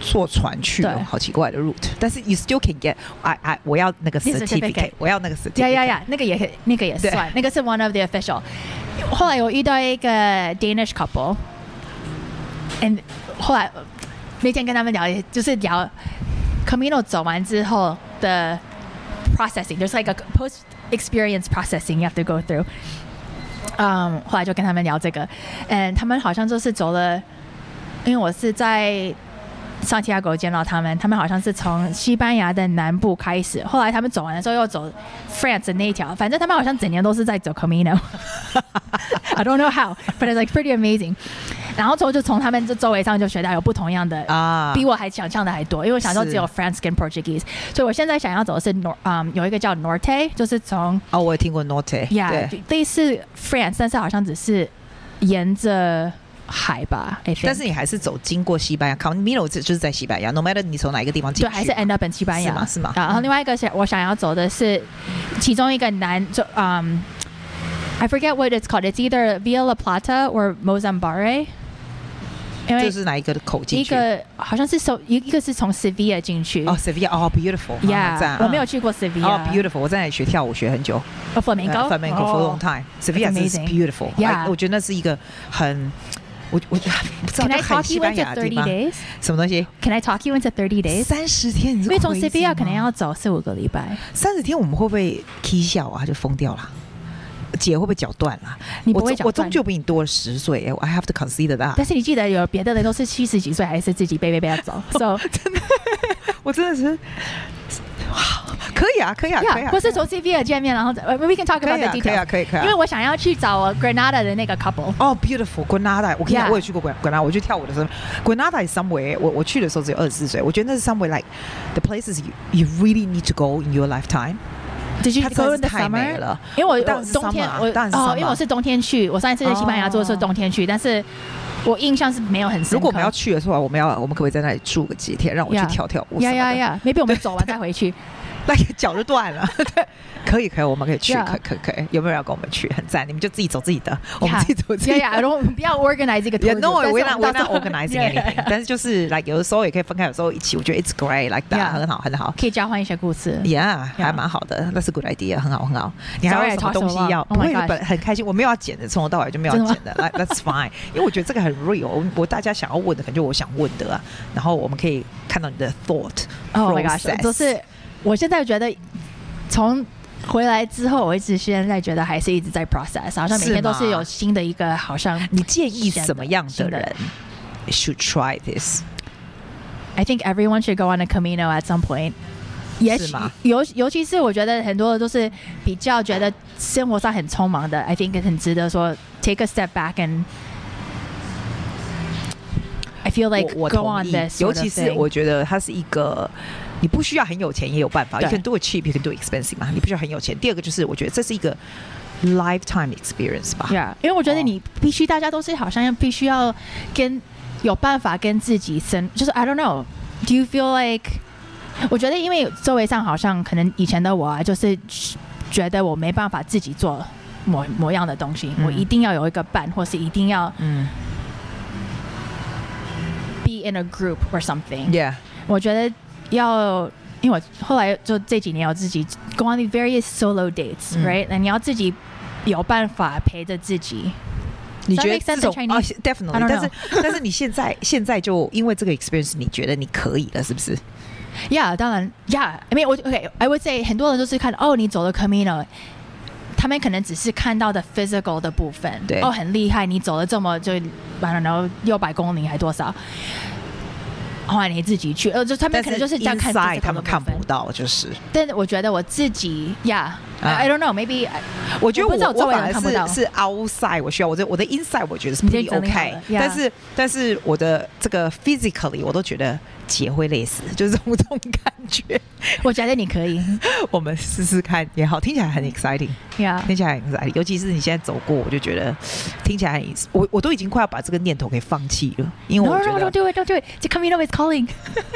[SPEAKER 1] 坐船去哦
[SPEAKER 2] 对，
[SPEAKER 1] 好奇怪的 route。但是 you still can get，I I 我要那个
[SPEAKER 2] This is certificate
[SPEAKER 1] certificate，我要那个 certificate。
[SPEAKER 2] 呀呀呀，那个也那个也
[SPEAKER 1] 对
[SPEAKER 2] 算，那个是 one of the official。后来我遇到一个 Danish couple，and 后来呃那天跟他们聊，就是聊 Camino 走完之后的 processing，就是 like a post experience processing you have to go through。嗯，后来就跟他们聊这个，嗯，他们好像就是走了，因为我是在上提亚狗见到他们，他们好像是从西班牙的南部开始，后来他们走完的时候又走 France 的那一条，反正他们好像整年都是在走 Camino。I don't know how, but it's like pretty amazing. 然后之后就从他们这周围上就学到有不同样的
[SPEAKER 1] 啊
[SPEAKER 2] 比我还想象的还多，因为我想说
[SPEAKER 1] 是
[SPEAKER 2] 只有 France 跟 Portuguese，所以我现在想要走的是 Nor，嗯，有一个叫 Norte，就是从
[SPEAKER 1] 哦，我有听过 Norte，
[SPEAKER 2] Yeah，
[SPEAKER 1] 对
[SPEAKER 2] 就类似 France，但是好像只是沿着海吧，I think，
[SPEAKER 1] 但是你还是走经过西班牙，Camino 就就是在西班牙，no matter 你从哪一个地方进
[SPEAKER 2] 对，
[SPEAKER 1] 去，
[SPEAKER 2] 还是 end up 本西班牙
[SPEAKER 1] 是吗是吗
[SPEAKER 2] 然后
[SPEAKER 1] 嗯
[SPEAKER 2] 另外一个想我想要走的是其中一个南就嗯。I forget what it's called. It's either Via La Plata or Mozambique. 因为
[SPEAKER 1] 这是哪一个口进
[SPEAKER 2] 一
[SPEAKER 1] 去？
[SPEAKER 2] 个好像是从一一个是从 Sevilla 进去。
[SPEAKER 1] 哦，Sevilla，哦，beautiful，好赞
[SPEAKER 2] yeah，
[SPEAKER 1] 嗯
[SPEAKER 2] 我没有去过 Sevilla。
[SPEAKER 1] 哦，beautiful，我在那里学跳舞学很久呃
[SPEAKER 2] Oh, flamenco。
[SPEAKER 1] ，flamenco for a long time。Sevilla
[SPEAKER 2] Oh， that's
[SPEAKER 1] is
[SPEAKER 2] amazing
[SPEAKER 1] beautiful，
[SPEAKER 2] Yeah
[SPEAKER 1] 我觉得那是一个很，我我不知道
[SPEAKER 2] Can
[SPEAKER 1] 就
[SPEAKER 2] I
[SPEAKER 1] 很
[SPEAKER 2] talk
[SPEAKER 1] 西
[SPEAKER 2] you
[SPEAKER 1] 班
[SPEAKER 2] into
[SPEAKER 1] 牙的地
[SPEAKER 2] 30
[SPEAKER 1] 方，
[SPEAKER 2] days?
[SPEAKER 1] 什么东西？
[SPEAKER 2] Can I talk you into 30 days?
[SPEAKER 1] 三十天，你是
[SPEAKER 2] 因为从
[SPEAKER 1] crazy
[SPEAKER 2] Sevilla
[SPEAKER 1] 吗
[SPEAKER 2] 可能要走四五个礼拜。
[SPEAKER 1] 啊三十天，我们会不会踢笑啊？就疯掉了。姐会不会脚断了？
[SPEAKER 2] 你不
[SPEAKER 1] 我
[SPEAKER 2] 会脚
[SPEAKER 1] 终我终
[SPEAKER 2] 断
[SPEAKER 1] 究比你多了十岁哎，I have to consider that
[SPEAKER 2] 但。是你记得有别的人都是七十几岁还是自己背背背要 走，so
[SPEAKER 1] 我真的是，哇，可以啊，可以啊，可以
[SPEAKER 2] yeah，
[SPEAKER 1] 啊，
[SPEAKER 2] 或是从 C V 见面，然后呃 we can talk
[SPEAKER 1] 可以
[SPEAKER 2] about the
[SPEAKER 1] 啊，可以
[SPEAKER 2] details，、
[SPEAKER 1] 啊，可以可以啊。
[SPEAKER 2] 因为我想要去找我 Granada 的那个 couple，
[SPEAKER 1] 哦、b e a u t i f u l g r a n a d a 我跟你讲
[SPEAKER 2] Yeah
[SPEAKER 1] 啊我有去过 Gran Granada，我去跳舞的时候，Granada is somewhere，我我去的时候只有二十四岁，我觉得那是 somewhere like the places you you really need to go in your lifetime。
[SPEAKER 2] 只是
[SPEAKER 1] 它
[SPEAKER 2] go
[SPEAKER 1] 真
[SPEAKER 2] in
[SPEAKER 1] 的
[SPEAKER 2] the
[SPEAKER 1] 是太美
[SPEAKER 2] summer。
[SPEAKER 1] 了，
[SPEAKER 2] 因为我
[SPEAKER 1] 当
[SPEAKER 2] 我
[SPEAKER 1] 然是
[SPEAKER 2] 冬天
[SPEAKER 1] summer 啊
[SPEAKER 2] 我
[SPEAKER 1] 当然是
[SPEAKER 2] 哦，
[SPEAKER 1] summer 哦
[SPEAKER 2] 因为我是冬天去，我上一次在西班牙做的是冬天去，但是我印象是没有很深刻。
[SPEAKER 1] 如果我们要去的话，我们要我们可不可以在那里住个几天，让我去
[SPEAKER 2] Yeah
[SPEAKER 1] 跳跳舞什
[SPEAKER 2] 呀
[SPEAKER 1] 么
[SPEAKER 2] 呀
[SPEAKER 1] 的？
[SPEAKER 2] 呀，maybe 我们走完再回去。
[SPEAKER 1] 那个脚就断了。 对，可以可以，我们可以去，
[SPEAKER 2] Yeah
[SPEAKER 1] 可可可以，有没有人要跟我们去？很赞，你们就自己走自己的， 我们
[SPEAKER 2] Yeah
[SPEAKER 1] 自己走自己
[SPEAKER 2] 呀
[SPEAKER 1] 的。
[SPEAKER 2] 呀，然后不要 organize 这个
[SPEAKER 1] Yeah,
[SPEAKER 2] tour group，
[SPEAKER 1] no,
[SPEAKER 2] 但是
[SPEAKER 1] we're
[SPEAKER 2] 我
[SPEAKER 1] not
[SPEAKER 2] 们
[SPEAKER 1] we're
[SPEAKER 2] 到时
[SPEAKER 1] not
[SPEAKER 2] 候
[SPEAKER 1] organizing
[SPEAKER 2] Yeah, yeah,
[SPEAKER 1] anything，但是就是 like 有的时候也可以分开，有时候一起，我觉得 it's great like that，
[SPEAKER 2] Yeah
[SPEAKER 1] 很好很好。
[SPEAKER 2] 可以交换一些故事。
[SPEAKER 1] Yeah，还啊
[SPEAKER 2] Yeah
[SPEAKER 1] 蛮好的，那是 good idea，很好很好。你还有
[SPEAKER 2] Sorry, I
[SPEAKER 1] 什么
[SPEAKER 2] talked
[SPEAKER 1] 东
[SPEAKER 2] so
[SPEAKER 1] 西
[SPEAKER 2] long.
[SPEAKER 1] 要？
[SPEAKER 2] Oh
[SPEAKER 1] 不
[SPEAKER 2] my
[SPEAKER 1] 会
[SPEAKER 2] gosh.
[SPEAKER 1] 本很开心，我没有要剪的，从头到尾就没有要
[SPEAKER 2] 真的吗
[SPEAKER 1] 剪 的。来 That's fine，因为我觉得这个很 real，我我大家想要问的，可能就我想问的啊。然后我们可以看到你的 thought
[SPEAKER 2] Oh my gosh！
[SPEAKER 1] process
[SPEAKER 2] 都是我现在觉得从回来之后，我一直现在觉得还是一直在 process，好像每
[SPEAKER 1] 是
[SPEAKER 2] 天都是
[SPEAKER 1] 吗
[SPEAKER 2] 有新的一个好像。
[SPEAKER 1] 你建议
[SPEAKER 2] 选
[SPEAKER 1] 什么样的
[SPEAKER 2] 新的
[SPEAKER 1] 人 should try this？
[SPEAKER 2] I think everyone should go on a Camino at some point。也
[SPEAKER 1] 是
[SPEAKER 2] 许
[SPEAKER 1] 吗
[SPEAKER 2] 尤尤其是我觉得很多都是比较觉得生活上很匆忙的，I think 很值得说 take a step back and I feel like
[SPEAKER 1] 我我
[SPEAKER 2] go
[SPEAKER 1] 同
[SPEAKER 2] on
[SPEAKER 1] 意
[SPEAKER 2] this，，
[SPEAKER 1] 尤其是我觉得它是一个。你不需要很有钱也有办法，you
[SPEAKER 2] 对
[SPEAKER 1] can do it cheap, you can do it expensive 嘛。你不需要很有钱。第二个就是，我觉得这是一个 lifetime experience 吧。
[SPEAKER 2] Yeah，因为我觉得
[SPEAKER 1] 哦
[SPEAKER 2] 你必须，大家都是好像必须要跟有办法跟自己生，就是 I don't know，do you feel like？我觉得因为周围上好像可能以前的我啊，就是觉得我没办法自己做某某样的东西，
[SPEAKER 1] 嗯
[SPEAKER 2] 我一定要有一个伴，或是一定要
[SPEAKER 1] 嗯
[SPEAKER 2] be in a group or something。
[SPEAKER 1] ，Yeah。
[SPEAKER 2] 我觉得要，因为我后来就这几年我自己 go on the various solo
[SPEAKER 1] 嗯
[SPEAKER 2] dates，right？、那你要自己有办法陪着自己。
[SPEAKER 1] 你觉
[SPEAKER 2] Does that
[SPEAKER 1] 得
[SPEAKER 2] make sense
[SPEAKER 1] 这
[SPEAKER 2] in
[SPEAKER 1] 种啊
[SPEAKER 2] Chinese?
[SPEAKER 1] ，definitely，
[SPEAKER 2] I don't
[SPEAKER 1] 但是 但是你现在现在就因为这个 experience，你觉得你可以了，是不是？
[SPEAKER 2] Yeah，当然，Yeah，I mean，我 OK，I、would say 很多人都是看哦，你走了 Camino，他们可能只是看到的 physical 的部分，
[SPEAKER 1] 对
[SPEAKER 2] 哦，很厉害，你走了这么就完了，后六百公里还多少，后来你自己去，呃，就他们
[SPEAKER 1] 但
[SPEAKER 2] 可能就是这样看
[SPEAKER 1] inside
[SPEAKER 2] physical
[SPEAKER 1] 他们
[SPEAKER 2] 的部
[SPEAKER 1] 看
[SPEAKER 2] 分
[SPEAKER 1] 不到，就是
[SPEAKER 2] 但是我觉得我自己
[SPEAKER 1] 啊
[SPEAKER 2] ，Yeah，I、don't know，maybe I-
[SPEAKER 1] 我觉得
[SPEAKER 2] 我不知道
[SPEAKER 1] 我
[SPEAKER 2] 周围
[SPEAKER 1] 反
[SPEAKER 2] 人
[SPEAKER 1] 而
[SPEAKER 2] 看不到
[SPEAKER 1] 是是 outside，我需要我这我的 inside 我觉得是
[SPEAKER 2] 你这
[SPEAKER 1] pretty
[SPEAKER 2] 整理好
[SPEAKER 1] OK，
[SPEAKER 2] 了，yeah
[SPEAKER 1] 但是但是我的这个 physically 我都觉得姐会累死， 就是这种这种感觉。
[SPEAKER 2] 我觉得你可以
[SPEAKER 1] 我们试试看也好，听起来很 exciting。
[SPEAKER 2] ，Yeah，
[SPEAKER 1] 听起来很 exciting，尤其是你现在走过，我就觉得听起来很，我我都已经快要把这个念头给放弃了， 因为
[SPEAKER 2] No,
[SPEAKER 1] 我
[SPEAKER 2] no,
[SPEAKER 1] 觉
[SPEAKER 2] no,
[SPEAKER 1] 得
[SPEAKER 2] don't do it, don't do it. The Camino is calling.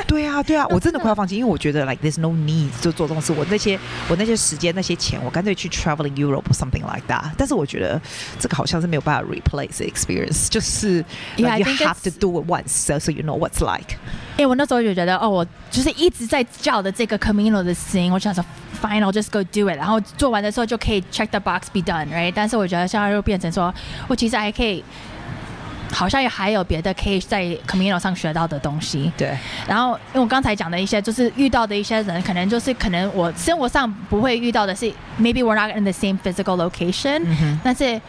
[SPEAKER 1] 对啊，对啊，我真
[SPEAKER 2] 真
[SPEAKER 1] 的
[SPEAKER 2] 的
[SPEAKER 1] 快要放弃，因为我觉得 like there's no need 就做这种事。我那些我那些时间那些钱，我干脆去 traveling Europe or something like that。但是我觉得这个好像是没有办法 replace the experience，就是
[SPEAKER 2] Yeah,
[SPEAKER 1] like,
[SPEAKER 2] I
[SPEAKER 1] you
[SPEAKER 2] think
[SPEAKER 1] have to
[SPEAKER 2] it's-
[SPEAKER 1] do it once so, so you know what's like。
[SPEAKER 2] 因为我那时候就觉得，哦，我就是一直在叫的这个 Camino 的事情，我想说，Fine，I'll just go do it。然后做完的时候就可以 check the box，be done，right？但是我觉得现在又变成说，我其实还可以，好像也还有别的可以在 Camino 上学到的东西。
[SPEAKER 1] 对，
[SPEAKER 2] 然后，因为我刚才讲的一些，就是遇到的一些人，可能就是可能我生活上不会遇到的是，maybe we're not in the same physical location，、
[SPEAKER 1] 嗯哼
[SPEAKER 2] 但是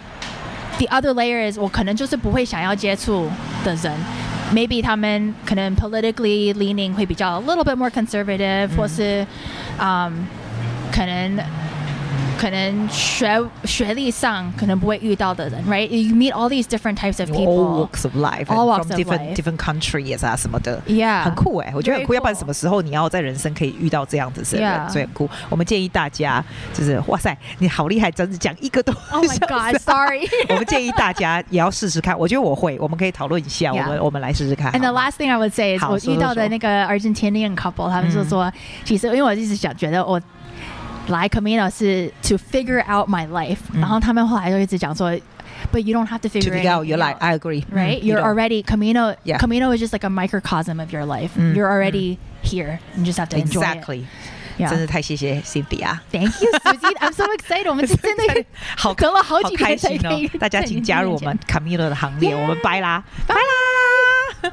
[SPEAKER 2] the other layer is 我可能就是不会想要接触的人。Maybe 他们可能 politically leaning 会比较 a little bit more conservative，、或是，嗯，可能可能学学历上可能不会遇到的人，right？You meet all these different types of people，
[SPEAKER 1] all walks of life, and
[SPEAKER 2] All walks
[SPEAKER 1] from
[SPEAKER 2] of
[SPEAKER 1] different
[SPEAKER 2] life.
[SPEAKER 1] different countries 啊什么的。
[SPEAKER 2] Yeah，
[SPEAKER 1] 很酷哎、我觉得很
[SPEAKER 2] Very
[SPEAKER 1] 酷。
[SPEAKER 2] cool
[SPEAKER 1] 要不然什么时候你要在人生可以遇到这样子的人
[SPEAKER 2] Yeah
[SPEAKER 1] 所以很酷。我们建议大家就是，哇塞，你好厉害，真是讲一个都
[SPEAKER 2] Oh my
[SPEAKER 1] 笑死
[SPEAKER 2] God，sorry。
[SPEAKER 1] 我们建议大家也要试试看，我觉得我会，我们可以讨论一下
[SPEAKER 2] Yeah
[SPEAKER 1] 我们我们来试试看。
[SPEAKER 2] And
[SPEAKER 1] 好
[SPEAKER 2] the
[SPEAKER 1] 吗
[SPEAKER 2] last thing I would say is
[SPEAKER 1] 好
[SPEAKER 2] 我
[SPEAKER 1] 说
[SPEAKER 2] 遇到的
[SPEAKER 1] 说
[SPEAKER 2] 那个 Argentinian couple，他们就说，
[SPEAKER 1] Mm.
[SPEAKER 2] 其实因为我一直想觉得我来 Camino 是 to figure out my life，、
[SPEAKER 1] 嗯
[SPEAKER 2] 然后他们后来就一直讲说，But you don't have to
[SPEAKER 1] Mm. to
[SPEAKER 2] figure
[SPEAKER 1] figure out
[SPEAKER 2] anything
[SPEAKER 1] your life, I agree.
[SPEAKER 2] Right,
[SPEAKER 1] 嗯 you
[SPEAKER 2] you're
[SPEAKER 1] know.
[SPEAKER 2] already Camino.
[SPEAKER 1] Yeah.
[SPEAKER 2] Camino is just like a microcosm of your life.
[SPEAKER 1] 嗯
[SPEAKER 2] You're already here. You just have to enjoy it.
[SPEAKER 1] exactly. 真是
[SPEAKER 2] Yeah.
[SPEAKER 1] 太谢谢 Cindy 啊。
[SPEAKER 2] Thank you, Susie. I'm so excited. 我们是 真的
[SPEAKER 1] 好
[SPEAKER 2] 隔了好
[SPEAKER 1] 好
[SPEAKER 2] 几
[SPEAKER 1] 开
[SPEAKER 2] 天
[SPEAKER 1] 心
[SPEAKER 2] 才可
[SPEAKER 1] 哦
[SPEAKER 2] 以！
[SPEAKER 1] 大家请加入我们 Camilo 的行列，
[SPEAKER 2] Yeah
[SPEAKER 1] 我们拜啦，拜啦。